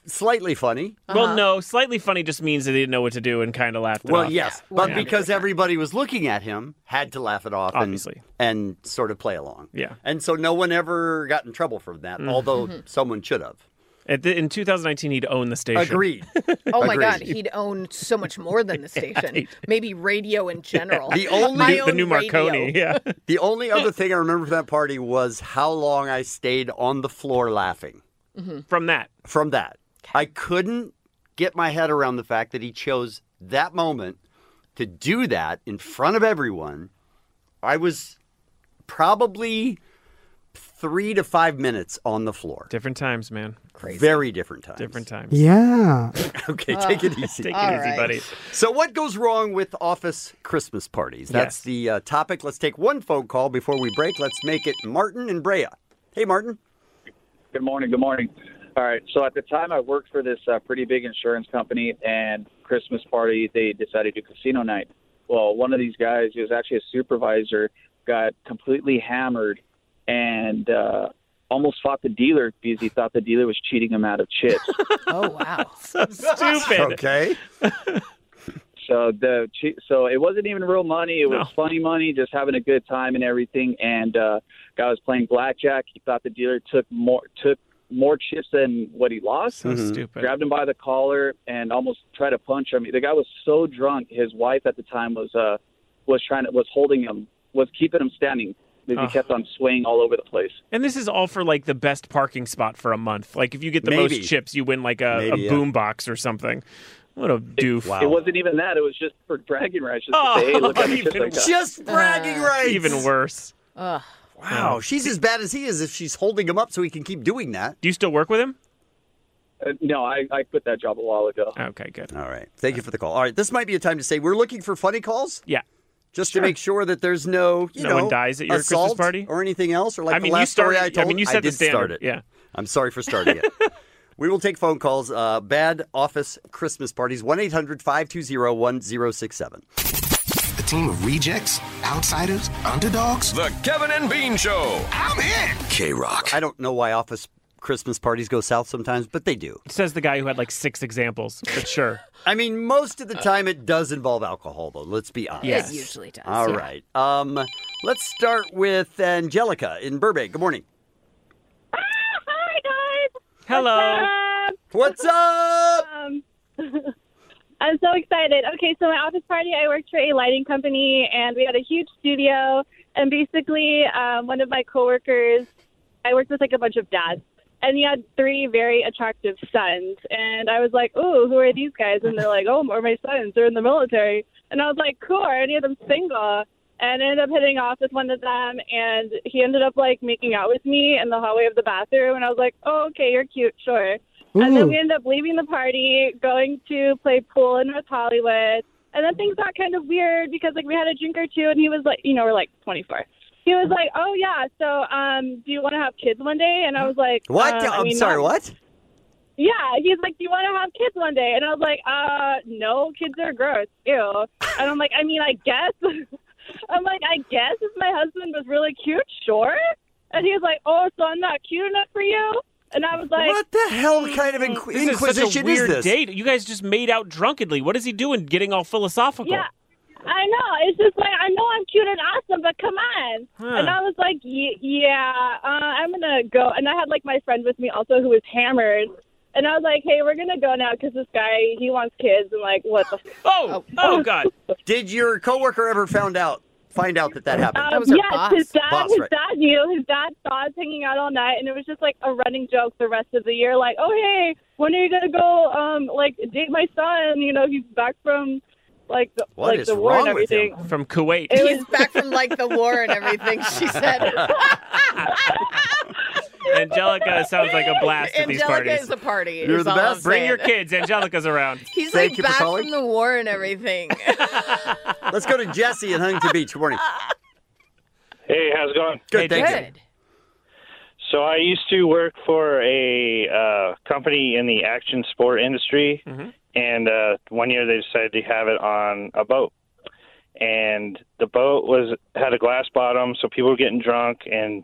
Speaker 14: slightly funny.
Speaker 11: Uh-huh.
Speaker 25: uh-huh.
Speaker 13: Well, no, slightly funny just means that he didn't know what to do and kind of laughed. it
Speaker 14: Well,
Speaker 13: off.
Speaker 14: yes, but because everybody was looking at him, had to laugh it off, obviously, and, and sort of play along.
Speaker 13: Yeah.
Speaker 14: and so no one ever got in trouble from that,
Speaker 13: Mhm.
Speaker 14: although
Speaker 11: Mhm.
Speaker 14: someone should have.
Speaker 13: At the, in 2019, he'd own the station.
Speaker 14: Agreed.
Speaker 11: Oh my God, he'd own so much more than the station.
Speaker 13: he-
Speaker 11: Maybe radio in general.
Speaker 14: The only
Speaker 11: My own radio.
Speaker 13: yeah.
Speaker 14: The only other thing I remember from that party was how long I stayed on the floor laughing.
Speaker 25: mm-hmm.
Speaker 13: Mhm. From that.
Speaker 14: From that. I couldn't get my head around the fact that he chose that moment to do that in front of everyone. I was probably three to five minutes on the floor.
Speaker 13: Different times, man.
Speaker 14: Crazy. Very different times.
Speaker 13: Different times.
Speaker 9: Yeah.
Speaker 14: okay, take it easy.
Speaker 13: Take it All easy, right. buddy.
Speaker 14: So, what goes wrong with office Christmas parties? That's
Speaker 13: Yes.
Speaker 14: the uh, topic. Let's take one phone call before we break. Let's make it Martin and Brea. Hey, Martin.
Speaker 10: Good morning. Good morning. All right. So at the time, I worked for this uh, pretty big insurance company, and Christmas party, they decided to do casino night. Well, one of these guys, he was actually a supervisor, got completely hammered and uh, almost fought the dealer because he thought the dealer was cheating him out of chips.
Speaker 11: Oh wow.
Speaker 13: so stupid.
Speaker 14: Okay.
Speaker 10: So the che- so it wasn't even real money. It was funny money, just having a good time and everything. And uh, guy was playing blackjack. He thought the dealer took more took more chips than what he lost.
Speaker 13: So stupid.
Speaker 10: Grabbed him by the collar and almost tried to punch him. The guy was so drunk. His wife at the time was uh was trying to was holding him was keeping him standing. He
Speaker 13: Ugh.
Speaker 10: kept on swaying all over the place.
Speaker 13: And this is all for like the best parking spot for a month. Like if you get the
Speaker 10: Maybe.
Speaker 13: most chips, you win like a, a
Speaker 10: Maybe, yeah.
Speaker 13: boom box or something. What a doof.
Speaker 10: It wasn't even that. It was just for bragging rights. Just to say, hey,
Speaker 14: Oh,
Speaker 10: look at the chips I got.
Speaker 14: bragging rights.
Speaker 13: Oh, Uh, Even worse.
Speaker 11: Ugh.
Speaker 14: Wow, she's as bad as he is if she's holding him up so he can keep doing that.
Speaker 13: Do you still work with him?
Speaker 10: Uh, no, I, I quit that job a while ago.
Speaker 13: Okay, good.
Speaker 14: All right. Thank you for the call. All right, this might be a time to say we're looking for funny calls.
Speaker 13: Yeah.
Speaker 14: Just to make sure that there's no, you
Speaker 13: No one
Speaker 14: know,
Speaker 13: dies at your Christmas
Speaker 14: assault
Speaker 13: party?
Speaker 14: or anything else, or like
Speaker 13: I mean,
Speaker 14: the
Speaker 13: you
Speaker 14: last story
Speaker 13: started-
Speaker 14: I told.
Speaker 13: I mean, you set the
Speaker 14: did start
Speaker 13: standard,
Speaker 14: it.
Speaker 13: yeah.
Speaker 14: I'm sorry for starting it. we will take phone calls. Uh, bad office Christmas parties. One 1067
Speaker 18: A team of rejects, outsiders, underdogs. The Kevin and Bean Show. I'm in.
Speaker 14: K Rock. I don't know why office Christmas parties go south sometimes, but they do.
Speaker 13: Says the guy who had like six examples, but sure.
Speaker 14: I mean, most of the time it does involve alcohol, though. Let's be honest.
Speaker 13: Yes. It usually does,
Speaker 14: All
Speaker 13: yeah.
Speaker 14: right. Um, let's start with Angelica in Burbank. Good morning.
Speaker 25: Hi guys.
Speaker 14: What's up?
Speaker 25: Um, I'm so excited. Okay, so my office party, I worked for a lighting company, and we had a huge studio. And basically, um, one of my coworkers, I worked with like a bunch of dads, and he had three very attractive sons. And I was like, "Ooh, who are these guys?" And they're like, "Oh, are my sons? They're in the military." And I was like, "Cool, are any of them single?" And I ended up hitting off with one of them, and he ended up like making out with me in the hallway of the bathroom. And I was like, "Oh, okay, you're cute, sure." And then
Speaker 26: Ooh.
Speaker 25: we ended up leaving the party, going to play pool in North Hollywood. And then things got kind of weird because like we had a drink or two, and he was like, you know, we're like 24. He was like, "Oh yeah, so um, do you want to have kids one day?" And I was like,
Speaker 14: What?
Speaker 25: um, I
Speaker 14: I'm
Speaker 25: mean,
Speaker 14: sorry,
Speaker 25: not-
Speaker 14: what?
Speaker 25: yeah, he's like, "Do you want to have kids one day?" And I was like, "Uh, no, kids are gross. Ew." And I'm like, "I mean, I guess." I'm like, "I guess if my husband was really cute, sure." And he was like, "Oh, so I'm not cute enough for you?" And I was like,
Speaker 14: "What the hell kind of inqu-
Speaker 13: This is such a
Speaker 14: inquisition is
Speaker 13: weird
Speaker 14: this?
Speaker 13: date. You guys just made out drunkenly. What is he doing? Getting all philosophical?
Speaker 25: Yeah, I know. It's just like I know I'm cute and awesome, but come on.
Speaker 13: Huh.
Speaker 25: And I was like, y- yeah, uh, I'm gonna go. And I had like my friend with me also who was hammered. And I was like, hey, we're gonna go now because this guy he wants kids. And like, what the?
Speaker 13: Oh, oh God!
Speaker 14: Did your coworker ever found out? find out that that happened.
Speaker 25: Um, yes, his dad.
Speaker 14: Boss,
Speaker 25: his
Speaker 14: right.
Speaker 25: dad knew. His dad saw us hanging out all night, and it was just like a running joke the rest of the year. Like, oh hey, when are you gonna go? Um, like date my son? You know, he's back from like the
Speaker 13: What is
Speaker 25: like the war and everything.
Speaker 13: From Kuwait.
Speaker 25: It
Speaker 19: He's back from like the war and everything. She said.
Speaker 13: Angelica sounds like a blast at these
Speaker 19: Angelica
Speaker 13: parties.
Speaker 19: is a party, You're is the all I'm best.
Speaker 13: Bring your
Speaker 19: saying.
Speaker 13: kids. Angelica's around.
Speaker 19: He's like back from the war and everything.
Speaker 14: Let's go to Jesse in Huntington Beach. Good morning.
Speaker 7: Hey, how's it going?
Speaker 14: Good, thank you.
Speaker 7: So I used to work for a uh, company in the action sport industry, and uh, one year they decided to have it on a boat, and the boat was had a glass bottom, so people were getting drunk and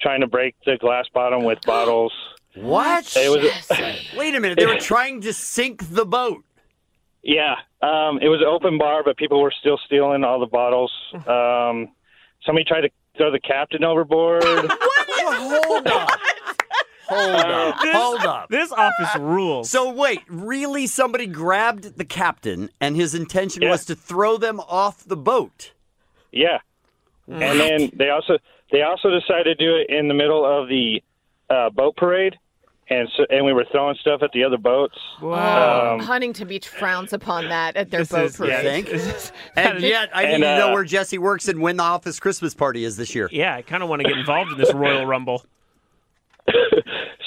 Speaker 7: trying to break the glass bottom with bottles.
Speaker 14: What?
Speaker 7: It was
Speaker 14: Wait a minute. They were trying to sink the boat.
Speaker 7: yeah, um, it was an open bar, but people were still stealing all the bottles. Um, somebody tried to throw the captain overboard.
Speaker 14: Hold on. Hold up.
Speaker 7: This-
Speaker 14: Hold up.
Speaker 13: This office rules.
Speaker 14: So wait, really somebody grabbed the captain and his intention was to throw them off the boat.
Speaker 7: Yeah. And then they also they also decided to do it in the middle of the uh, boat parade, and so, and we were throwing stuff at the other boats.
Speaker 11: Oh,
Speaker 7: Um,
Speaker 11: Huntington Beach frowns upon that at their boat parade.
Speaker 14: and yet I
Speaker 11: And,
Speaker 14: need to
Speaker 11: uh,
Speaker 14: know where Jesse works and when the office Christmas party is this year.
Speaker 13: Yeah, I kind of want to get involved in this Royal Rumble.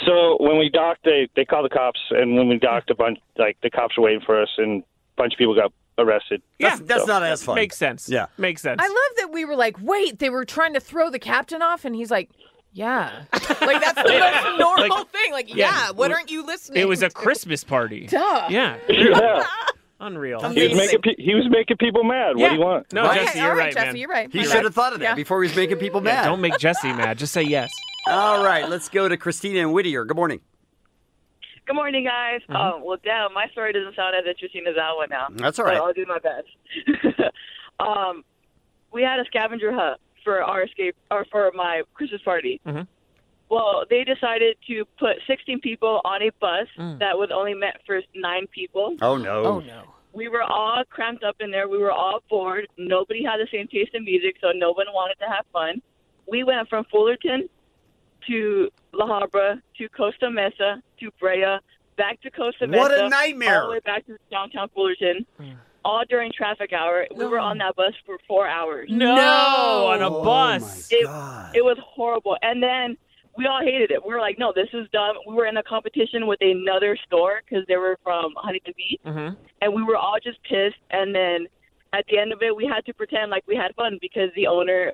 Speaker 7: so when we docked, they they called the cops, and when we docked, a bunch like the cops were waiting for us, and a bunch of people got arrested.
Speaker 14: Yeah, that's not as fun.
Speaker 13: Makes sense. Yeah. Makes sense.
Speaker 11: I love that we were like, wait, they were trying to throw the captain off, and he's like, yeah.
Speaker 19: like that's the most normal
Speaker 13: Like,
Speaker 19: thing. Like,
Speaker 13: yeah,
Speaker 19: yeah, what
Speaker 13: w-
Speaker 19: aren't you listening?
Speaker 13: It was a
Speaker 19: to?
Speaker 13: Christmas party.
Speaker 19: Duh.
Speaker 13: Yeah.
Speaker 7: Yeah.
Speaker 13: Unreal.
Speaker 7: He was making pe- he was making people mad. What do you
Speaker 13: Yeah.
Speaker 7: want?
Speaker 13: No, Jesse, you're right, man.
Speaker 14: He should have thought of that before he was making people
Speaker 13: Yeah,
Speaker 14: mad.
Speaker 13: don't make Jesse mad. Just say yes.
Speaker 14: Oh, All right, let's go to Christina and Whittier. Good morning.
Speaker 5: Good morning, guys.
Speaker 14: Mhm.
Speaker 5: Oh, well, damn, my story doesn't sound as interesting as that one now.
Speaker 14: That's all
Speaker 5: But
Speaker 14: right.
Speaker 5: I'll do my best. um, we had a scavenger hunt for our escape or for my Christmas party.
Speaker 15: Mm-hmm.
Speaker 5: Well, they decided to put 16 people on a bus
Speaker 15: Mm.
Speaker 5: that was only meant for nine people.
Speaker 14: Oh no.
Speaker 5: Oh, no. We were all cramped up in there. We were all bored. Nobody had the same taste in music, so no one wanted to have fun. We went from Fullerton to La Habra to Costa Mesa to Brea, back to Costa Mesa.
Speaker 14: What a nightmare.
Speaker 5: All the way back to downtown Fullerton,
Speaker 13: Hmm.
Speaker 5: all during traffic hour. We were on that bus for four hours.
Speaker 13: No, on
Speaker 14: Oh
Speaker 13: a bus.
Speaker 5: It, it was horrible. And then we all hated it. We were like, no, this is dumb. We were in a competition with another store because they were from Huntington Beach.
Speaker 13: Mm-hmm.
Speaker 5: And we were all just pissed. And then at the end of it, we had to pretend like we had fun because the owner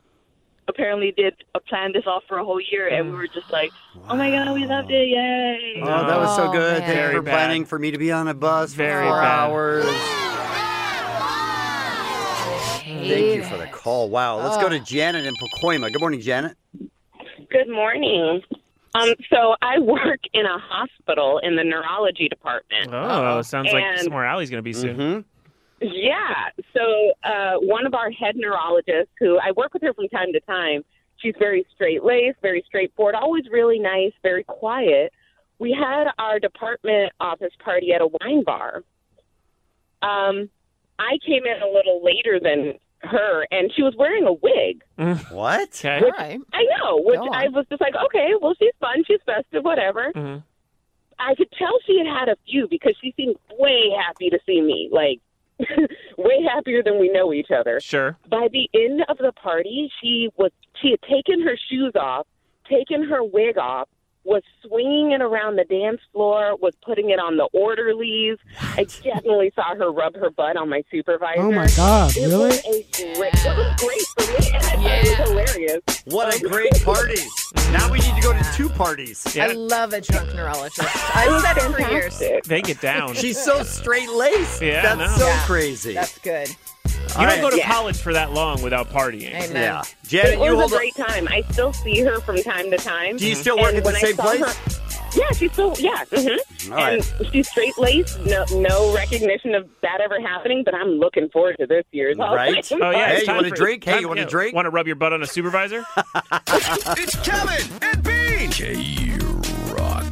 Speaker 5: apparently did uh, plan this off for a whole year. And we were just like, oh my God, we loved it. Yay.
Speaker 14: Oh, that was so good. Thank
Speaker 5: Very
Speaker 14: you for
Speaker 5: bad.
Speaker 14: planning for me to be on a bus
Speaker 5: Very
Speaker 14: for four
Speaker 5: bad.
Speaker 14: hours. Thank you for the call. Wow. Let's go to Janet in Pacoima. Good morning, Janet.
Speaker 16: Good morning. Um, so I work in a hospital in the neurology department.
Speaker 13: Oh, sounds like
Speaker 16: And-
Speaker 13: somewhere Allie's going to be soon.
Speaker 14: Mm-hmm.
Speaker 16: Yeah. So uh, one of our head neurologists, who I work with her from time to time, she's very straight laced, very straightforward, always really nice, very quiet. We had our department office party at a wine bar. Um, I came in a little later than her, and she was wearing a wig.
Speaker 11: Mm.
Speaker 14: What?
Speaker 16: Which, I know, which I was just like, okay, well, she's fun, she's festive, whatever.
Speaker 13: Mm-hmm.
Speaker 16: I could tell she had had a few because she seemed way happy to see me, like way happier than we know each other.
Speaker 13: Sure.
Speaker 16: By the end of the party, she was she had taken her shoes off, taken her wig off, was swinging it around the dance floor, was putting it on the orderlies. I definitely saw her rub her butt on my supervisor.
Speaker 9: Oh my God,
Speaker 16: It
Speaker 9: really?
Speaker 16: was a great- It was great for me, and I thought it was hilarious.
Speaker 14: What a great party. Now we need to go to two parties.
Speaker 16: I
Speaker 11: love a drunk neurologist.
Speaker 16: I've said it for years.
Speaker 13: They get down.
Speaker 14: She's so straight laced.
Speaker 13: Yeah, I
Speaker 14: That's
Speaker 13: know.
Speaker 14: so
Speaker 13: Yeah.
Speaker 14: crazy.
Speaker 11: That's good.
Speaker 14: All
Speaker 13: You don't
Speaker 14: right.
Speaker 13: go to
Speaker 16: Yeah.
Speaker 13: college for that long without partying.
Speaker 16: Amen.
Speaker 14: Yeah. Janet,
Speaker 16: it
Speaker 14: you
Speaker 16: was
Speaker 14: hold
Speaker 16: a
Speaker 14: on-
Speaker 16: great time. I still see her from time to time.
Speaker 14: Do you still work
Speaker 16: And
Speaker 14: at the
Speaker 16: when I
Speaker 14: same
Speaker 16: saw
Speaker 14: place?
Speaker 16: her- yeah, she's still yeah. Mm-hmm.
Speaker 14: All right.
Speaker 16: And she's straight laced. No, no recognition of that ever happening. But I'm looking forward to this year's.
Speaker 13: Right? Oh yeah. it's time for- time- yeah.
Speaker 16: drink?
Speaker 13: Want to rub your butt on a supervisor?
Speaker 18: it's Kevin and Bean. K Rock.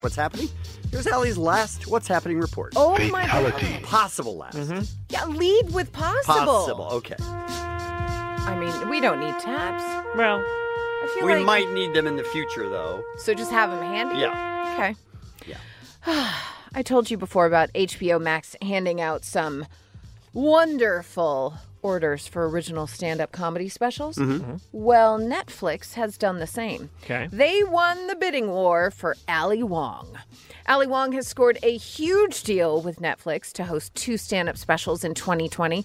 Speaker 14: What's happening? Here's Allie's last What's Happening report.
Speaker 11: Oh my God. Fatality.
Speaker 14: Possible last.
Speaker 11: Yeah, lead with possible.
Speaker 14: Possible. Okay.
Speaker 11: I mean, we don't need tabs.
Speaker 13: Well,
Speaker 11: I feel
Speaker 14: We
Speaker 11: like
Speaker 14: might need them in the future, though.
Speaker 11: so. Just have them handy.
Speaker 14: Yeah.
Speaker 11: Okay.
Speaker 14: Yeah.
Speaker 11: I told you before about HBO Max handing out some wonderful orders for original stand-up comedy specials.
Speaker 2: Mhm.
Speaker 11: Well, Netflix has done the same.
Speaker 2: Okay.
Speaker 11: They won the bidding war for Ali Wong. Ali Wong has scored a huge deal with Netflix to host two stand up specials in 2020.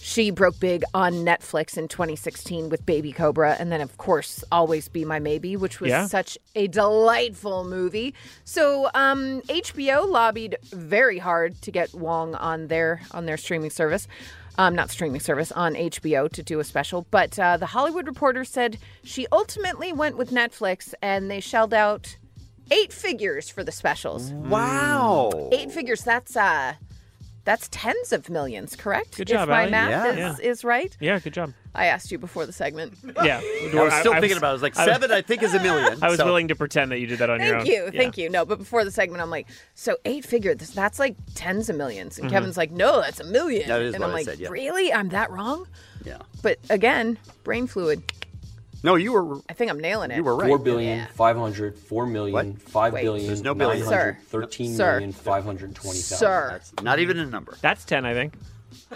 Speaker 11: She broke big on Netflix in 2016 with Baby Cobra, and then, of course, Always Be My Maybe, which was
Speaker 10: Yeah.
Speaker 11: such a delightful movie. So um, HBO lobbied very hard to get Wong on their on their streaming service, um, not streaming service on HBO to do a special. But uh, the Hollywood Reporter said she ultimately went with Netflix, and they shelled out eight figures for the specials.
Speaker 14: Wow.
Speaker 11: Eight figures. That's uh, that's tens of millions, correct?
Speaker 13: Good job,
Speaker 11: if my
Speaker 13: Ally.
Speaker 11: math
Speaker 13: Yeah.
Speaker 11: is, is right.
Speaker 13: Yeah, good job.
Speaker 11: I asked you before the segment.
Speaker 13: Yeah.
Speaker 14: I was still thinking about it. I was like, seven, I think, is a million.
Speaker 13: I was
Speaker 14: So-
Speaker 13: willing to pretend that you did that on your own.
Speaker 11: Thank you, thank you. No, but before the segment, I'm like, so eight figure, this- that's like tens of millions, and
Speaker 13: Mhm.
Speaker 11: Kevin's like, no, that's a million.
Speaker 14: That is
Speaker 11: and
Speaker 14: what
Speaker 11: I'm
Speaker 14: I
Speaker 11: like,
Speaker 14: said, yeah.
Speaker 11: really, I'm that wrong?
Speaker 14: Yeah.
Speaker 11: But again, brain fluid.
Speaker 14: No, you were.
Speaker 11: I think I'm nailing it.
Speaker 17: You were right. Four billion five hundred four million five
Speaker 11: Wait.
Speaker 17: billion
Speaker 11: There's no
Speaker 17: nine
Speaker 11: billion. Sir.
Speaker 17: hundred thirteen
Speaker 11: Sir.
Speaker 17: million five hundred twenty thousand.
Speaker 11: Sir.
Speaker 14: That's not even a number.
Speaker 13: That's 10, I think.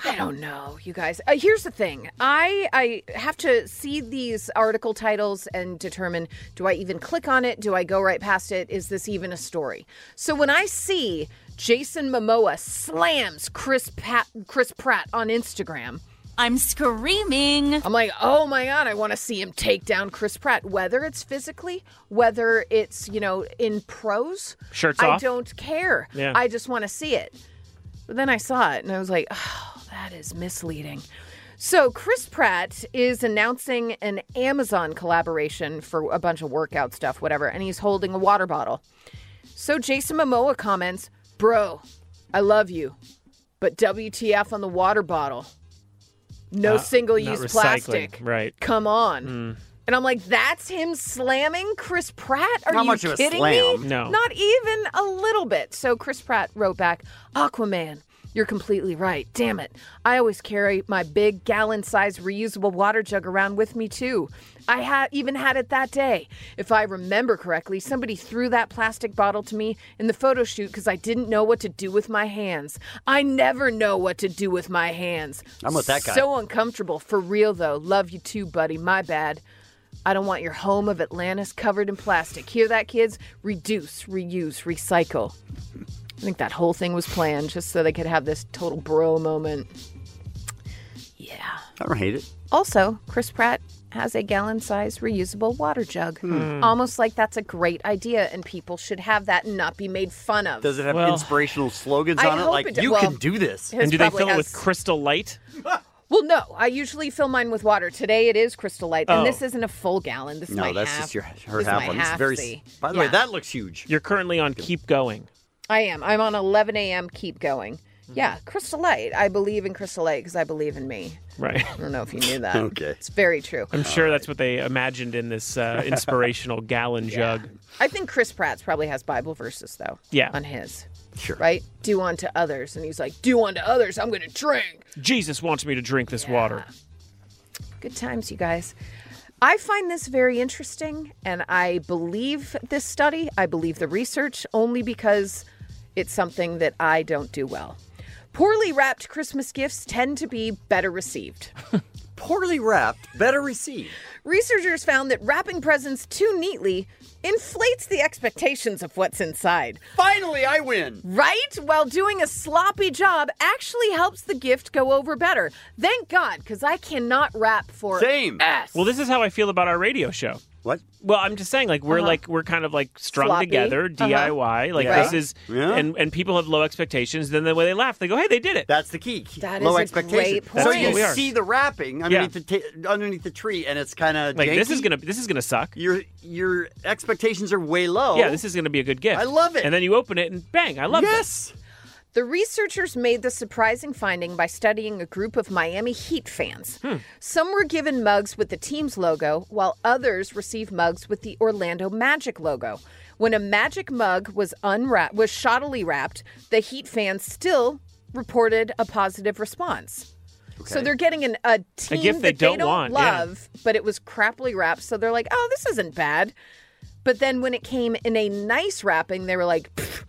Speaker 11: I don't know, you guys. Uh, here's the thing: I I have to see these article titles and determine do I even click on it? Do I go right past it? Is this even a story? So when I see Jason Momoa slams Chris Pat, Chris Pratt on Instagram. I'm screaming. I'm like, oh my God, I want to see him take down Chris Pratt, whether it's physically, whether it's, you know, in prose.
Speaker 13: Shirts
Speaker 11: I
Speaker 13: off?
Speaker 11: don't care.
Speaker 13: Yeah.
Speaker 11: I just want to see it. But then I saw it and I was like, oh, that is misleading. So, Chris Pratt is announcing an Amazon collaboration for a bunch of workout stuff, whatever, and he's holding a water bottle. So, Jason Momoa comments, Bro, I love you, but WTF on the water bottle. No
Speaker 13: Not-
Speaker 11: single
Speaker 13: Uh, not
Speaker 11: use
Speaker 13: recycling.
Speaker 11: plastic.
Speaker 13: Right.
Speaker 11: Come on.
Speaker 13: Mm.
Speaker 11: And I'm like, that's him slamming Chris Pratt? Are
Speaker 13: Not
Speaker 11: you
Speaker 13: much of a
Speaker 11: kidding
Speaker 13: slam.
Speaker 11: me?
Speaker 13: No.
Speaker 11: Not even a little bit. So Chris Pratt wrote back, Aquaman, you're completely right. Damn it. I always carry my big gallon sized reusable water jug around with me too. I ha- even had it that day. If I remember correctly, somebody threw that plastic bottle to me in the photo shoot because I didn't know what to do with my hands. I never know what to do with my hands.
Speaker 14: I'm with that guy.
Speaker 11: So uncomfortable. For real, though. Love you too, buddy. My bad. I don't want your home of Atlantis covered in plastic. Hear that, kids? Reduce, reuse, recycle. I think that whole thing was planned just so they could have this total bro moment.
Speaker 14: I don't hate it.
Speaker 11: Also, Chris Pratt has a gallon sized reusable water jug.
Speaker 14: Hmm.
Speaker 11: Almost like that's a great idea, and people should have that and not be made fun of.
Speaker 14: Does it have inspirational slogans
Speaker 11: I
Speaker 14: on it?
Speaker 11: hope
Speaker 14: Like,
Speaker 11: it do-
Speaker 14: you
Speaker 11: well,
Speaker 14: can do this.
Speaker 11: his And do they probably fill it with has-
Speaker 13: crystal light?
Speaker 11: Well, no, I usually fill mine with water. Today it is Crystal Light,
Speaker 13: Oh.
Speaker 11: and this isn't a full gallon. This is
Speaker 14: no,
Speaker 11: my
Speaker 14: that's
Speaker 11: half.
Speaker 14: just your her
Speaker 11: this is
Speaker 14: half
Speaker 11: my
Speaker 14: one. It's very. s-
Speaker 11: halfsy.
Speaker 14: By the way,
Speaker 11: Yeah.
Speaker 14: that looks huge.
Speaker 13: You're currently on Keep Going.
Speaker 11: I am. I'm on 11 a.m. Keep going.
Speaker 14: Mm-hmm.
Speaker 11: Yeah, Crystal Light. I believe in Crystal Light because I believe in me.
Speaker 13: Right. I
Speaker 11: don't know if you knew that.
Speaker 14: Okay.
Speaker 11: It's very true.
Speaker 13: I'm sure that's what they imagined in this uh, inspirational gallon jug.
Speaker 11: I think Chris Pratt's probably has Bible verses though.
Speaker 13: Yeah.
Speaker 11: On his.
Speaker 14: Sure.
Speaker 11: Right? Do unto others. And he's like, do unto others. I'm going to drink.
Speaker 13: Jesus wants me to drink this water.
Speaker 11: Good times, you guys. I find this very interesting, and I believe this study. I believe the research only because it's something that I don't do well. Poorly wrapped Christmas gifts tend to be better received.
Speaker 14: Poorly wrapped, better received.
Speaker 11: Researchers found that wrapping presents too neatly inflates the expectations of what's inside.
Speaker 14: Finally, I win.
Speaker 11: Right? While doing a sloppy job actually helps the gift go over better. Thank God, because I cannot wrap for
Speaker 14: Same.
Speaker 11: ass.
Speaker 13: Well, this is how I feel about our radio show.
Speaker 14: What?
Speaker 13: Well, I'm just saying, like we're
Speaker 11: Uh-huh.
Speaker 13: like we're kind of like strung
Speaker 11: Sloppy.
Speaker 13: together,
Speaker 11: Uh-huh.
Speaker 13: DIY. Like
Speaker 11: Yeah.
Speaker 13: this is,
Speaker 14: Yeah.
Speaker 13: and and people have low expectations. Then when they laugh, they go, "Hey, they did it."
Speaker 14: That's the key.
Speaker 11: That
Speaker 14: Low
Speaker 11: is a
Speaker 14: expectation.
Speaker 11: great
Speaker 14: So
Speaker 11: point.
Speaker 14: you
Speaker 13: We are.
Speaker 14: see the wrapping underneath the ta underneath the tree, and it's kind of
Speaker 13: Like this is gonna this is gonna suck.
Speaker 14: Your your expectations are way low.
Speaker 13: Yeah, this is gonna be a good gift.
Speaker 14: I love it.
Speaker 13: And then you open it and bang, I love it.
Speaker 14: yes.
Speaker 11: The researchers made the surprising finding by studying a group of Miami Heat fans.
Speaker 13: Hmm.
Speaker 11: Some were given mugs with the team's logo, while others received mugs with the Orlando Magic logo. When a Magic mug was unwrapped, was shoddily wrapped, the Heat fans still reported a positive response. So
Speaker 13: Okay.
Speaker 11: they're getting an, a team
Speaker 13: gift
Speaker 11: that
Speaker 13: they don't want, yeah.
Speaker 11: love, but it was crappily wrapped. So they're like, "Oh, this isn't bad." But then when it came in a nice wrapping, they were like, "Pfft,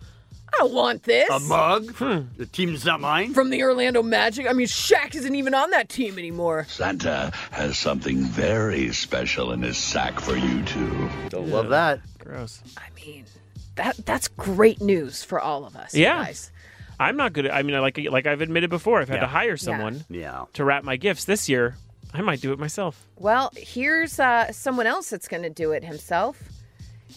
Speaker 11: "I don't want this."
Speaker 14: A
Speaker 13: Hmm.
Speaker 14: mug. The team's not mine.
Speaker 11: from the Orlando Magic. I mean, Shaq isn't even on that team anymore.
Speaker 18: Santa has something very special in his sack for you two.
Speaker 14: Don't love that.
Speaker 13: Gross.
Speaker 11: I mean, that that's great news for all of us. you
Speaker 13: Yeah.
Speaker 11: guys.
Speaker 13: I'm not good. At, I mean, I like like I've admitted before, I've had to hire someone
Speaker 14: Yeah.
Speaker 13: to wrap my gifts. This year, I might do it myself.
Speaker 11: Well, here's uh, someone else that's going to do it himself.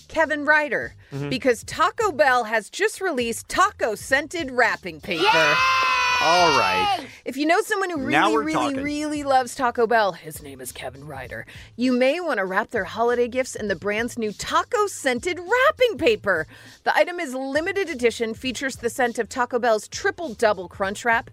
Speaker 11: Kevin Ryder,
Speaker 13: Mhm.
Speaker 11: because Taco Bell has just released taco scented wrapping paper.
Speaker 14: All right.
Speaker 11: If you know someone who
Speaker 14: Now
Speaker 11: really,
Speaker 14: we're
Speaker 11: really,
Speaker 14: talking.
Speaker 11: really loves Taco Bell, his name is Kevin Ryder. You may want to wrap their holiday gifts in the brand's new taco scented wrapping paper. The item is limited edition, features the scent of Taco Bell's triple double crunch wrap,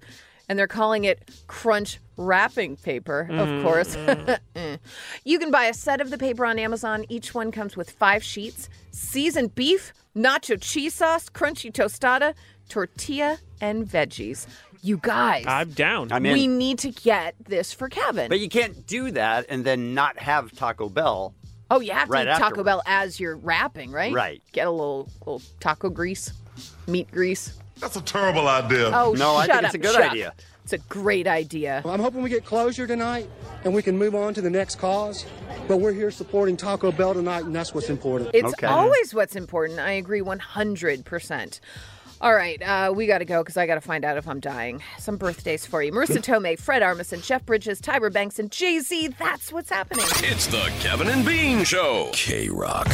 Speaker 11: and they're calling it crunch wrapping paper, of
Speaker 2: Mm.
Speaker 11: course. Mm. you can buy a set of the paper on Amazon. Each one comes with five sheets seasoned beef, nacho cheese sauce, crunchy tostada, tortilla, and veggies. You guys.
Speaker 13: I'm down.
Speaker 14: I'm in.
Speaker 11: We need to get this for Kevin.
Speaker 14: But you can't do that and then not have Taco Bell.
Speaker 11: oh, you have to
Speaker 14: Right
Speaker 11: eat Taco
Speaker 14: afterwards.
Speaker 11: Bell as you're wrapping, right?
Speaker 14: Right.
Speaker 11: Get a little little taco grease, meat grease.
Speaker 18: That's a terrible idea.
Speaker 11: Oh,
Speaker 14: No, I
Speaker 11: shut
Speaker 14: think it's
Speaker 11: up,
Speaker 14: a good
Speaker 11: Chuck.
Speaker 14: idea.
Speaker 11: It's a great idea.
Speaker 9: Well, I'm hoping we get closure tonight and we can move on to the next cause. But we're here supporting Taco Bell tonight, and that's what's important.
Speaker 11: It's always what's important. I agree 100%. All right, uh, we got to go because I got to find out if I'm dying. Some birthdays for you Marissa Tomei, Fred Armisen, Jeff Bridges, Tyra Banks, and Jay Z. That's what's happening.
Speaker 27: It's the Kevin and Bean Show. K Rock.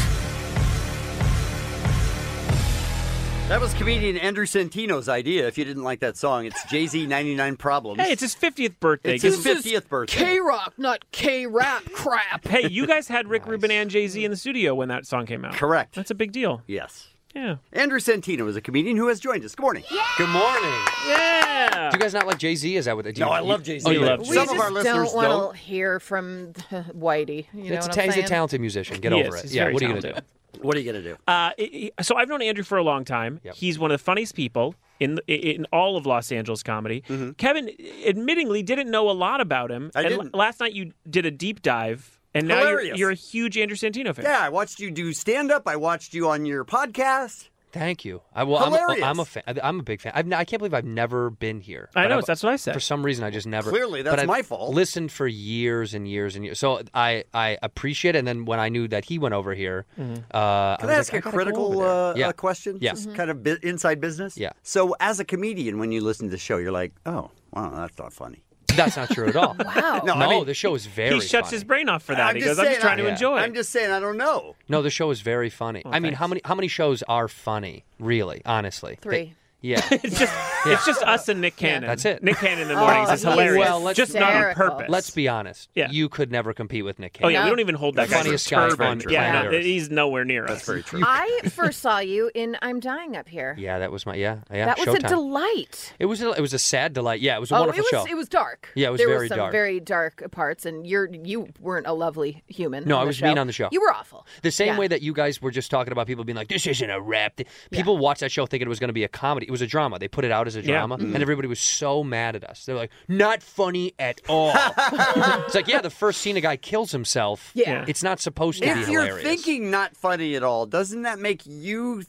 Speaker 14: That was comedian Andrew Santino's idea. If you didn't like that song, it's Jay Z 99 Problems.
Speaker 13: Hey, it's his 50th birthday.
Speaker 14: It's his
Speaker 13: This is
Speaker 14: 50th birthday.
Speaker 11: K Rock, not K Rap crap.
Speaker 13: Hey, you guys had Rick Rubin and Jay Z in the studio when that song came out.
Speaker 14: Correct.
Speaker 13: That's a big deal.
Speaker 14: Yes.
Speaker 13: Yeah.
Speaker 14: Andrew Santino is a comedian who has joined us. Good morning. Good morning.
Speaker 13: Yeah.
Speaker 24: Do you guys not like Jay Z? Is that what they do?
Speaker 14: No,
Speaker 24: you-
Speaker 14: I love
Speaker 24: you-
Speaker 14: Jay-Z.
Speaker 24: Oh, you
Speaker 14: We
Speaker 24: love
Speaker 11: We
Speaker 24: Jay-Z.
Speaker 11: just don't want to hear from Whitey. You know
Speaker 24: It's a
Speaker 11: what
Speaker 24: ta-
Speaker 11: I'm
Speaker 24: he's a
Speaker 11: saying?
Speaker 24: talented musician. Get
Speaker 13: He
Speaker 24: over
Speaker 13: is.
Speaker 24: it.
Speaker 13: He's
Speaker 24: Yeah,
Speaker 13: very
Speaker 24: what are you going to
Speaker 13: talented.
Speaker 24: do?
Speaker 14: What are you going to do?
Speaker 13: Uh, it- it- so I've known Andrew for a long time. He's one of the funniest people in the- in all of Los Angeles comedy. Kevin, admittingly, didn't know a lot about him.
Speaker 14: Mm-hmm. I
Speaker 13: and l-
Speaker 14: didn't.
Speaker 13: last night you did a deep dive, and now you're,
Speaker 14: Hilarious.
Speaker 13: you're a huge Andrew Santino fan.
Speaker 14: Yeah, I watched you do stand up. I watched you on your podcast.
Speaker 24: Thank you. I well, I'm a,
Speaker 14: Hilarious.
Speaker 24: I'm a fan. I'm a big fan. I've, n- I can't believe I've never been here.
Speaker 13: I
Speaker 24: But
Speaker 13: know,
Speaker 24: I've-
Speaker 13: that's what I said.
Speaker 24: For some reason, I just never.
Speaker 14: Clearly,
Speaker 24: but
Speaker 14: that's
Speaker 24: I've
Speaker 14: my fault.
Speaker 24: Listened for years and years and years. So I I appreciate. it. And then when I knew that he went over here,
Speaker 13: Mm-hmm.
Speaker 24: uh, was
Speaker 14: Can I
Speaker 24: like,
Speaker 14: ask a
Speaker 24: gotta go
Speaker 14: critical
Speaker 24: over there.
Speaker 14: uh,
Speaker 24: yeah.
Speaker 14: uh, question?
Speaker 24: Yeah.
Speaker 13: Mm-hmm.
Speaker 14: Just kind of bu- inside business? Yeah. So, as a comedian, when you listen to the show, you're like, oh, wow, that's not funny.
Speaker 24: That's not true at all. wow.
Speaker 14: No,
Speaker 24: No,
Speaker 14: I mean,
Speaker 24: the show is very.
Speaker 13: he shuts
Speaker 24: funny.
Speaker 13: his brain off for that.
Speaker 24: I'm
Speaker 13: he
Speaker 24: just
Speaker 13: goes, "I'm just
Speaker 24: saying,
Speaker 13: trying to
Speaker 24: I-
Speaker 13: enjoy
Speaker 14: I'm
Speaker 13: it." Oh,
Speaker 14: just saying, I don't know.
Speaker 24: No, the show is very funny. I mean, how many how many shows are funny? Really, honestly,
Speaker 11: Three.
Speaker 24: They- yeah,
Speaker 13: it's just It's just us and Nick Cannon.
Speaker 24: That's it.
Speaker 13: Nick Cannon in the
Speaker 11: Oh,
Speaker 13: mornings is hilarious. just not on purpose.
Speaker 24: Let's be honest.
Speaker 13: Yeah.
Speaker 24: you could never compete with Nick
Speaker 13: Oh
Speaker 24: Cannon.
Speaker 13: yeah, we don't even hold that
Speaker 24: the
Speaker 13: guy
Speaker 24: funniest
Speaker 13: for a
Speaker 24: guy
Speaker 13: turd
Speaker 24: on
Speaker 13: vulture. Yeah,
Speaker 24: planet
Speaker 13: no,
Speaker 24: Earth.
Speaker 13: he's nowhere near us. That's very true.
Speaker 11: I first saw you in I'm Dying Up Here.
Speaker 24: Yeah, that was my yeah yeah.
Speaker 11: that was a
Speaker 24: Showtime.
Speaker 11: delight.
Speaker 24: It was a, it was a sad delight. Yeah, it was a
Speaker 11: Oh, it
Speaker 24: wonderful
Speaker 11: was
Speaker 24: show.
Speaker 11: it was dark.
Speaker 24: Yeah, it was
Speaker 11: there
Speaker 24: very
Speaker 11: were some
Speaker 24: dark.
Speaker 11: very dark parts, and you're you weren't a lovely human.
Speaker 24: No,
Speaker 11: on
Speaker 24: I
Speaker 11: the
Speaker 24: was
Speaker 11: show.
Speaker 24: mean on the show.
Speaker 11: You were awful.
Speaker 24: The same
Speaker 11: Yeah.
Speaker 24: way that you guys were just talking about people being like, "This isn't a rap." People watched that show thinking it was going to be a comedy. It was a drama. They put it out as as a
Speaker 13: Yeah.
Speaker 24: drama,
Speaker 13: Mhm.
Speaker 24: and everybody was so mad at us. They're like, "Not funny at all." it's like, yeah, the first scene a guy kills himself.
Speaker 14: Yeah.
Speaker 24: it's not supposed to
Speaker 14: If
Speaker 24: be
Speaker 14: you're
Speaker 24: hilarious.
Speaker 14: thinking not funny at all, doesn't that make you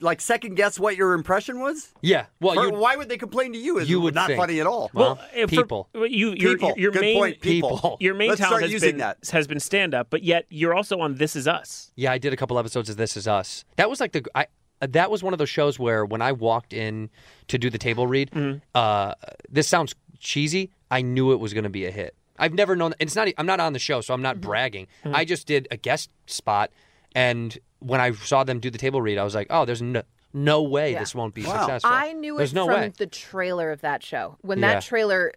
Speaker 14: like second guess what your impression was?
Speaker 24: yeah, well,
Speaker 14: Or
Speaker 24: you
Speaker 14: why would they complain to you? As
Speaker 24: you would
Speaker 14: not
Speaker 24: think.
Speaker 14: funny at all.
Speaker 24: Well,
Speaker 13: if for-
Speaker 24: people.
Speaker 13: well, you, your,
Speaker 14: People.
Speaker 13: Your, your
Speaker 14: Good
Speaker 13: main,
Speaker 14: point, people. People.
Speaker 13: Your main
Speaker 14: Let's
Speaker 13: talent
Speaker 14: start
Speaker 13: has
Speaker 14: using
Speaker 13: been,
Speaker 14: that.
Speaker 13: has been stand up, but yet you're also on This Is Us.
Speaker 24: Yeah, I did a couple episodes of This Is Us. That was like the I that was one of those shows where when I walked in to do the table read,
Speaker 2: Mm-hmm.
Speaker 24: uh, this sounds cheesy. I knew it was going to be a hit. I've never known. It's not. e, I'm not on the show, so I'm not
Speaker 2: Mm-hmm.
Speaker 24: bragging.
Speaker 13: Mhm.
Speaker 24: I just did a guest spot, and when I saw them do the table read, I was like, oh, there's no no way
Speaker 2: Yeah.
Speaker 24: this won't be successful.
Speaker 2: I knew
Speaker 24: there's
Speaker 2: it
Speaker 24: no
Speaker 2: from
Speaker 24: way.
Speaker 2: the trailer of that show. When
Speaker 24: Yeah.
Speaker 2: that trailer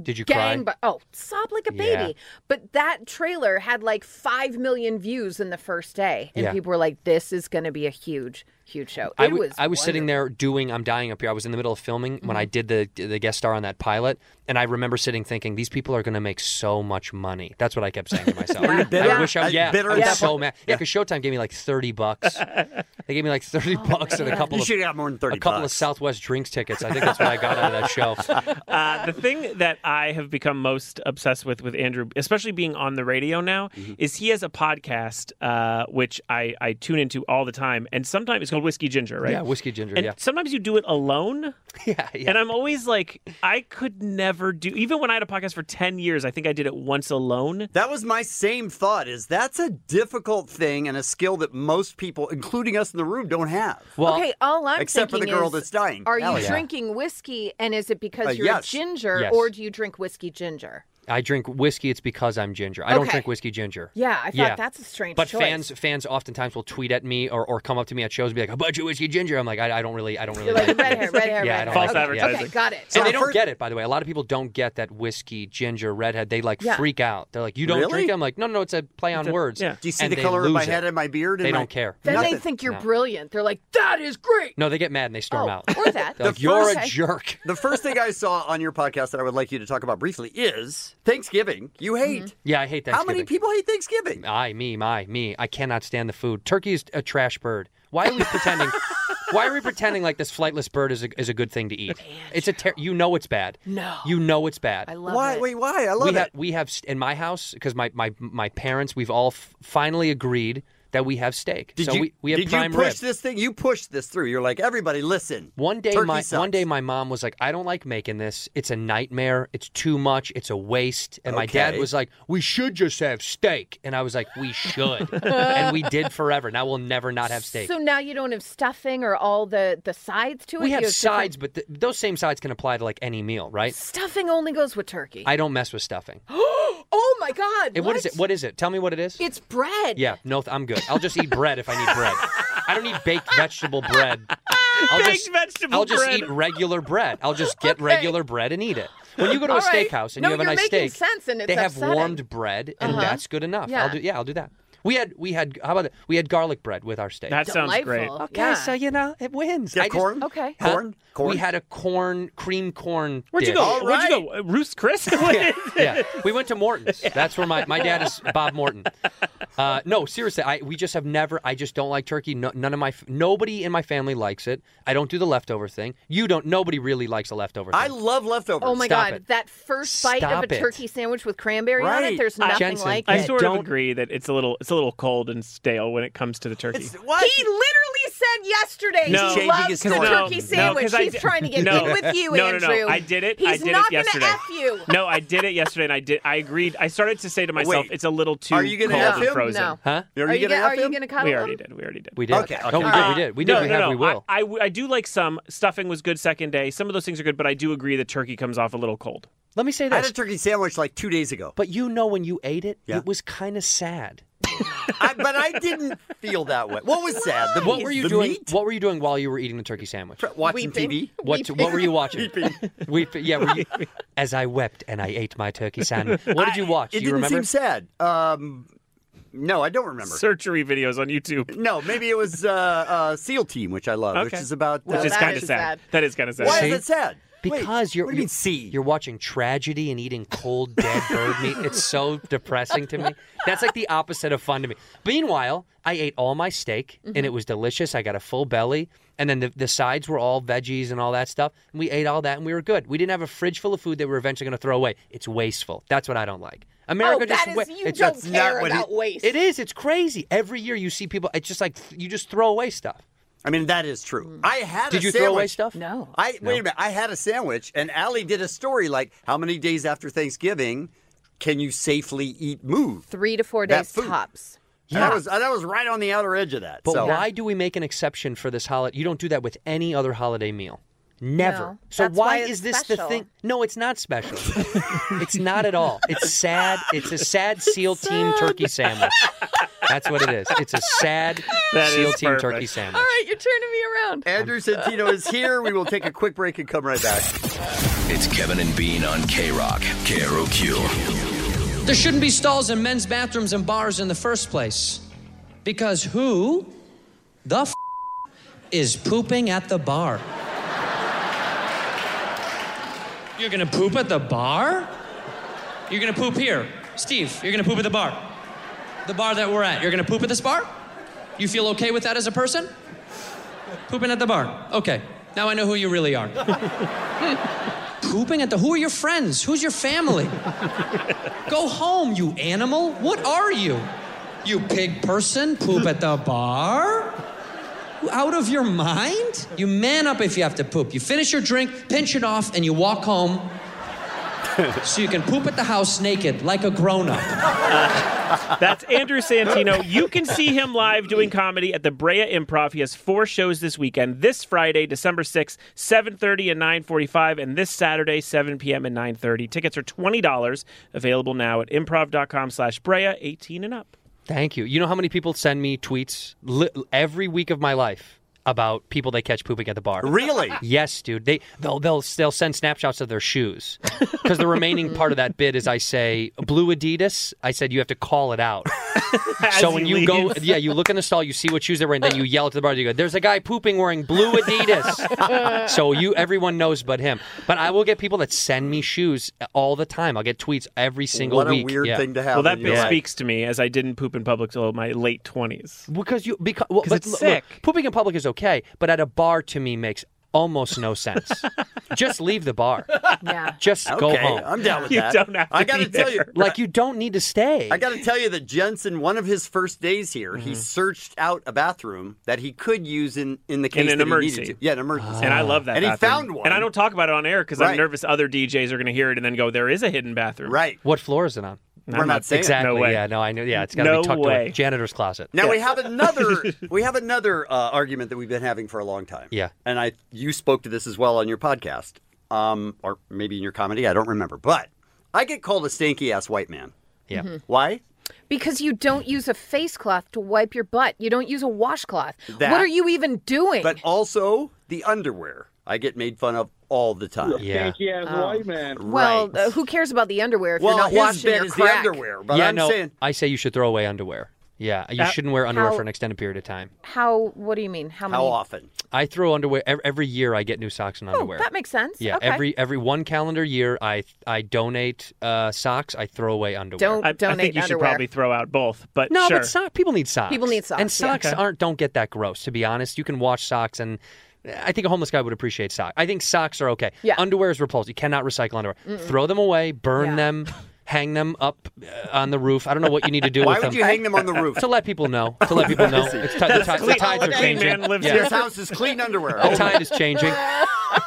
Speaker 24: Did you cry?
Speaker 2: gang but oh sob like a
Speaker 24: Yeah.
Speaker 2: baby but that trailer had like 5 million views in the first day and
Speaker 24: Yeah.
Speaker 2: people were like this is going to be a huge huge show
Speaker 24: I
Speaker 2: it
Speaker 24: w-
Speaker 2: was Mm-hmm.
Speaker 24: I was sitting there doing I'm dying up here. I was in the middle of filming when I did the the guest star on that pilot, and I remember sitting thinking these people are going to make so much money. That's what I kept saying to myself.
Speaker 14: Were you bitter?
Speaker 24: I wish I
Speaker 14: Are
Speaker 24: was,
Speaker 14: you
Speaker 24: yeah,
Speaker 14: bitter
Speaker 24: I
Speaker 14: at
Speaker 24: was
Speaker 14: that
Speaker 24: so
Speaker 14: point?
Speaker 24: mad. Yeah, because Showtime gave me like thirty bucks. they gave me like thirty bucks and a
Speaker 14: Oh, man.
Speaker 24: couple.
Speaker 14: You
Speaker 24: of,
Speaker 14: should have got more than 30
Speaker 24: A couple
Speaker 14: bucks.
Speaker 24: of Southwest drinks tickets. I think that's what I got out of that show.
Speaker 13: Uh, the thing that I have become most obsessed with with Andrew, especially being on the radio now,
Speaker 24: Mm-hmm.
Speaker 13: is he has a podcast uh, which I, I tune into all the time, and sometimes it's called Whiskey Ginger, right?
Speaker 24: Yeah, Whiskey Ginger.
Speaker 13: And
Speaker 24: yeah.
Speaker 13: sometimes you do it alone.
Speaker 24: Yeah, yeah.
Speaker 13: And I'm always like, I could never do. Even when I had a podcast for ten years, I think I did it once alone.
Speaker 14: That was my same thought. Is that's a difficult thing and a skill that most people, including us in the room, don't have.
Speaker 2: okay all i'm
Speaker 14: except for the
Speaker 2: thinking
Speaker 14: girl
Speaker 2: is,
Speaker 14: that's dying.
Speaker 2: are you
Speaker 14: Allie.
Speaker 2: drinking whiskey and is it because
Speaker 24: Uh,
Speaker 2: you're
Speaker 24: yes.
Speaker 2: a ginger
Speaker 24: Yes.
Speaker 2: or do you drink whiskey ginger
Speaker 24: I drink whiskey. It's because I'm ginger. I don't
Speaker 2: Okay.
Speaker 24: drink whiskey ginger.
Speaker 2: Yeah, I thought that's a strange
Speaker 24: But
Speaker 2: choice.
Speaker 24: fans, fans oftentimes will tweet at me or, or come up to me at shows and be like, "I bought you whiskey ginger." I'm like, I, I don't really, I don't really.
Speaker 2: You're like,
Speaker 24: like
Speaker 2: red
Speaker 24: it."
Speaker 2: hair, red hair,
Speaker 24: yeah, I
Speaker 2: red
Speaker 24: don't
Speaker 2: hair.
Speaker 24: like
Speaker 2: Okay,
Speaker 24: it. yeah.
Speaker 2: okay, got it.
Speaker 24: And
Speaker 2: So
Speaker 24: they
Speaker 2: I
Speaker 24: don't
Speaker 2: first-
Speaker 24: get it, by the way. A lot of people don't get that whiskey ginger redhead. They like
Speaker 14: Yeah.
Speaker 24: freak out. They're like, "You don't
Speaker 14: Really?
Speaker 24: drink?" it?" I'm like, "No, no, it's a play on
Speaker 14: a-
Speaker 24: words."
Speaker 14: yeah. Do you see
Speaker 24: And
Speaker 14: the
Speaker 24: they
Speaker 14: color of my
Speaker 24: lose it.
Speaker 14: head and my beard and
Speaker 24: They
Speaker 14: my-
Speaker 24: don't care.
Speaker 2: then they think you're
Speaker 24: No.
Speaker 2: brilliant they're like that is great
Speaker 24: No, they get mad and they
Speaker 14: Oh.
Speaker 24: storm out.
Speaker 2: or that
Speaker 24: They're like, "You're a
Speaker 2: Okay.
Speaker 24: jerk."
Speaker 14: The first thing I saw on your podcast that I would like you to talk about briefly is Thanksgiving. You hate.
Speaker 24: Yeah, I hate that.
Speaker 14: How many people hate Thanksgiving?
Speaker 24: I, me, my, me. I cannot stand the food. Turkey is a trash bird. Why are we pretending? Why are we pretending like this flightless bird is a, is a good thing to eat? It's a ter- you know it's bad.
Speaker 14: No.
Speaker 24: you know it's bad.
Speaker 14: why? Wait, why? I love
Speaker 24: we
Speaker 14: it.
Speaker 24: Have, we have st- in my house because my, my my parents we've all f- finally agreed that we have steak.
Speaker 14: Did
Speaker 24: so
Speaker 14: you,
Speaker 24: we we have
Speaker 14: did
Speaker 24: prime
Speaker 14: you push
Speaker 24: rib.
Speaker 14: this thing? You pushed this through. You're like, everybody, listen.
Speaker 24: One day,
Speaker 14: Turkey
Speaker 24: my
Speaker 14: sucks.
Speaker 24: one day, my mom was like, "I don't like making this. It's a nightmare. It's too much. It's a waste." And my dad
Speaker 14: Okay.
Speaker 24: was like, "We should just have steak." And I was like, "We should," and we did forever. Now we'll never not have steak.
Speaker 2: so now you don't have stuffing or all the the sides to it
Speaker 24: we have
Speaker 2: You different-
Speaker 24: sides, but th- those same sides can apply to like any meal, right?
Speaker 2: Stuffing only goes with turkey.
Speaker 24: I don't mess with stuffing.
Speaker 2: oh my god!
Speaker 24: It- What is it? What is it? Tell me what it is.
Speaker 2: It's bread.
Speaker 24: Yeah, no, th- I'm good. I'll just eat bread if I need bread. I don't need baked vegetable bread. I'll
Speaker 13: Baked
Speaker 24: just,
Speaker 13: vegetable
Speaker 24: I'll just
Speaker 13: bread.
Speaker 24: eat regular bread. I'll just get regular bread and eat it. When you go to
Speaker 2: All
Speaker 24: a
Speaker 2: right.
Speaker 24: steakhouse and
Speaker 2: No,
Speaker 24: you have a
Speaker 2: you're
Speaker 24: nice
Speaker 2: making
Speaker 24: steak,
Speaker 2: sense and it's
Speaker 24: they have
Speaker 2: upsetting.
Speaker 24: warmed bread, and
Speaker 2: Uh-huh.
Speaker 24: that's good enough.
Speaker 2: Yeah.
Speaker 24: I'll do. Yeah, I'll do that. We had we had how about that? We had garlic bread with our steak.
Speaker 13: That sounds great.
Speaker 2: Delightful.
Speaker 24: Okay, so you know it wins.
Speaker 14: Yeah,
Speaker 24: I just-
Speaker 14: corn?
Speaker 2: Okay.
Speaker 24: Huh?
Speaker 14: Corn? Corn?
Speaker 24: We had a corn cream corn.
Speaker 13: Where'd you
Speaker 24: dish.
Speaker 13: go? Where'd you go? Uh, Roost Chris? What
Speaker 24: yeah,
Speaker 13: is
Speaker 24: yeah.
Speaker 13: it?
Speaker 24: We went to Morton's. That's where my, my dad is Bob Morton. Uh, no, seriously, I we just have never. I just don't like turkey. No, none of my f- nobody in my family likes it. I don't do the leftover thing. You don't. Nobody really likes a leftover. thing.
Speaker 14: I love leftovers.
Speaker 2: Oh my
Speaker 24: Stop
Speaker 2: god!
Speaker 24: it.
Speaker 2: That first bite
Speaker 24: Stop
Speaker 2: of a
Speaker 24: it.
Speaker 2: turkey sandwich with cranberry on it.
Speaker 24: Right.
Speaker 2: There's
Speaker 24: I-
Speaker 2: nothing
Speaker 24: Jensen,
Speaker 2: like
Speaker 13: I
Speaker 24: Yeah,
Speaker 13: sort
Speaker 24: don't-
Speaker 13: of agree that it's a little it's a little cold and stale when it comes to the turkey.
Speaker 14: What?
Speaker 2: He literally said yesterday
Speaker 13: No.
Speaker 2: he
Speaker 13: Changing
Speaker 2: loves
Speaker 13: his
Speaker 2: the
Speaker 13: story. No,
Speaker 2: turkey
Speaker 13: no,
Speaker 2: sandwich.
Speaker 13: 'cause I
Speaker 2: He's
Speaker 13: di-
Speaker 2: trying to get
Speaker 13: No.
Speaker 2: in with you,
Speaker 13: no, no,
Speaker 2: Andrew.
Speaker 13: no, I did it.
Speaker 2: He's
Speaker 13: I did
Speaker 2: not
Speaker 13: it yesterday.
Speaker 2: gonna f you.
Speaker 13: No, I did it yesterday, and I did. I agreed. I started to say to myself,
Speaker 14: Wait.
Speaker 13: "It's a little too
Speaker 14: Are you gonna
Speaker 13: cold
Speaker 14: F
Speaker 13: and
Speaker 14: him?
Speaker 13: frozen."
Speaker 2: No.
Speaker 24: Huh?
Speaker 14: Are
Speaker 2: Are you,
Speaker 14: you
Speaker 2: gonna,
Speaker 14: gonna
Speaker 2: are
Speaker 14: F
Speaker 2: you
Speaker 14: him?
Speaker 2: gonna cuddle
Speaker 13: We
Speaker 2: him?
Speaker 13: already did. We already did.
Speaker 24: We did.
Speaker 14: Okay,
Speaker 24: No, we
Speaker 14: okay.
Speaker 24: did. We did. We did.
Speaker 13: no,
Speaker 24: we
Speaker 13: no,
Speaker 24: have.
Speaker 13: no.
Speaker 24: We will.
Speaker 13: I, I w- I do like some stuffing was good second day. Some of those things are good, but I do agree that turkey comes off a little cold.
Speaker 24: Let me say
Speaker 14: I had
Speaker 24: this.
Speaker 14: a turkey sandwich like two days ago.
Speaker 24: but you know, when you ate it,
Speaker 14: Yeah.
Speaker 24: it was kind of sad.
Speaker 14: I, but I didn't feel that way. What was sad? The
Speaker 24: What
Speaker 14: meat-
Speaker 24: were you
Speaker 14: the
Speaker 24: doing?
Speaker 14: meat?
Speaker 24: What were you doing while you were eating the turkey sandwich?
Speaker 14: Watching TV?
Speaker 24: What what were you watching? We yeah. Were you, as I wept and I ate my turkey sandwich. What did you watch?
Speaker 14: It
Speaker 24: Do you
Speaker 14: didn't
Speaker 24: remember?
Speaker 14: seem sad. Um, no, I don't remember.
Speaker 13: Surgery videos on YouTube,
Speaker 14: No, maybe it was uh, uh, SEAL Team, which I love,
Speaker 13: Okay.
Speaker 14: which is about
Speaker 13: which
Speaker 14: uh,
Speaker 13: is
Speaker 2: that
Speaker 13: kind of
Speaker 2: is
Speaker 13: sad.
Speaker 2: sad.
Speaker 13: That is kind of sad.
Speaker 14: Why
Speaker 24: See?
Speaker 14: is it sad?
Speaker 24: Because you're
Speaker 14: what do you mean
Speaker 24: you're-
Speaker 14: see?
Speaker 24: You're watching tragedy and eating cold dead bird meat. It's so depressing to me. That's like the opposite of fun to me. Meanwhile, I ate all my steak and it
Speaker 19: Mm-hmm.
Speaker 24: was delicious. I got a full belly, and then the, the sides were all veggies and all that stuff. And we ate all that and we were good. We didn't have a fridge full of food that we were eventually going to throw away. It's wasteful. That's what I don't like. America
Speaker 19: Oh,
Speaker 24: just
Speaker 19: that is-
Speaker 24: wa-
Speaker 19: you
Speaker 24: it's
Speaker 19: don't
Speaker 24: that's
Speaker 19: care about
Speaker 24: it,
Speaker 19: waste.
Speaker 24: It is. It's crazy. Every year you see people. It's just like you just throw away stuff.
Speaker 14: I mean, that is true. I had.
Speaker 24: Mm. Did
Speaker 14: a
Speaker 24: you throw away
Speaker 14: sandwich.
Speaker 24: stuff?
Speaker 2: No.
Speaker 14: I
Speaker 24: No.
Speaker 14: wait a minute. I had a sandwich, and Allie did a story like, "How many days after Thanksgiving can you safely eat move?"
Speaker 2: Three to four
Speaker 14: That
Speaker 2: days
Speaker 14: food.
Speaker 2: tops.
Speaker 14: And I was and I was right on the outer edge of that.
Speaker 24: But
Speaker 14: so
Speaker 24: why do we make an exception for this holiday? You don't do that with any other holiday meal. Never.
Speaker 14: No,
Speaker 24: so
Speaker 14: that's
Speaker 24: why,
Speaker 14: why it's
Speaker 24: is this the
Speaker 14: special.
Speaker 24: thing? No, it's not special. it's not at all. It's sad. It's a sad SEAL team turkey sandwich. That's what it is. It's a sad
Speaker 14: That is
Speaker 24: SEAL team
Speaker 14: perfect.
Speaker 24: turkey sandwich.
Speaker 19: All right, you're turning me around.
Speaker 14: Andrew Santino is here. We will take a quick break and come right back.
Speaker 18: It's Kevin and Bean on K Rock, KROQ.
Speaker 3: There shouldn't be stalls in men's bathrooms and bars in the first place. Because who the f- is pooping at the bar? You're gonna poop at the bar? You're gonna poop here. Steve, you're gonna poop at the bar. The bar that we're at. You're gonna poop at this bar? You feel okay with that as a person? Pooping at the bar. Okay. Now I know who you really are. Hmm. Pooping at the. Who are your friends? Who's your family? Go home, you animal. What are you? You pig person? Poop at the bar? Out of your mind? You man up if you have to poop. You finish your drink, pinch it off, and you walk home so you can poop at the house naked like a grown up.
Speaker 13: That's Andrew Santino. You can see him live doing comedy at the Brea Improv. He has four shows this weekend. This Friday, December 6th, 7.30 and 9.45, and this Saturday, 7 p.m. and 9.30. Tickets are $20, available now at improv.com slash Brea, 18 and up.
Speaker 24: Thank you. You know how many people send me tweets li- every week of my life about people they catch pooping at the bar?
Speaker 14: Really?
Speaker 24: yes, dude. They they'll they'll, they'll send snapshots of their shoes because the remaining part of that bit is I say blue Adidas. I said you have to call it out. so when
Speaker 13: he
Speaker 24: you go,
Speaker 13: leaves.
Speaker 24: yeah, you look in the stall, you see what shoes they're wearing, then you yell to the bar. You go, "There's a guy pooping wearing blue Adidas." so you, everyone knows but him. But I will get people that send me shoes all the time. I'll get tweets every single
Speaker 14: What a
Speaker 24: week.
Speaker 14: weird
Speaker 24: Yeah.
Speaker 14: thing to have
Speaker 13: Well, that
Speaker 14: in your
Speaker 13: bit
Speaker 14: life.
Speaker 13: speaks to me as I didn't poop in public till my late 20s.
Speaker 24: Because you because well,
Speaker 13: 'Cause
Speaker 24: but
Speaker 13: it's
Speaker 24: look,
Speaker 13: sick.
Speaker 24: look, pooping in public is okay, but at a bar to me makes almost no sense. Just leave the bar.
Speaker 2: Yeah.
Speaker 24: Just go
Speaker 14: Okay,
Speaker 24: home.
Speaker 14: I'm down with You that. don't have to I gotta be tell you- there.
Speaker 24: like you don't need to stay. Mm-hmm.
Speaker 14: I got to tell you that Jensen, one of his first days here, he searched out a bathroom that he could use in in the case
Speaker 13: In an
Speaker 14: that
Speaker 13: emergency.
Speaker 14: he needed to. Yeah, an emergency.
Speaker 13: And I love that.
Speaker 14: And
Speaker 13: bathroom.
Speaker 14: he found one.
Speaker 13: And I don't talk about it on air because I'm
Speaker 14: Right.
Speaker 13: nervous other DJs are going to hear it and then go, there is a hidden bathroom.
Speaker 14: Right.
Speaker 24: What floor is it on?
Speaker 13: We're I'm not not saying.
Speaker 24: exactly.
Speaker 13: No way.
Speaker 24: Yeah, no, I know. Yeah, it's got to
Speaker 13: No
Speaker 24: be tucked
Speaker 13: way.
Speaker 24: away. Janitor's closet.
Speaker 14: Now we have another we have another uh, argument that we've been having for a long time.
Speaker 24: Yeah.
Speaker 14: and I you spoke to this as well on your podcast, um, or maybe in your comedy. I don't remember, but I get called a stanky ass white man.
Speaker 24: Yeah,
Speaker 14: why?
Speaker 2: Because you don't use a face cloth to wipe your butt. You don't use a washcloth.
Speaker 14: That-
Speaker 2: What are you even doing?
Speaker 14: But also the underwear. I get made fun of all the time.
Speaker 2: ass white man.
Speaker 14: Right.
Speaker 2: Well, uh, who cares about the underwear if
Speaker 14: well,
Speaker 2: you're not
Speaker 14: his
Speaker 2: washing
Speaker 14: bit
Speaker 2: your
Speaker 14: is
Speaker 2: crack?
Speaker 14: the underwear, but
Speaker 24: yeah,
Speaker 14: I'm
Speaker 24: no.
Speaker 14: saying
Speaker 24: I say you should throw away underwear. Yeah, you
Speaker 2: Uh,
Speaker 24: shouldn't wear underwear
Speaker 2: how-
Speaker 24: for an extended period of time.
Speaker 2: How? What do you mean? How many? Oh,
Speaker 14: often?
Speaker 24: I throw underwear ev- every year. I get new socks and underwear.
Speaker 2: That makes sense.
Speaker 24: yeah,
Speaker 2: Okay.
Speaker 24: every every one calendar year, I I donate uh, socks. I throw away underwear.
Speaker 2: Don't I- I donate
Speaker 13: think you should underwear. probably throw out both. But
Speaker 24: no,
Speaker 13: sure.
Speaker 24: but sock, people need socks.
Speaker 2: People need socks,
Speaker 24: and socks
Speaker 2: yeah. Okay.
Speaker 24: aren't don't get that gross. To be honest, you can wash socks, and I think a homeless guy would appreciate socks. I think socks are okay.
Speaker 2: Yeah.
Speaker 24: underwear is repulsive. You cannot recycle underwear.
Speaker 2: Mm-mm.
Speaker 24: Throw them away, burn them, hang them up uh, on the roof. I don't know what you need to do.
Speaker 14: Why
Speaker 24: with
Speaker 14: would
Speaker 24: them.
Speaker 14: you hang them on the roof?
Speaker 24: to let people know? To let people know. It's ti- the, ti- the tides are changing. Yeah.
Speaker 14: His house is clean underwear.
Speaker 24: The tide is changing.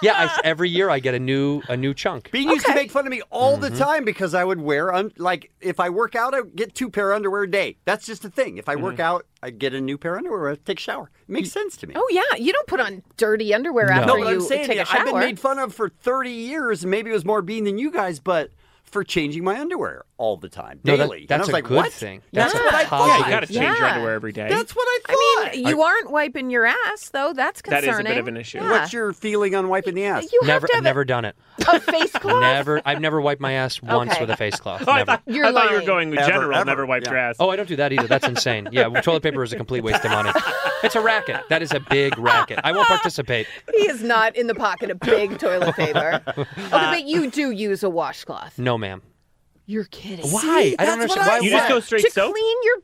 Speaker 24: Yeah, I, every year I get a new a new chunk.
Speaker 14: Bean used to make fun of me all
Speaker 24: Mm-hmm.
Speaker 14: the time because I would wear, un- like, if I work out, I get two pair of underwear a day. That's just a thing. If I
Speaker 24: Mm-hmm.
Speaker 14: work out, I get a new pair of underwear. I take a shower. It makes sense to me.
Speaker 2: Oh yeah, you don't put on dirty underwear
Speaker 14: No,
Speaker 2: after
Speaker 14: but
Speaker 2: you
Speaker 14: I'm saying
Speaker 2: take a
Speaker 14: that
Speaker 2: shower.
Speaker 14: I've been made fun of for 30 years, and maybe it was more Bean than you guys, but for changing my underwear all the time,
Speaker 24: No,
Speaker 14: daily.
Speaker 24: that-
Speaker 14: and I
Speaker 24: that's
Speaker 14: was
Speaker 24: a
Speaker 14: like,
Speaker 24: good
Speaker 14: what?
Speaker 24: thing.
Speaker 14: That's
Speaker 24: That's
Speaker 14: what I
Speaker 24: a
Speaker 14: thought.
Speaker 24: positive
Speaker 13: you got to change your
Speaker 2: Yeah.
Speaker 13: underwear every day.
Speaker 14: That's what I
Speaker 2: I
Speaker 14: thought.
Speaker 2: mean, you aren't wiping your ass though. That's
Speaker 14: That
Speaker 2: concerning.
Speaker 14: is a bit of an
Speaker 13: issue.
Speaker 2: Yeah.
Speaker 14: What's your feeling on wiping the ass?
Speaker 2: You have
Speaker 24: never
Speaker 2: to have a-
Speaker 24: never done it.
Speaker 2: a face cloth?
Speaker 24: Never. I've never wiped my ass once
Speaker 2: Okay.
Speaker 24: with a face cloth.
Speaker 13: Oh, I
Speaker 24: never.
Speaker 13: thought,
Speaker 2: You're
Speaker 13: I thought you were
Speaker 2: lying.
Speaker 13: going with
Speaker 24: Ever,
Speaker 13: general,
Speaker 24: ever.
Speaker 13: never wiped your ass.
Speaker 24: Oh, I don't do that either. That's insane. Yeah, well, toilet paper is a complete waste of money. It's a racket. That is a big racket. I won't participate.
Speaker 2: He is not in the pocket of big toilet paper. Okay, but you do use a washcloth.
Speaker 24: No, ma'am.
Speaker 2: You're kidding.
Speaker 24: Why? I don't
Speaker 2: that's what
Speaker 24: understand. Why-
Speaker 2: I
Speaker 24: You just
Speaker 2: said.
Speaker 24: go straight
Speaker 2: to
Speaker 24: soap?
Speaker 2: clean your.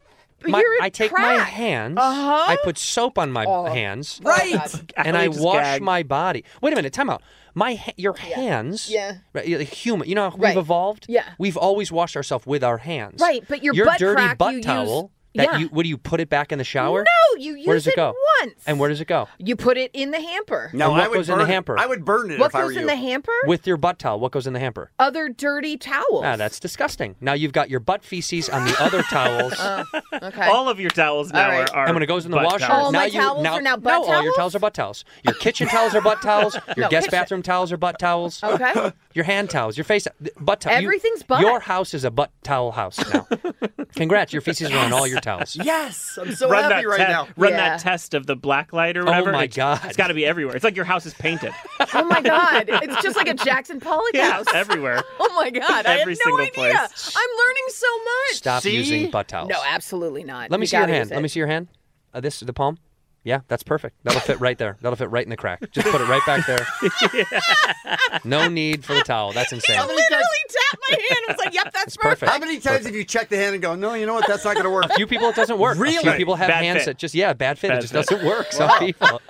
Speaker 24: My-
Speaker 2: your
Speaker 24: I take
Speaker 2: trash.
Speaker 24: my hands.
Speaker 2: Uh-huh.
Speaker 24: I put soap on my
Speaker 2: Oh.
Speaker 24: hands.
Speaker 2: Right. Oh, God.
Speaker 24: and
Speaker 2: I
Speaker 24: I
Speaker 2: just
Speaker 24: wash
Speaker 2: gagged.
Speaker 24: my body. Wait a minute. Time out. My ha- your hands.
Speaker 2: Yeah.
Speaker 24: Right, you're like human. You know how
Speaker 2: Right.
Speaker 24: we've evolved.
Speaker 2: Yeah.
Speaker 24: We've always washed ourselves with our hands.
Speaker 2: Right, but your butt
Speaker 24: dirty
Speaker 2: crack
Speaker 24: butt
Speaker 2: you use-
Speaker 24: towel. That
Speaker 2: Yeah.
Speaker 24: you what do you put it back in the shower?
Speaker 2: No, you
Speaker 24: where
Speaker 2: use
Speaker 24: does it,
Speaker 2: it
Speaker 24: go?
Speaker 2: once.
Speaker 24: And where does it go?
Speaker 2: You put it in the hamper.
Speaker 24: No, And what I would goes in the burn- hamper? I
Speaker 14: would burn
Speaker 2: What goes in the hamper?
Speaker 24: With your butt towel. What goes in the hamper?
Speaker 2: Other dirty towels.
Speaker 24: Ah, that's disgusting. Now you've got your butt feces on the other towels.
Speaker 2: Uh-huh. Oh, okay.
Speaker 13: All of your towels now
Speaker 24: All right.
Speaker 13: are, are.
Speaker 24: And when it goes in the
Speaker 13: butt
Speaker 24: washer,
Speaker 13: towels.
Speaker 24: now you now, no, all your towels are butt towels. Your kitchen towels are butt towels. Your
Speaker 2: No,
Speaker 24: guest
Speaker 2: kitchen-
Speaker 24: bathroom towels are butt towels.
Speaker 2: Okay.
Speaker 24: Your hand towels, your face th- butt towels.
Speaker 2: Everything's butt.
Speaker 24: Your house is a butt towel house now. Congrats, your feces are on all your towels.
Speaker 14: Yes, I'm
Speaker 13: run that te- Run that
Speaker 2: Yeah.
Speaker 13: test of the black light or
Speaker 24: Oh
Speaker 13: whatever.
Speaker 24: my
Speaker 13: It's-
Speaker 24: God.
Speaker 13: It's got to be everywhere. It's like your house is painted.
Speaker 2: Oh my god, it's just like a Jackson Pollock house.
Speaker 13: everywhere.
Speaker 2: Oh my god, I have
Speaker 13: Every
Speaker 2: no
Speaker 13: single
Speaker 2: idea.
Speaker 13: place.
Speaker 2: I'm learning so much.
Speaker 24: Stop See? using butt towels.
Speaker 2: No, absolutely not.
Speaker 24: Let me
Speaker 2: You
Speaker 24: see your
Speaker 2: gotta
Speaker 24: hand.
Speaker 2: use
Speaker 24: Let
Speaker 2: it.
Speaker 24: me see your hand. Uh, this the palm. Yeah, that's perfect. That'll fit right there. That'll fit right in the crack. Just put it right back there. No need for the towel. That's insane.
Speaker 2: Literally tapped my hand. I was like, "Yep, that's
Speaker 24: perfect.
Speaker 14: How many times have you checked the hand and go, no, you know what? That's not going to work.
Speaker 24: A few people it doesn't work. A few
Speaker 14: Really?
Speaker 24: people have
Speaker 14: Bad
Speaker 24: hands
Speaker 14: fit.
Speaker 24: that just yeah, bad fit.
Speaker 13: Bad
Speaker 24: it just
Speaker 13: fit.
Speaker 24: doesn't work. Some
Speaker 13: Wow.
Speaker 24: people.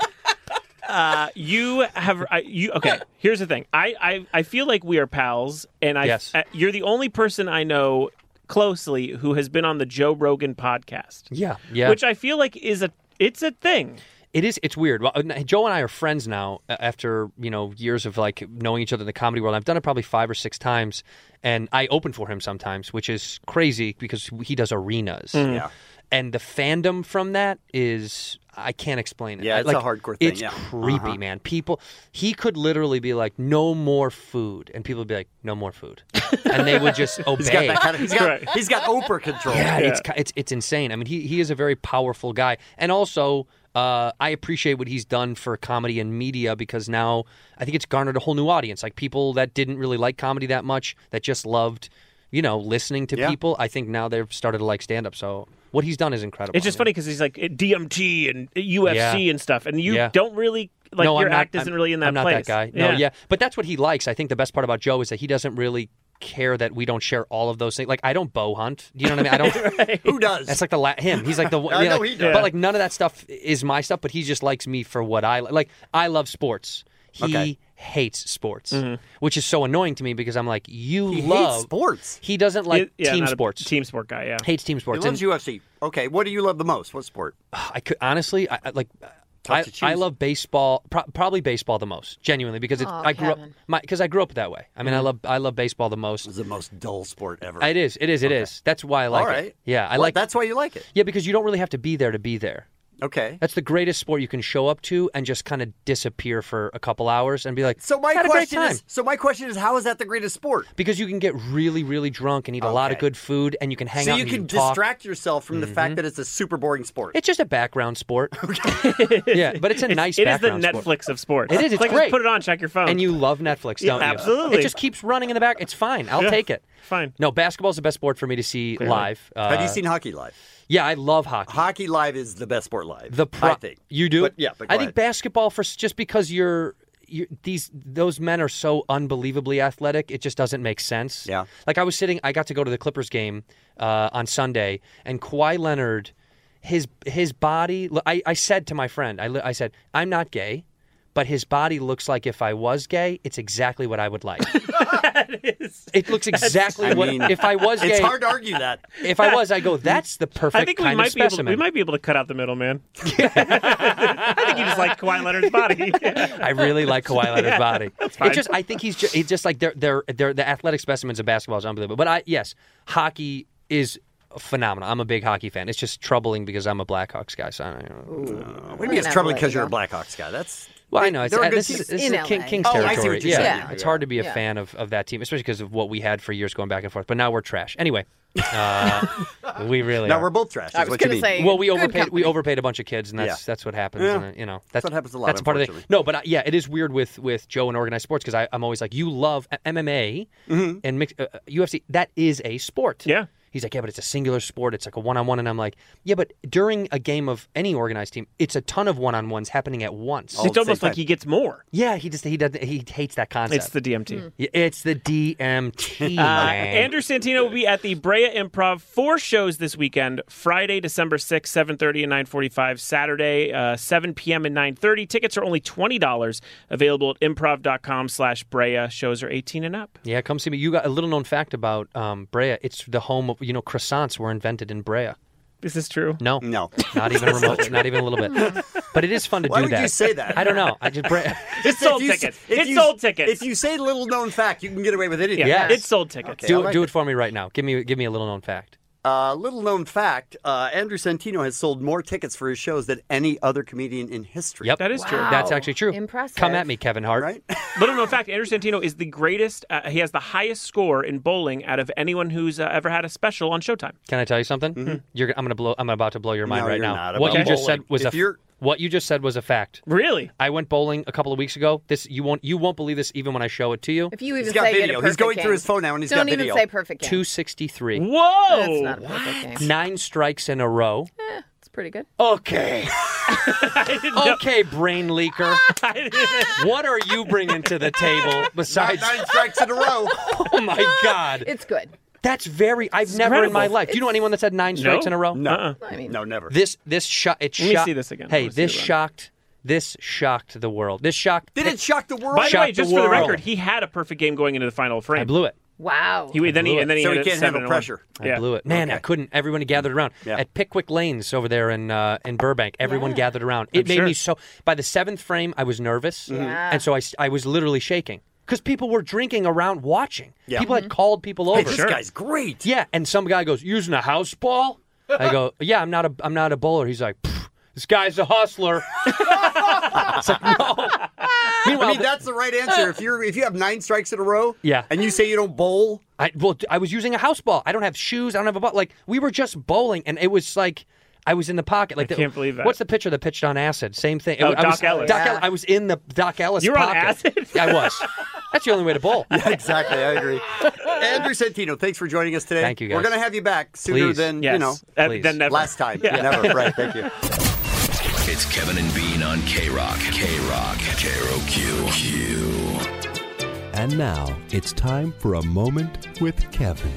Speaker 13: Uh, you have I, you okay? Here's the thing. I, I I feel like we are pals, and I,
Speaker 24: Yes.
Speaker 13: I- you're the only person I know closely who has been on the Joe Rogan podcast.
Speaker 24: Yeah, yeah.
Speaker 13: Which I feel like is a it's a thing.
Speaker 24: It is. It's weird. Well, uh, Joe and I are friends now uh, after you know years of like knowing each other in the comedy world. I've done it probably five or six times, and I open for him sometimes, which is crazy because he does arenas.
Speaker 14: Mm. Yeah.
Speaker 24: And the fandom from that is I can't explain it.
Speaker 14: Yeah,
Speaker 24: I-
Speaker 14: it's a
Speaker 24: like,
Speaker 14: hardcore thing,
Speaker 24: It's
Speaker 14: yeah.
Speaker 24: creepy,
Speaker 14: Uh-huh.
Speaker 24: man. People, he could literally be like, "No more food," and people would be like, "No more food," and they would just obey.
Speaker 14: He's got that kind of, he's got, he's got Oprah control.
Speaker 24: Yeah, it's ki- it's it's insane. I mean, he he is a very powerful guy, and also uh, I appreciate what he's done for comedy and media because now I think it's garnered a whole new audience, like people that didn't really like comedy that much, that just loved, you know, listening to
Speaker 13: Yeah.
Speaker 24: people. I think now they've started to like stand up. So what he's done is incredible.
Speaker 13: It's just funny because he's like eh, DMT and UFC
Speaker 24: Yeah.
Speaker 13: and stuff, and you
Speaker 24: Yeah.
Speaker 13: don't really like
Speaker 24: no,
Speaker 13: your
Speaker 24: I'm not,
Speaker 13: act isn't
Speaker 24: I'm-
Speaker 13: really in that
Speaker 24: I'm not
Speaker 13: place.
Speaker 24: that guy. No, yeah. but that's what he likes. I think the best part about Joe is that he doesn't really care that we don't share all of those things. Like I don't bow hunt. Do you know what I mean? I don't.
Speaker 14: Who does?
Speaker 24: That's like the la- him. He's like the
Speaker 14: I
Speaker 24: yeah,
Speaker 14: know
Speaker 24: like-
Speaker 14: he does.
Speaker 24: But like none of that stuff is my stuff. But he just likes me for what I li- like. I love sports. He
Speaker 14: Okay.
Speaker 24: hates sports,
Speaker 13: Mm-hmm.
Speaker 24: which is so annoying to me because I'm like, you
Speaker 14: He hates
Speaker 24: love
Speaker 14: sports.
Speaker 24: He doesn't like
Speaker 13: Yeah,
Speaker 24: team
Speaker 13: not a
Speaker 24: sports.
Speaker 13: team sport guy. Yeah,
Speaker 24: Hates team sports.
Speaker 14: He loves
Speaker 24: And
Speaker 14: UFC. Okay, what do you love the most? What sport?
Speaker 24: I could honestly, I, I like.
Speaker 14: Tough
Speaker 24: I,
Speaker 14: to choose.
Speaker 24: I love baseball, pro- probably baseball the most, genuinely, because it's
Speaker 14: Aw,
Speaker 24: I grew
Speaker 14: Kevin.
Speaker 24: up because I grew up that way. I mean, I
Speaker 14: Mhm.
Speaker 24: love I love baseball the most.
Speaker 14: It's the most dull sport ever.
Speaker 24: It is, it is, it is. That's why I like
Speaker 14: All
Speaker 24: it.
Speaker 14: right.
Speaker 24: Yeah, I
Speaker 14: Well,
Speaker 24: like.
Speaker 14: That's why you like it.
Speaker 24: Yeah, because you don't really have to be there to be there.
Speaker 14: Okay.
Speaker 24: That's the greatest sport you can show up to and just kind of disappear for a couple hours and be like,
Speaker 14: So my
Speaker 24: had a great
Speaker 14: question
Speaker 24: time.
Speaker 14: is, so my question is, how is that the greatest sport?
Speaker 24: because you can get really, really drunk and eat a lot of
Speaker 14: Okay.
Speaker 24: good food and you can hang
Speaker 14: so
Speaker 24: out
Speaker 14: you
Speaker 24: and
Speaker 14: can
Speaker 24: talk.
Speaker 14: distract yourself from the fact
Speaker 24: Mhm.
Speaker 14: that it's a super boring sport.
Speaker 24: It's just a background sport. yeah, but it's a nice
Speaker 13: It is the
Speaker 24: background sport.
Speaker 13: Netflix of sports.
Speaker 24: It is. It's
Speaker 13: like,
Speaker 24: great.
Speaker 13: Just put it on. Check your phone.
Speaker 24: And you love Netflix,
Speaker 13: Yeah,
Speaker 24: don't you?
Speaker 13: absolutely.
Speaker 24: It just keeps running in the back. It's fine. I'll
Speaker 13: Yeah,
Speaker 24: take it.
Speaker 13: Fine.
Speaker 24: No, basketball's the best sport for me to see
Speaker 14: Clearly.
Speaker 24: live.
Speaker 14: Have you
Speaker 24: Uh,
Speaker 14: seen hockey live?
Speaker 24: Yeah, I love hockey.
Speaker 14: Hockey live is the best sport live.
Speaker 24: The pro-
Speaker 14: I think
Speaker 24: you do.
Speaker 14: But, yeah, but
Speaker 24: I
Speaker 14: go
Speaker 24: think basketball for s- just because you're, you these those men are so unbelievably athletic, it just doesn't make sense. Yeah, like I was sitting, I got to go to the Clippers game uh, on Sunday, and Kawhi Leonard, his his body. look, I, I said to my friend, I, li- I said, I'm not gay. But his body looks like if I was gay, it's exactly what I would like. it looks exactly
Speaker 14: I
Speaker 24: what
Speaker 14: mean,
Speaker 24: if I was gay.
Speaker 14: It's hard to argue that.
Speaker 24: If I was, I go. That's the perfect
Speaker 13: I think we
Speaker 24: kind
Speaker 13: might
Speaker 24: of
Speaker 13: be able.
Speaker 24: specimen.
Speaker 13: We might be able to cut out the middleman. I think you just like Kawhi Leonard's body.
Speaker 24: I really like Kawhi Leonard's
Speaker 13: Yeah,
Speaker 24: body.
Speaker 13: that's fine.
Speaker 24: It's just I think he's just, it's just like they're, they're, they're, the athletic specimens of basketball is unbelievable. But I yes, hockey is phenomenal. I'm a big hockey fan. It's just troubling because I'm a Blackhawks guy. So I don't know.
Speaker 14: What do you mean Oh, it's troubling because you're a Blackhawks guy? That's
Speaker 24: Well, I know it's
Speaker 14: they're a good
Speaker 24: this
Speaker 14: team.
Speaker 24: is, this is King, King's
Speaker 14: oh, I see
Speaker 24: territory.
Speaker 14: what you're
Speaker 24: yeah,
Speaker 14: saying.
Speaker 24: it's hard to be a
Speaker 14: Yeah.
Speaker 24: fan of, of that team, especially because of what we had for years going back and forth. But now we're trash. Anyway, uh, we really
Speaker 14: Now
Speaker 24: are.
Speaker 14: we're both trash, is I was what you gonna mean. say,
Speaker 24: well, we
Speaker 14: good
Speaker 24: overpaid.
Speaker 14: company.
Speaker 24: We overpaid a bunch of kids, and that's
Speaker 14: Yeah.
Speaker 24: that's what happens.
Speaker 14: Yeah.
Speaker 24: and, you know,
Speaker 14: That's what happens a lot,
Speaker 24: That's part of the
Speaker 14: unfortunately.
Speaker 24: no, but I, yeah, it is weird with with Joe and organized sports
Speaker 13: Mm-hmm.
Speaker 24: because I'm always like, you love MMA and mix, uh, uh, UFC. That is a sport. Yeah. He's like, yeah, but it's a singular sport. It's like a one on one. And I'm like, yeah, but during a game of any organized team, it's a ton of one on ones happening at once.
Speaker 13: It's almost like he gets more.
Speaker 24: Yeah, he just he doesn't he hates that concept. Mm-hmm.
Speaker 13: It's the DMT.
Speaker 24: Yeah, It's the DMT.
Speaker 13: Uh,
Speaker 24: man.
Speaker 13: Andrew Santino will be at the Brea Improv four shows this weekend: Friday, December sixth, seven thirty and nine forty-five; Saturday, uh, seven p.m. and nine thirty. Tickets are only twenty dollars. Available at improv.com/slash Brea. Shows are eighteen and up.
Speaker 24: Yeah, come see me. You got a little known fact about um, Brea. It's the home of you know croissants were invented in Brea.
Speaker 13: Is this true?
Speaker 24: No, no, not even
Speaker 13: That's not
Speaker 24: remote,
Speaker 13: true.
Speaker 24: not even a little bit. But it is fun to
Speaker 14: Why
Speaker 24: do
Speaker 14: would
Speaker 24: that.
Speaker 14: you say that?
Speaker 24: I don't know. Oh, I just Brea.
Speaker 13: It's sold
Speaker 14: If you s-
Speaker 13: tickets.
Speaker 14: if
Speaker 13: It's
Speaker 14: you-
Speaker 13: sold tickets.
Speaker 14: If you say little known fact, you can get away with anything.
Speaker 24: Yes.
Speaker 14: Okay, I
Speaker 24: do
Speaker 14: like
Speaker 24: do
Speaker 14: it.
Speaker 24: it for me right now. Give me give me a little known fact.
Speaker 14: Uh, little known fact: uh, Andrew Santino has sold more tickets for his shows than any other comedian in history.
Speaker 24: Yep, that is true. That's actually true.
Speaker 13: Impressive.
Speaker 24: Come at me, Kevin Hart.
Speaker 14: Right?
Speaker 13: Little known fact: Andrew Santino is the greatest. Uh, he has the highest score in bowling out of anyone who's uh, ever had a special on Showtime.
Speaker 24: Can I tell you something?
Speaker 11: Mm-hmm.
Speaker 24: You're, I'm gonna blow. I'm about to blow your mind
Speaker 14: No,
Speaker 24: right
Speaker 14: you're
Speaker 24: now.
Speaker 14: not
Speaker 24: what
Speaker 14: about
Speaker 24: you just
Speaker 14: bowling.
Speaker 24: said was
Speaker 14: If
Speaker 24: a. f-
Speaker 14: you're-
Speaker 24: What you just said was a fact.
Speaker 13: Really?
Speaker 24: I went bowling a couple of weeks ago. This you won't you won't believe this even when I show it to you.
Speaker 11: If you even say it, a perfect game. Don't even say perfect game.
Speaker 24: Two sixty three.
Speaker 13: Whoa!
Speaker 11: That's not a perfect game.
Speaker 24: Nine strikes in a row.
Speaker 11: It's pretty good.
Speaker 24: Oh. Okay. okay, brain leaker. what are you bringing to the table besides
Speaker 14: nine strikes in a row?
Speaker 24: Oh my god.
Speaker 11: It's good.
Speaker 24: That's very. I've never in my
Speaker 14: incredible.
Speaker 24: life. Do you know anyone that's had nine strikes in a row?
Speaker 14: No,
Speaker 11: Uh-uh.
Speaker 14: no, never.
Speaker 24: This this shot. It
Speaker 14: Let me
Speaker 24: shock-
Speaker 14: see this again. I
Speaker 24: Hey,
Speaker 14: wanna see
Speaker 24: this
Speaker 14: it run.
Speaker 24: shocked. This shocked the world. This shocked.
Speaker 14: Did it shock the world?
Speaker 13: By the
Speaker 24: Shocked
Speaker 13: way, just for the
Speaker 24: world.
Speaker 13: record, he had a perfect game going into the final frame. I
Speaker 24: blew it.
Speaker 11: Wow.
Speaker 13: He then he and then he
Speaker 24: So he
Speaker 13: ended
Speaker 24: can't
Speaker 13: at
Speaker 24: handle
Speaker 13: seven and
Speaker 24: pressure.
Speaker 13: One.
Speaker 24: I blew it, man. I couldn't. Everyone gathered around at Pickwick Lanes over there in uh, in Burbank. Everyone gathered around. It
Speaker 13: I'm
Speaker 24: made
Speaker 13: sure.
Speaker 24: me so. By the seventh frame, I was nervous,
Speaker 13: Mhm. Yeah.
Speaker 24: and so I, s- I was literally shaking because people were drinking around watching.
Speaker 14: Yeah.
Speaker 24: People
Speaker 13: Mm-hmm.
Speaker 24: had called people
Speaker 14: Hey,
Speaker 24: over.
Speaker 14: this Sure. guy's great.
Speaker 24: Yeah, and some guy goes using a house ball. I go, yeah, I'm not a I'm not a bowler. He's like. "Pfft, This guy's a hustler. It's like, no. Meanwhile,
Speaker 14: I mean, that's the right answer. If you're if you have nine strikes in a row,
Speaker 24: Yeah.
Speaker 14: and you say you don't bowl.
Speaker 24: I well, I was using a house ball. I don't have shoes. I don't have a ball. Like we were just bowling, and it was like I was in the pocket. Like the,
Speaker 13: I can't believe that.
Speaker 24: What's the pitcher that pitched on acid? Same thing.
Speaker 13: Oh,
Speaker 24: I was,
Speaker 13: Doc Ellis.
Speaker 24: Doc
Speaker 13: Yeah.
Speaker 24: Ellis. I was in the Doc Ellis.
Speaker 13: You were on
Speaker 24: pocket.
Speaker 13: acid?
Speaker 24: I was. That's the only way to bowl.
Speaker 14: Yeah, exactly. I agree. Andrew Santino, thanks for joining us today.
Speaker 24: Thank you, guys.
Speaker 14: We're gonna have you back sooner
Speaker 24: Please.
Speaker 14: than you
Speaker 24: Yes.
Speaker 14: know
Speaker 24: Uh, Please. than never.
Speaker 14: last time.
Speaker 24: Yeah.
Speaker 14: Never. Right. Thank you.
Speaker 18: It's Kevin and Bean on K Rock. K Rock. K Rock.
Speaker 2: And now it's time for a moment with Kevin.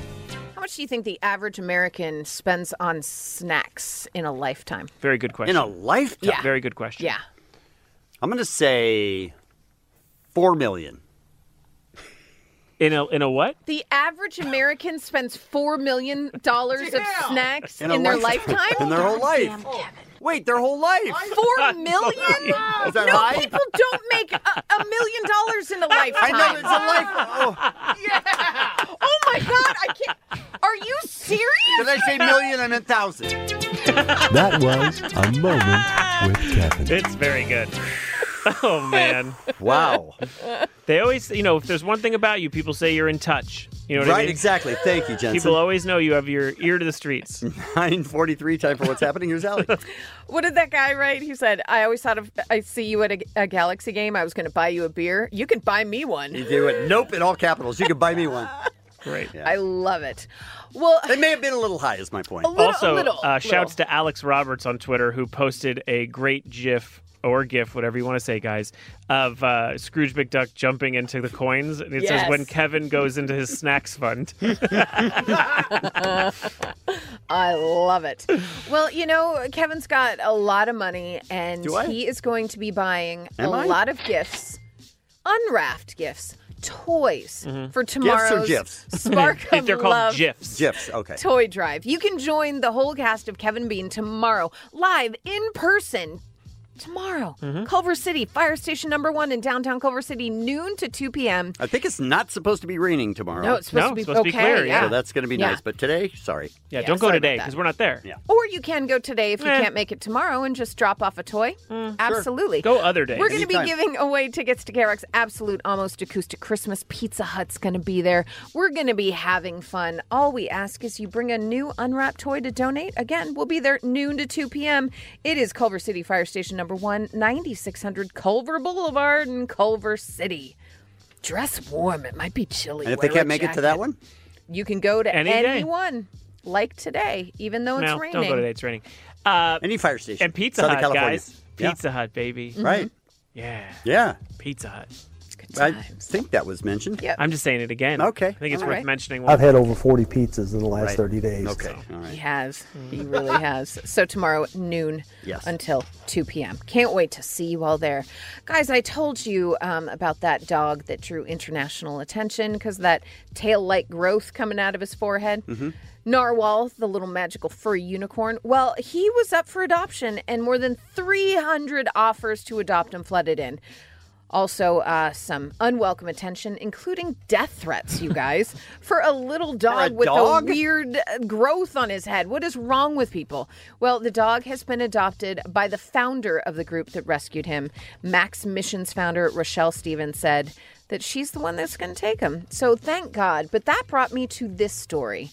Speaker 11: How much do you think the average American spends on snacks in a lifetime?
Speaker 13: Very good question.
Speaker 14: In a lifetime.
Speaker 11: Yeah.
Speaker 13: Very good question.
Speaker 11: Yeah.
Speaker 14: I'm gonna say four million.
Speaker 13: In a in a what?
Speaker 11: The average American spends $4 million of snacks in,
Speaker 14: a
Speaker 11: their
Speaker 14: life-
Speaker 11: lifetime?
Speaker 14: In their whole life. Wait, their whole life.
Speaker 11: Four million?
Speaker 2: Oh,
Speaker 14: Is that
Speaker 11: no,
Speaker 14: high?
Speaker 11: people don't make a, a million dollars in a
Speaker 14: I
Speaker 11: lifetime.
Speaker 14: know it's a life. Oh,
Speaker 11: Yeah. Oh my God! I can't. Are you serious?
Speaker 14: did I say million? I meant thousand.
Speaker 2: That was a moment with Kevin.
Speaker 13: It's very good. Oh man!
Speaker 14: Wow.
Speaker 13: They always, you know, if there's one thing about you, people say you're in touch. You know what I
Speaker 14: right,
Speaker 13: mean?
Speaker 14: exactly. Thank you, Jensen.
Speaker 13: People always know you have your ear to the streets.
Speaker 14: 943 time for what's happening. Here's Allie.
Speaker 11: What did that guy write? He said, "I always thought if I see you at a, a Galaxy game, I was going to buy you a beer. You can buy me one."
Speaker 14: You do it. Nope, in all capitals. You can buy me one.
Speaker 13: Great.
Speaker 11: I love it. Well,
Speaker 14: They may have been a little high, is my point.
Speaker 11: A little-
Speaker 13: also,
Speaker 11: a little,
Speaker 13: uh, shouts to Alex Roberts on Twitter who posted a great GIF or GIF, whatever you want to say, guys, of uh, Scrooge McDuck jumping into the coins, and it
Speaker 11: Yes.
Speaker 13: says when Kevin goes into his snacks fund.
Speaker 11: I love it. Well, you know, Kevin's got a lot of money, and
Speaker 13: Do I?
Speaker 11: he is going to be buying
Speaker 13: Am
Speaker 11: a
Speaker 13: I?
Speaker 11: lot of gifts, unwrapped gifts, toys
Speaker 13: Mm-hmm.
Speaker 14: Mhm.
Speaker 11: Mm-hmm. for
Speaker 14: Gifts or
Speaker 11: tomorrow's
Speaker 14: gifs?
Speaker 11: Spark of
Speaker 13: They're called
Speaker 11: Love
Speaker 13: GIFs.
Speaker 14: GIFs, okay.
Speaker 11: Toy Drive. You can join the whole cast of Kevin Bean tomorrow, live in person. Tomorrow,
Speaker 13: Mm-hmm.
Speaker 11: Culver City, Fire Station Number One in downtown Culver City, noon to 2 p.m.
Speaker 14: I think it's not supposed to be raining tomorrow.
Speaker 11: No, it's supposed No, to be it's supposed to be okay, clear, yeah.
Speaker 14: So that's going to be
Speaker 11: Yeah.
Speaker 14: nice. But today, sorry.
Speaker 13: Yeah, don't go today because we're not there.
Speaker 14: Yeah.
Speaker 11: Or you can go today if you
Speaker 13: Eh. Mm,
Speaker 11: can't make it tomorrow and just drop off a toy. Absolutely.
Speaker 13: Go other days.
Speaker 11: We're going to be
Speaker 13: Anytime.
Speaker 11: giving away tickets to Garrick's Absolute Almost Acoustic Christmas. Pizza Hut's going to be there. We're going to be having fun. All we ask is you bring a new unwrapped toy to donate. Again, we'll be there noon to 2 p.m. It is Culver City Fire Station number 1, 9600 Culver Boulevard in Culver City. Dress warm. It might be chilly.
Speaker 14: And if they
Speaker 11: Wear a
Speaker 14: can't make it to
Speaker 11: jacket.
Speaker 14: that one,
Speaker 11: You can go to
Speaker 14: Any
Speaker 11: any,
Speaker 14: day.
Speaker 11: one. like today, even though it's
Speaker 13: no,
Speaker 11: raining.
Speaker 13: don't go today. It's raining. Uh,
Speaker 14: Any fire station.
Speaker 13: And Pizza
Speaker 14: Southern
Speaker 13: Hut,
Speaker 14: California.
Speaker 13: guys.
Speaker 14: Yeah. Mm-hmm.
Speaker 13: Pizza Hut, baby.
Speaker 14: Right.
Speaker 13: Yeah.
Speaker 14: Yeah.
Speaker 13: Pizza Hut.
Speaker 14: I think that was mentioned.
Speaker 11: Yeah.
Speaker 13: I'm just saying it again. Okay. I think it's
Speaker 11: All
Speaker 13: worth
Speaker 11: right.
Speaker 13: mentioning.
Speaker 9: I've had over 40 pizzas in the last
Speaker 13: Right.
Speaker 9: 30 days.
Speaker 13: Okay.
Speaker 14: All
Speaker 11: He has. He really has. So tomorrow at noon
Speaker 9: Yes.
Speaker 11: until 2 p.m. Can't wait to see you all there. Guys, I told you um, about that dog that drew international attention because that tail like growth coming out of his forehead.
Speaker 28: Mhm.
Speaker 11: Narwhal, the little magical furry unicorn. Well, he was up for adoption, and more than 300 offers to adopt him flooded in. Also, uh, some unwelcome attention, including death threats, you guys, for a little dog with
Speaker 14: dog?
Speaker 11: a weird uh, growth on his head. What is wrong with people? Well, the dog has been adopted by the founder of the group that rescued him. Max Missions founder Rochelle Stevens said that she's the one that's going to take him. So thank God. But that brought me to this story.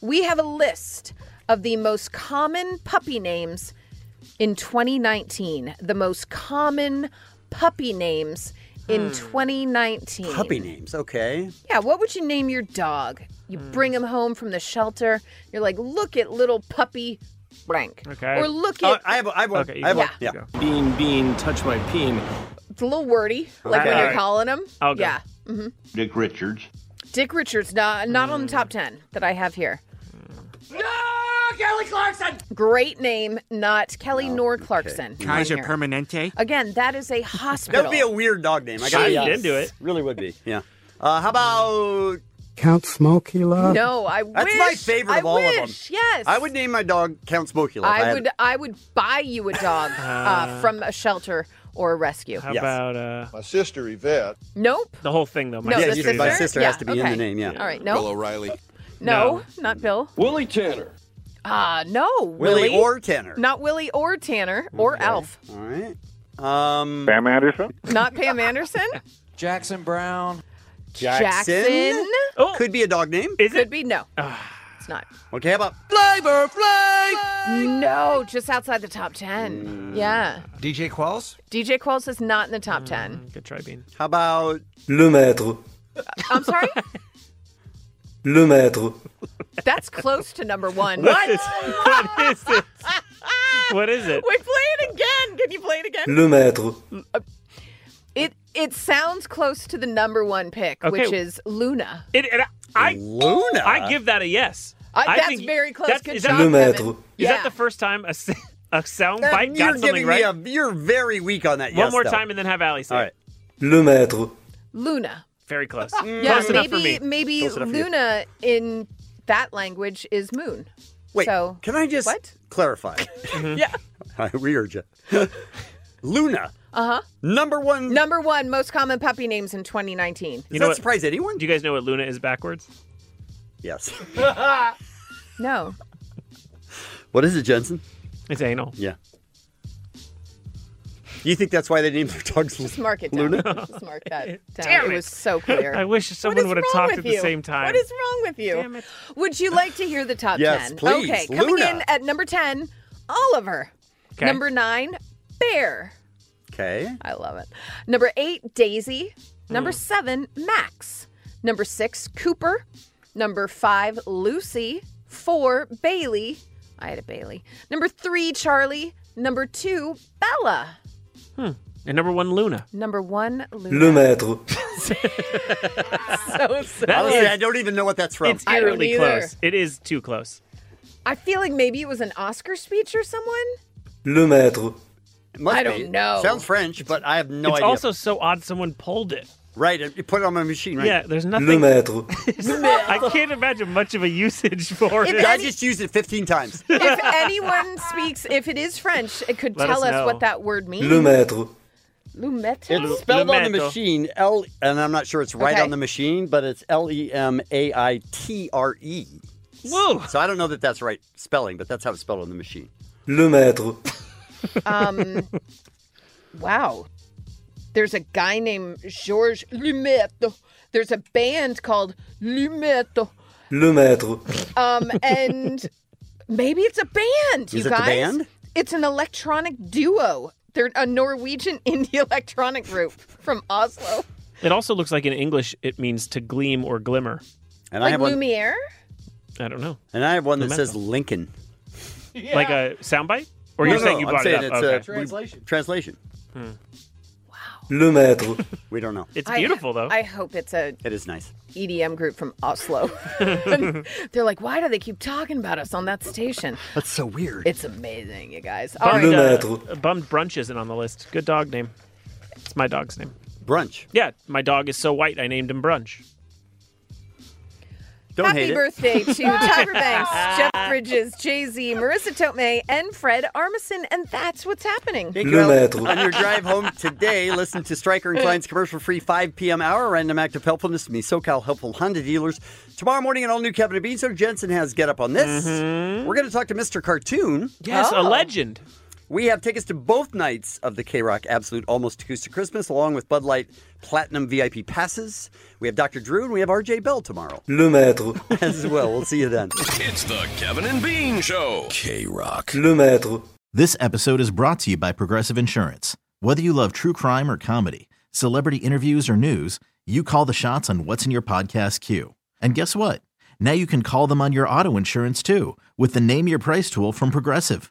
Speaker 11: We have a list of the most common puppy names in 2019. The most common puppy names in 2019.
Speaker 14: Puppy names. Okay.
Speaker 11: Yeah, what would you name your dog? You
Speaker 14: Hmm.
Speaker 11: bring him home from the shelter. You're like, look at little puppy Frank.
Speaker 14: Okay.
Speaker 11: Or look
Speaker 14: Oh,
Speaker 11: at.
Speaker 14: I have. I have one.
Speaker 11: Okay, you
Speaker 14: I have
Speaker 11: go.
Speaker 14: one. Yeah. Bean, bean, touch my peen.
Speaker 11: It's a little wordy, like when
Speaker 14: Okay.
Speaker 11: you're calling him.
Speaker 14: I'll go.
Speaker 11: Yeah. hmm
Speaker 7: Dick Richards.
Speaker 11: Dick Richards, not, not on the
Speaker 14: Hmm.
Speaker 11: top 10 that I have here. No, Kelly Clarkson! Great name, not Kelly
Speaker 14: Oh,
Speaker 11: nor Clarkson.
Speaker 6: Kaiser
Speaker 11: Here.
Speaker 6: Permanente.
Speaker 11: Again, that is a
Speaker 14: That
Speaker 11: hospital.
Speaker 14: would be a weird dog name. I got
Speaker 11: Jeez. I'd do
Speaker 14: it. Really would be. Yeah. Uh, how about
Speaker 9: Count Smoky Love.
Speaker 11: No, Oh, I wish.
Speaker 14: That's my favorite of
Speaker 11: I
Speaker 14: all
Speaker 11: wish,
Speaker 14: of them.
Speaker 11: Yes.
Speaker 14: I would name my dog Count Smoky Love.
Speaker 11: I
Speaker 14: had-
Speaker 11: would I would buy you a dog uh,
Speaker 14: Uh,
Speaker 11: from a shelter or a rescue.
Speaker 14: How Yes. about,
Speaker 13: uh,
Speaker 2: my sister Yvette?
Speaker 11: Nope.
Speaker 13: The whole thing, though.
Speaker 11: No, the sister.
Speaker 2: My sister
Speaker 11: Yeah,
Speaker 2: has to be in the
Speaker 11: okay.
Speaker 2: name, yeah.
Speaker 11: All right. No.
Speaker 2: Bill O'Reilly.
Speaker 11: No, not Bill.
Speaker 2: Willie Tanner.
Speaker 11: Ah, no.
Speaker 14: Willie or Tanner.
Speaker 11: Not Willie or Tanner or Alf.
Speaker 14: All right. Um, Sam Anderson.
Speaker 11: Not Pam Anderson.
Speaker 14: Jackson Brown.
Speaker 11: Jackson?
Speaker 14: Could be a dog name.
Speaker 13: Is
Speaker 11: Could be no. it's not.
Speaker 14: Okay, how about
Speaker 11: Flavor Flay. No, just outside the top
Speaker 14: Mm.
Speaker 11: ten. Yeah.
Speaker 6: DJ Qualls.
Speaker 11: DJ Qualls is not in the top ten.
Speaker 13: Mm,
Speaker 11: Uh,
Speaker 13: Good try, Bean.
Speaker 14: How about
Speaker 6: Le Maître.
Speaker 11: I'm sorry.
Speaker 6: Le Maître.
Speaker 11: That's close to number one.
Speaker 6: What is-
Speaker 13: what is it? What is it?
Speaker 11: Wait, play it again. Can you play it again? It it sounds close to the number one pick,
Speaker 13: Okay.
Speaker 11: which is Luna.
Speaker 13: It, and I,
Speaker 14: Luna.
Speaker 13: I give that a yes.
Speaker 11: I- that's
Speaker 13: think-
Speaker 11: very close.
Speaker 13: that's-
Speaker 11: Good
Speaker 13: is
Speaker 11: job,
Speaker 13: that,
Speaker 11: Kevin.
Speaker 13: Is
Speaker 11: Yeah.
Speaker 13: that the first time a, s- a sound
Speaker 14: Uh,
Speaker 13: bite
Speaker 14: you're
Speaker 13: got
Speaker 14: giving
Speaker 13: something right?
Speaker 14: me a. You're very weak on that.
Speaker 13: One
Speaker 14: yes,
Speaker 13: more
Speaker 14: though.
Speaker 13: time and then have Ali say.
Speaker 14: All
Speaker 13: it.
Speaker 14: right.
Speaker 6: Le Maître.
Speaker 11: Luna.
Speaker 13: Very close.
Speaker 14: Mm.
Speaker 11: Yeah,
Speaker 13: close enough for
Speaker 11: maybe
Speaker 13: me.
Speaker 11: maybe Luna in that language is moon.
Speaker 14: Wait,
Speaker 11: so
Speaker 14: can I just
Speaker 11: what?
Speaker 14: clarify?
Speaker 11: Yeah.
Speaker 14: we urge you. Luna.
Speaker 11: Uh huh.
Speaker 14: Number one.
Speaker 11: Number one most common puppy names in 2019.
Speaker 13: You know what?
Speaker 14: surprise anyone?
Speaker 13: Do you guys know what Luna is backwards?
Speaker 14: Yes.
Speaker 11: no.
Speaker 14: What is it, Jensen?
Speaker 13: It's anal.
Speaker 14: Yeah. You think that's why they named their dogs Lu-
Speaker 11: Just mark it down.
Speaker 14: Luna?
Speaker 11: Just mark that down.
Speaker 13: Damn
Speaker 11: it
Speaker 13: it.
Speaker 11: was so clear.
Speaker 13: I wish
Speaker 11: What
Speaker 13: someone
Speaker 11: is
Speaker 13: would have
Speaker 11: wrong
Speaker 13: talked
Speaker 11: with
Speaker 13: at the
Speaker 11: you?
Speaker 13: same time.
Speaker 11: What is wrong with you?
Speaker 13: Damn it.
Speaker 11: Would you like to hear the top
Speaker 13: Yes,
Speaker 11: 10?
Speaker 13: please.
Speaker 11: Okay, coming
Speaker 14: Luna.
Speaker 11: in at number 10, Oliver.
Speaker 14: Okay.
Speaker 11: Number 9, Bear.
Speaker 14: Okay.
Speaker 11: I love it. Number 8, Daisy. Number
Speaker 14: Hmm.
Speaker 11: 7, Max. Number 6, Cooper. Number 5, Lucy. 4, Bailey. I had a Bailey. Number 3, Charlie. Number 2, Bella.
Speaker 13: And number one, Luna.
Speaker 11: Number 1, Luna.
Speaker 13: Maître.
Speaker 11: So sorry.
Speaker 14: Honestly, I don't even know what that's from.
Speaker 13: It's eerily
Speaker 11: I don't either.
Speaker 13: close. It is too close.
Speaker 11: I feel like maybe it was an Oscar speech or someone.
Speaker 14: Le Maître. Must
Speaker 11: I
Speaker 14: be.
Speaker 11: don't know.
Speaker 14: Sounds French, but I have no
Speaker 13: it's
Speaker 14: idea.
Speaker 13: also so odd someone pulled it.
Speaker 14: right. You put it on my machine, right?
Speaker 13: Yeah, there's nothing-
Speaker 14: Maître.
Speaker 13: I can't imagine much of a usage for
Speaker 11: If
Speaker 13: it.
Speaker 11: I any-
Speaker 14: just used it 15 times.
Speaker 11: if anyone speaks, if it is French, it could
Speaker 14: Let
Speaker 11: tell
Speaker 14: us
Speaker 11: us,
Speaker 14: know.
Speaker 11: what that word means. Lumet.
Speaker 14: It's spelled on the
Speaker 11: Lumet.
Speaker 14: machine L, and I'm not sure it's right
Speaker 11: Okay.
Speaker 14: on the machine, but it's L E M A I T R E.
Speaker 13: Whoa!
Speaker 14: So I don't know that that's right spelling, but that's how it's spelled on the machine.
Speaker 9: Le Maître.
Speaker 11: Um, wow. There's a guy named Georges Lumet. There's a band called Lumet.
Speaker 9: Le Maître.
Speaker 11: Um, and maybe it's a band, you
Speaker 9: Is it the
Speaker 11: guys.
Speaker 9: band?
Speaker 11: It's an electronic duo. They're a Norwegian indie electronic group from Oslo.
Speaker 13: It also looks like in English it means to gleam or glimmer.
Speaker 14: And
Speaker 11: like Lumiere?
Speaker 13: I don't know.
Speaker 14: And I have one that
Speaker 13: Lumetro.
Speaker 14: says Lincoln.
Speaker 13: Like a soundbite? Or
Speaker 14: No,
Speaker 13: you're saying
Speaker 14: no,
Speaker 13: you
Speaker 14: I'm
Speaker 13: brought
Speaker 14: saying
Speaker 13: it
Speaker 14: it's
Speaker 13: up?
Speaker 14: a-
Speaker 13: okay. Hmm.
Speaker 14: we- translation.
Speaker 9: Le maître.
Speaker 14: We don't know.
Speaker 13: It's
Speaker 11: I- I hope it's a
Speaker 14: it is nice.
Speaker 11: EDM E group from Oslo. And They're like, why do they keep talking about us on that station?
Speaker 14: That's so weird.
Speaker 11: It's amazing, you guys. All
Speaker 13: Bummed,
Speaker 11: right.
Speaker 13: uh, Bummed Brunch isn't on the list. Good dog name. It's my dog's name.
Speaker 14: Brunch.
Speaker 13: Yeah, my dog is so white, I named him Brunch. Don't
Speaker 11: Happy birthday to Tiger Banks, Jeff Bridges, Jay Z, Marissa Tomei, and Fred Armisen. And that's what's happening.
Speaker 14: Take your help On your drive home today, listen to Stryker and Klein's commercial-free 5 p.m. hour random act of helpfulness from the SoCal helpful Honda dealers. Tomorrow morning, an all-new Kevin and Bean. So Jensen has get up on this. We're going to talk to Mr. Cartoon.
Speaker 13: Mm-hmm. Yes, a Oh. legend.
Speaker 14: We have tickets to both nights of the K Rock Absolute Almost Acoustic Christmas, along with Bud Light Platinum VIP passes. We have Dr. Drew and we have RJ Bell tomorrow
Speaker 9: Le maître.
Speaker 14: as well. We'll see you then.
Speaker 29: It's the Kevin and Bean Show. K Rock.
Speaker 1: Le Maître. This episode is brought to you by Progressive Insurance. Whether you love true crime or comedy, celebrity interviews or news, you call the shots on what's in your podcast queue. And guess what? Now you can call them on your auto insurance too with the Name Your Price tool from Progressive.